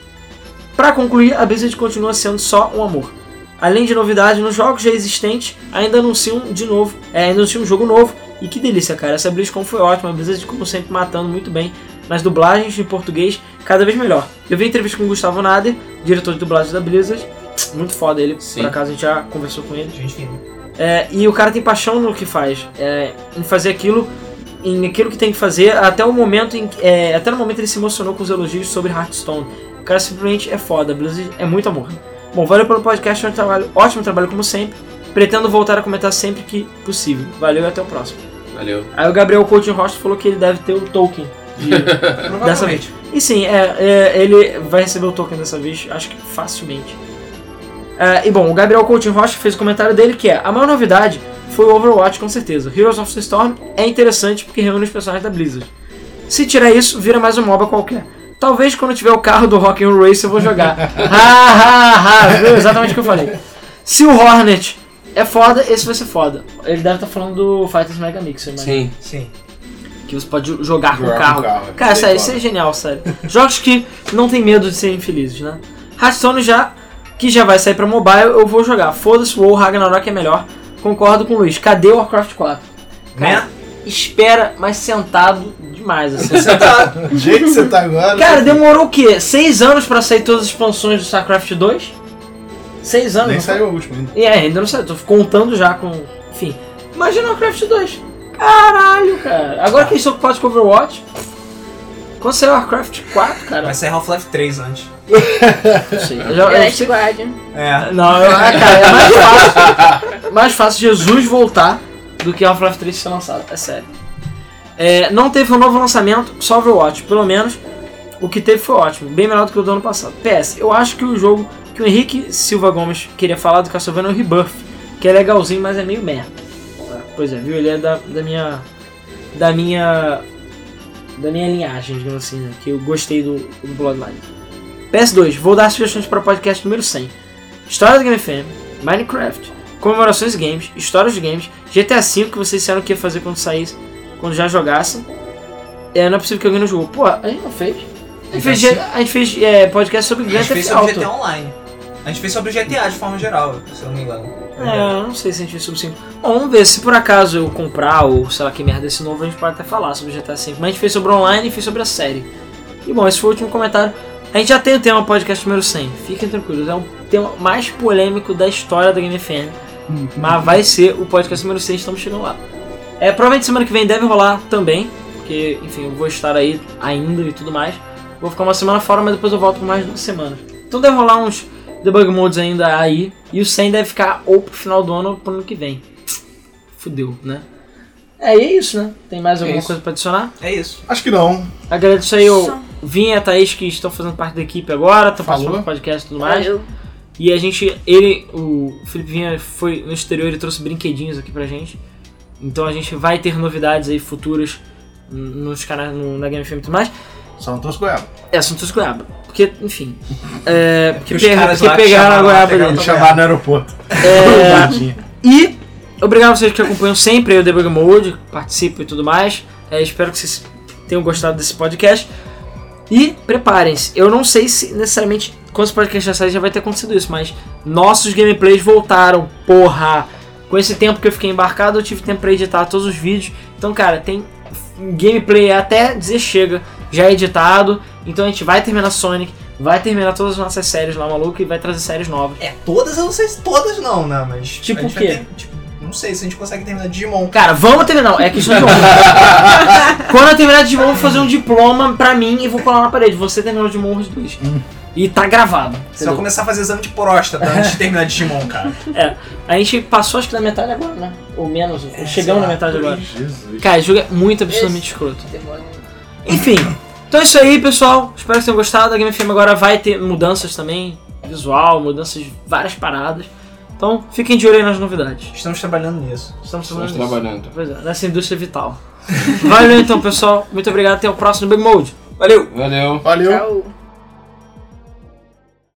[SPEAKER 5] Pra concluir, a Blizzard continua sendo só um amor. Além de novidades nos jogos já existentes, ainda anunciam de novo, é, ainda anunciam um jogo novo. E que delícia, cara. Essa BlizzCon foi ótima. A Blizzard, como sempre, matando muito bem. Nas dublagens em português, cada vez melhor. Eu vi entrevista com o Gustavo Nader, diretor de dublagem da Blizzard. Muito foda ele,
[SPEAKER 2] Sim.
[SPEAKER 5] por acaso a gente já conversou com ele. É, e o cara tem paixão no que faz, é, em fazer aquilo, em aquilo que tem que fazer, até o momento em que- é, até no momento ele se emocionou com os elogios sobre Hearthstone. cara simplesmente é foda. A Blizzard é muito amor. Bom, valeu pelo podcast, é um trabalho, ótimo trabalho como sempre. Pretendo voltar a comentar sempre que possível. Valeu e até o próximo.
[SPEAKER 2] Valeu.
[SPEAKER 5] Aí o Gabriel Coutinho Rocha falou que ele deve ter o token de- dessa vez. E sim, é, é, ele vai receber o token dessa vez, acho que facilmente. É, e bom, o Gabriel Coutinho Rocha fez o comentário dele que é: a maior novidade foi o Overwatch, com certeza. Heroes of the Storm é interessante porque reúne os personagens da Blizzard. Se tirar isso, vira mais um MOBA qualquer. Talvez quando tiver o carro do Rock and Race eu vou jogar. ha, ha, ha, viu? Exatamente o que eu falei. Se o Hornet é foda, esse vai ser foda. Ele deve estar falando do Fighters Mega Mix, eu imagino.
[SPEAKER 2] Sim.
[SPEAKER 6] Sim.
[SPEAKER 5] Que você pode jogar com o
[SPEAKER 3] Jogar com
[SPEAKER 5] carro.
[SPEAKER 3] o carro, é.
[SPEAKER 5] Cara,
[SPEAKER 3] Sei
[SPEAKER 5] sério,
[SPEAKER 3] como.
[SPEAKER 5] isso é genial, sério. Jogos que não tem medo de serem felizes, né? Hearthstone já, que já vai sair pra mobile, eu vou jogar. Foda-se, o WoW Ragnarok é melhor. Concordo com o Luiz. Cadê o Warcraft 4? Cara,
[SPEAKER 1] Né?
[SPEAKER 5] espera, mas sentado demais, assim.
[SPEAKER 3] Do jeito que você tá agora.
[SPEAKER 5] Cara, um demorou o quê? Seis anos pra sair todas as expansões do StarCraft 2? Seis anos?
[SPEAKER 3] nem
[SPEAKER 5] não foi?
[SPEAKER 3] saiu o último ainda.
[SPEAKER 5] E é, ainda não saiu. Tô contando já com... Enfim. Imagina o Warcraft 2. Caralho, cara. Agora que eles estão ocupados com Overwatch... Quando saiu o Warcraft 4, cara...
[SPEAKER 6] Vai sair Half-Life 3 antes.
[SPEAKER 5] Não sei. Eu já- eu
[SPEAKER 4] Last
[SPEAKER 5] sei-
[SPEAKER 4] Guardian.
[SPEAKER 6] É.
[SPEAKER 5] Não, eu- ah, cara, é mais fácil... mais fácil Jesus voltar do que Half-Life 3 ser lançado. É sério. É, não teve um novo lançamento, só Overwatch. Pelo menos o que teve foi ótimo, bem melhor do que o do ano passado. PS, eu acho que o jogo que o Henrique Silva Gomes queria falar do Castlevania é o Rebirth, que é legalzinho, mas é meio merda. Pois é, viu? Ele é da, da minha. Da minha. Da minha linhagem, digamos assim, né? Que eu gostei do, do Bloodline. PS2, vou dar sugestões para o podcast número 100. História do Game FM, Minecraft, comemorações de games, histórias de games, GTA V que vocês disseram que ia fazer quando saísse, quando já jogassem. É, não é possível que alguém não jogou. Pô, a gente não fez. A gente fez, a gente fez é, podcast sobre
[SPEAKER 6] A
[SPEAKER 5] Grand
[SPEAKER 6] gente fez
[SPEAKER 5] Theft
[SPEAKER 6] sobre
[SPEAKER 5] Auto.
[SPEAKER 6] GTA Online. A gente fez sobre o GTA de forma geral, se eu não me engano.
[SPEAKER 5] É, eu não sei se a gente fez sobre 5. Bom, vamos ver se por acaso eu comprar ou sei lá que merda esse novo, a gente pode até falar sobre GTA V. Mas a gente fez sobre online e fez sobre a série. E bom, esse foi o último comentário. A gente já tem o tema podcast número 100. Fiquem tranquilos, é o tema mais polêmico da história da Game FM. Mas vai ser o podcast número 100, estamos chegando lá. É, provavelmente semana que vem deve rolar também, porque, enfim, eu vou estar aí ainda e tudo mais. Vou ficar uma semana fora, mas depois eu volto com mais duas semanas. Então deve rolar uns debug modes ainda aí. E o 100 deve ficar ou pro final do ano ou pro ano que vem. Fudeu, né? É, e é isso, né? Tem mais alguma
[SPEAKER 2] isso.
[SPEAKER 5] coisa pra adicionar?
[SPEAKER 6] É isso.
[SPEAKER 3] Acho que não.
[SPEAKER 5] Agradeço aí o Vinha e a Thaís que estão fazendo parte da equipe agora, estão
[SPEAKER 3] Falou.
[SPEAKER 5] participando do podcast e tudo mais.
[SPEAKER 4] Valeu.
[SPEAKER 5] E a gente, ele, o Felipe Vinha foi no exterior e trouxe brinquedinhos aqui pra gente. Então a gente vai ter novidades aí futuras n- nos canais no, na Game FM e tudo mais.
[SPEAKER 3] Só não trouxe goiaba.
[SPEAKER 5] É, Santos Goiaba. Porque, enfim. É, porque
[SPEAKER 6] os
[SPEAKER 5] pe-
[SPEAKER 6] caras
[SPEAKER 5] porque
[SPEAKER 6] lá que
[SPEAKER 5] pegaram a
[SPEAKER 6] chamaram lá,
[SPEAKER 5] goiaba É.
[SPEAKER 6] pegaram
[SPEAKER 5] dele.
[SPEAKER 3] Me chamaram no aeroporto. Tadinha.
[SPEAKER 5] E obrigado a vocês que acompanham sempre aí o Debug Mode, participam e tudo mais. É, espero que vocês tenham gostado desse podcast. E preparem-se, eu não sei se necessariamente quando esse podcast já sair já vai ter acontecido isso, mas nossos gameplays voltaram, porra! Com esse tempo que eu fiquei embarcado, eu tive tempo pra editar todos os vídeos. Então, cara, tem gameplay até dizer chega, já é editado. Então a gente vai terminar Sonic, vai terminar todas as nossas séries lá, maluco, e vai trazer séries novas.
[SPEAKER 6] É, todas eu não sei se todas não, né? Mas.
[SPEAKER 5] Tipo
[SPEAKER 6] a gente
[SPEAKER 5] o quê?
[SPEAKER 6] vai ter- tipo, não sei se a gente consegue terminar Digimon.
[SPEAKER 5] Cara, vamos terminar. Não, É questão de honra. Quando eu terminar de Digimon, eu vou fazer um diploma pra mim e vou colar na parede. Você terminou de Digimon os dois.
[SPEAKER 6] Hum.
[SPEAKER 5] E tá gravado.
[SPEAKER 6] Você vai
[SPEAKER 5] entendeu?
[SPEAKER 6] começar a fazer exame de próstata antes de terminar Digimon, cara.
[SPEAKER 5] A gente passou acho que da metade agora, né? Ou menos. chegamos
[SPEAKER 6] É, sei
[SPEAKER 5] na
[SPEAKER 6] lá,
[SPEAKER 5] metade
[SPEAKER 6] por
[SPEAKER 5] agora.
[SPEAKER 3] Jesus.
[SPEAKER 5] Cara, esse jogo é muito absurdamente escroto. Enfim, então é isso aí, pessoal. Espero que tenham gostado. A Game FM agora vai ter mudanças também. Visual, mudanças, várias paradas. Então, fiquem de olho aí nas novidades.
[SPEAKER 6] Estamos trabalhando nisso.
[SPEAKER 5] Estamos trabalhando
[SPEAKER 2] Estamos
[SPEAKER 5] nisso.
[SPEAKER 2] trabalhando.
[SPEAKER 5] Pois é, nessa indústria vital. Valeu então, pessoal. Muito obrigado. Até o próximo Big Mode.
[SPEAKER 6] Valeu!
[SPEAKER 2] Valeu.
[SPEAKER 3] Valeu.
[SPEAKER 4] Tchau.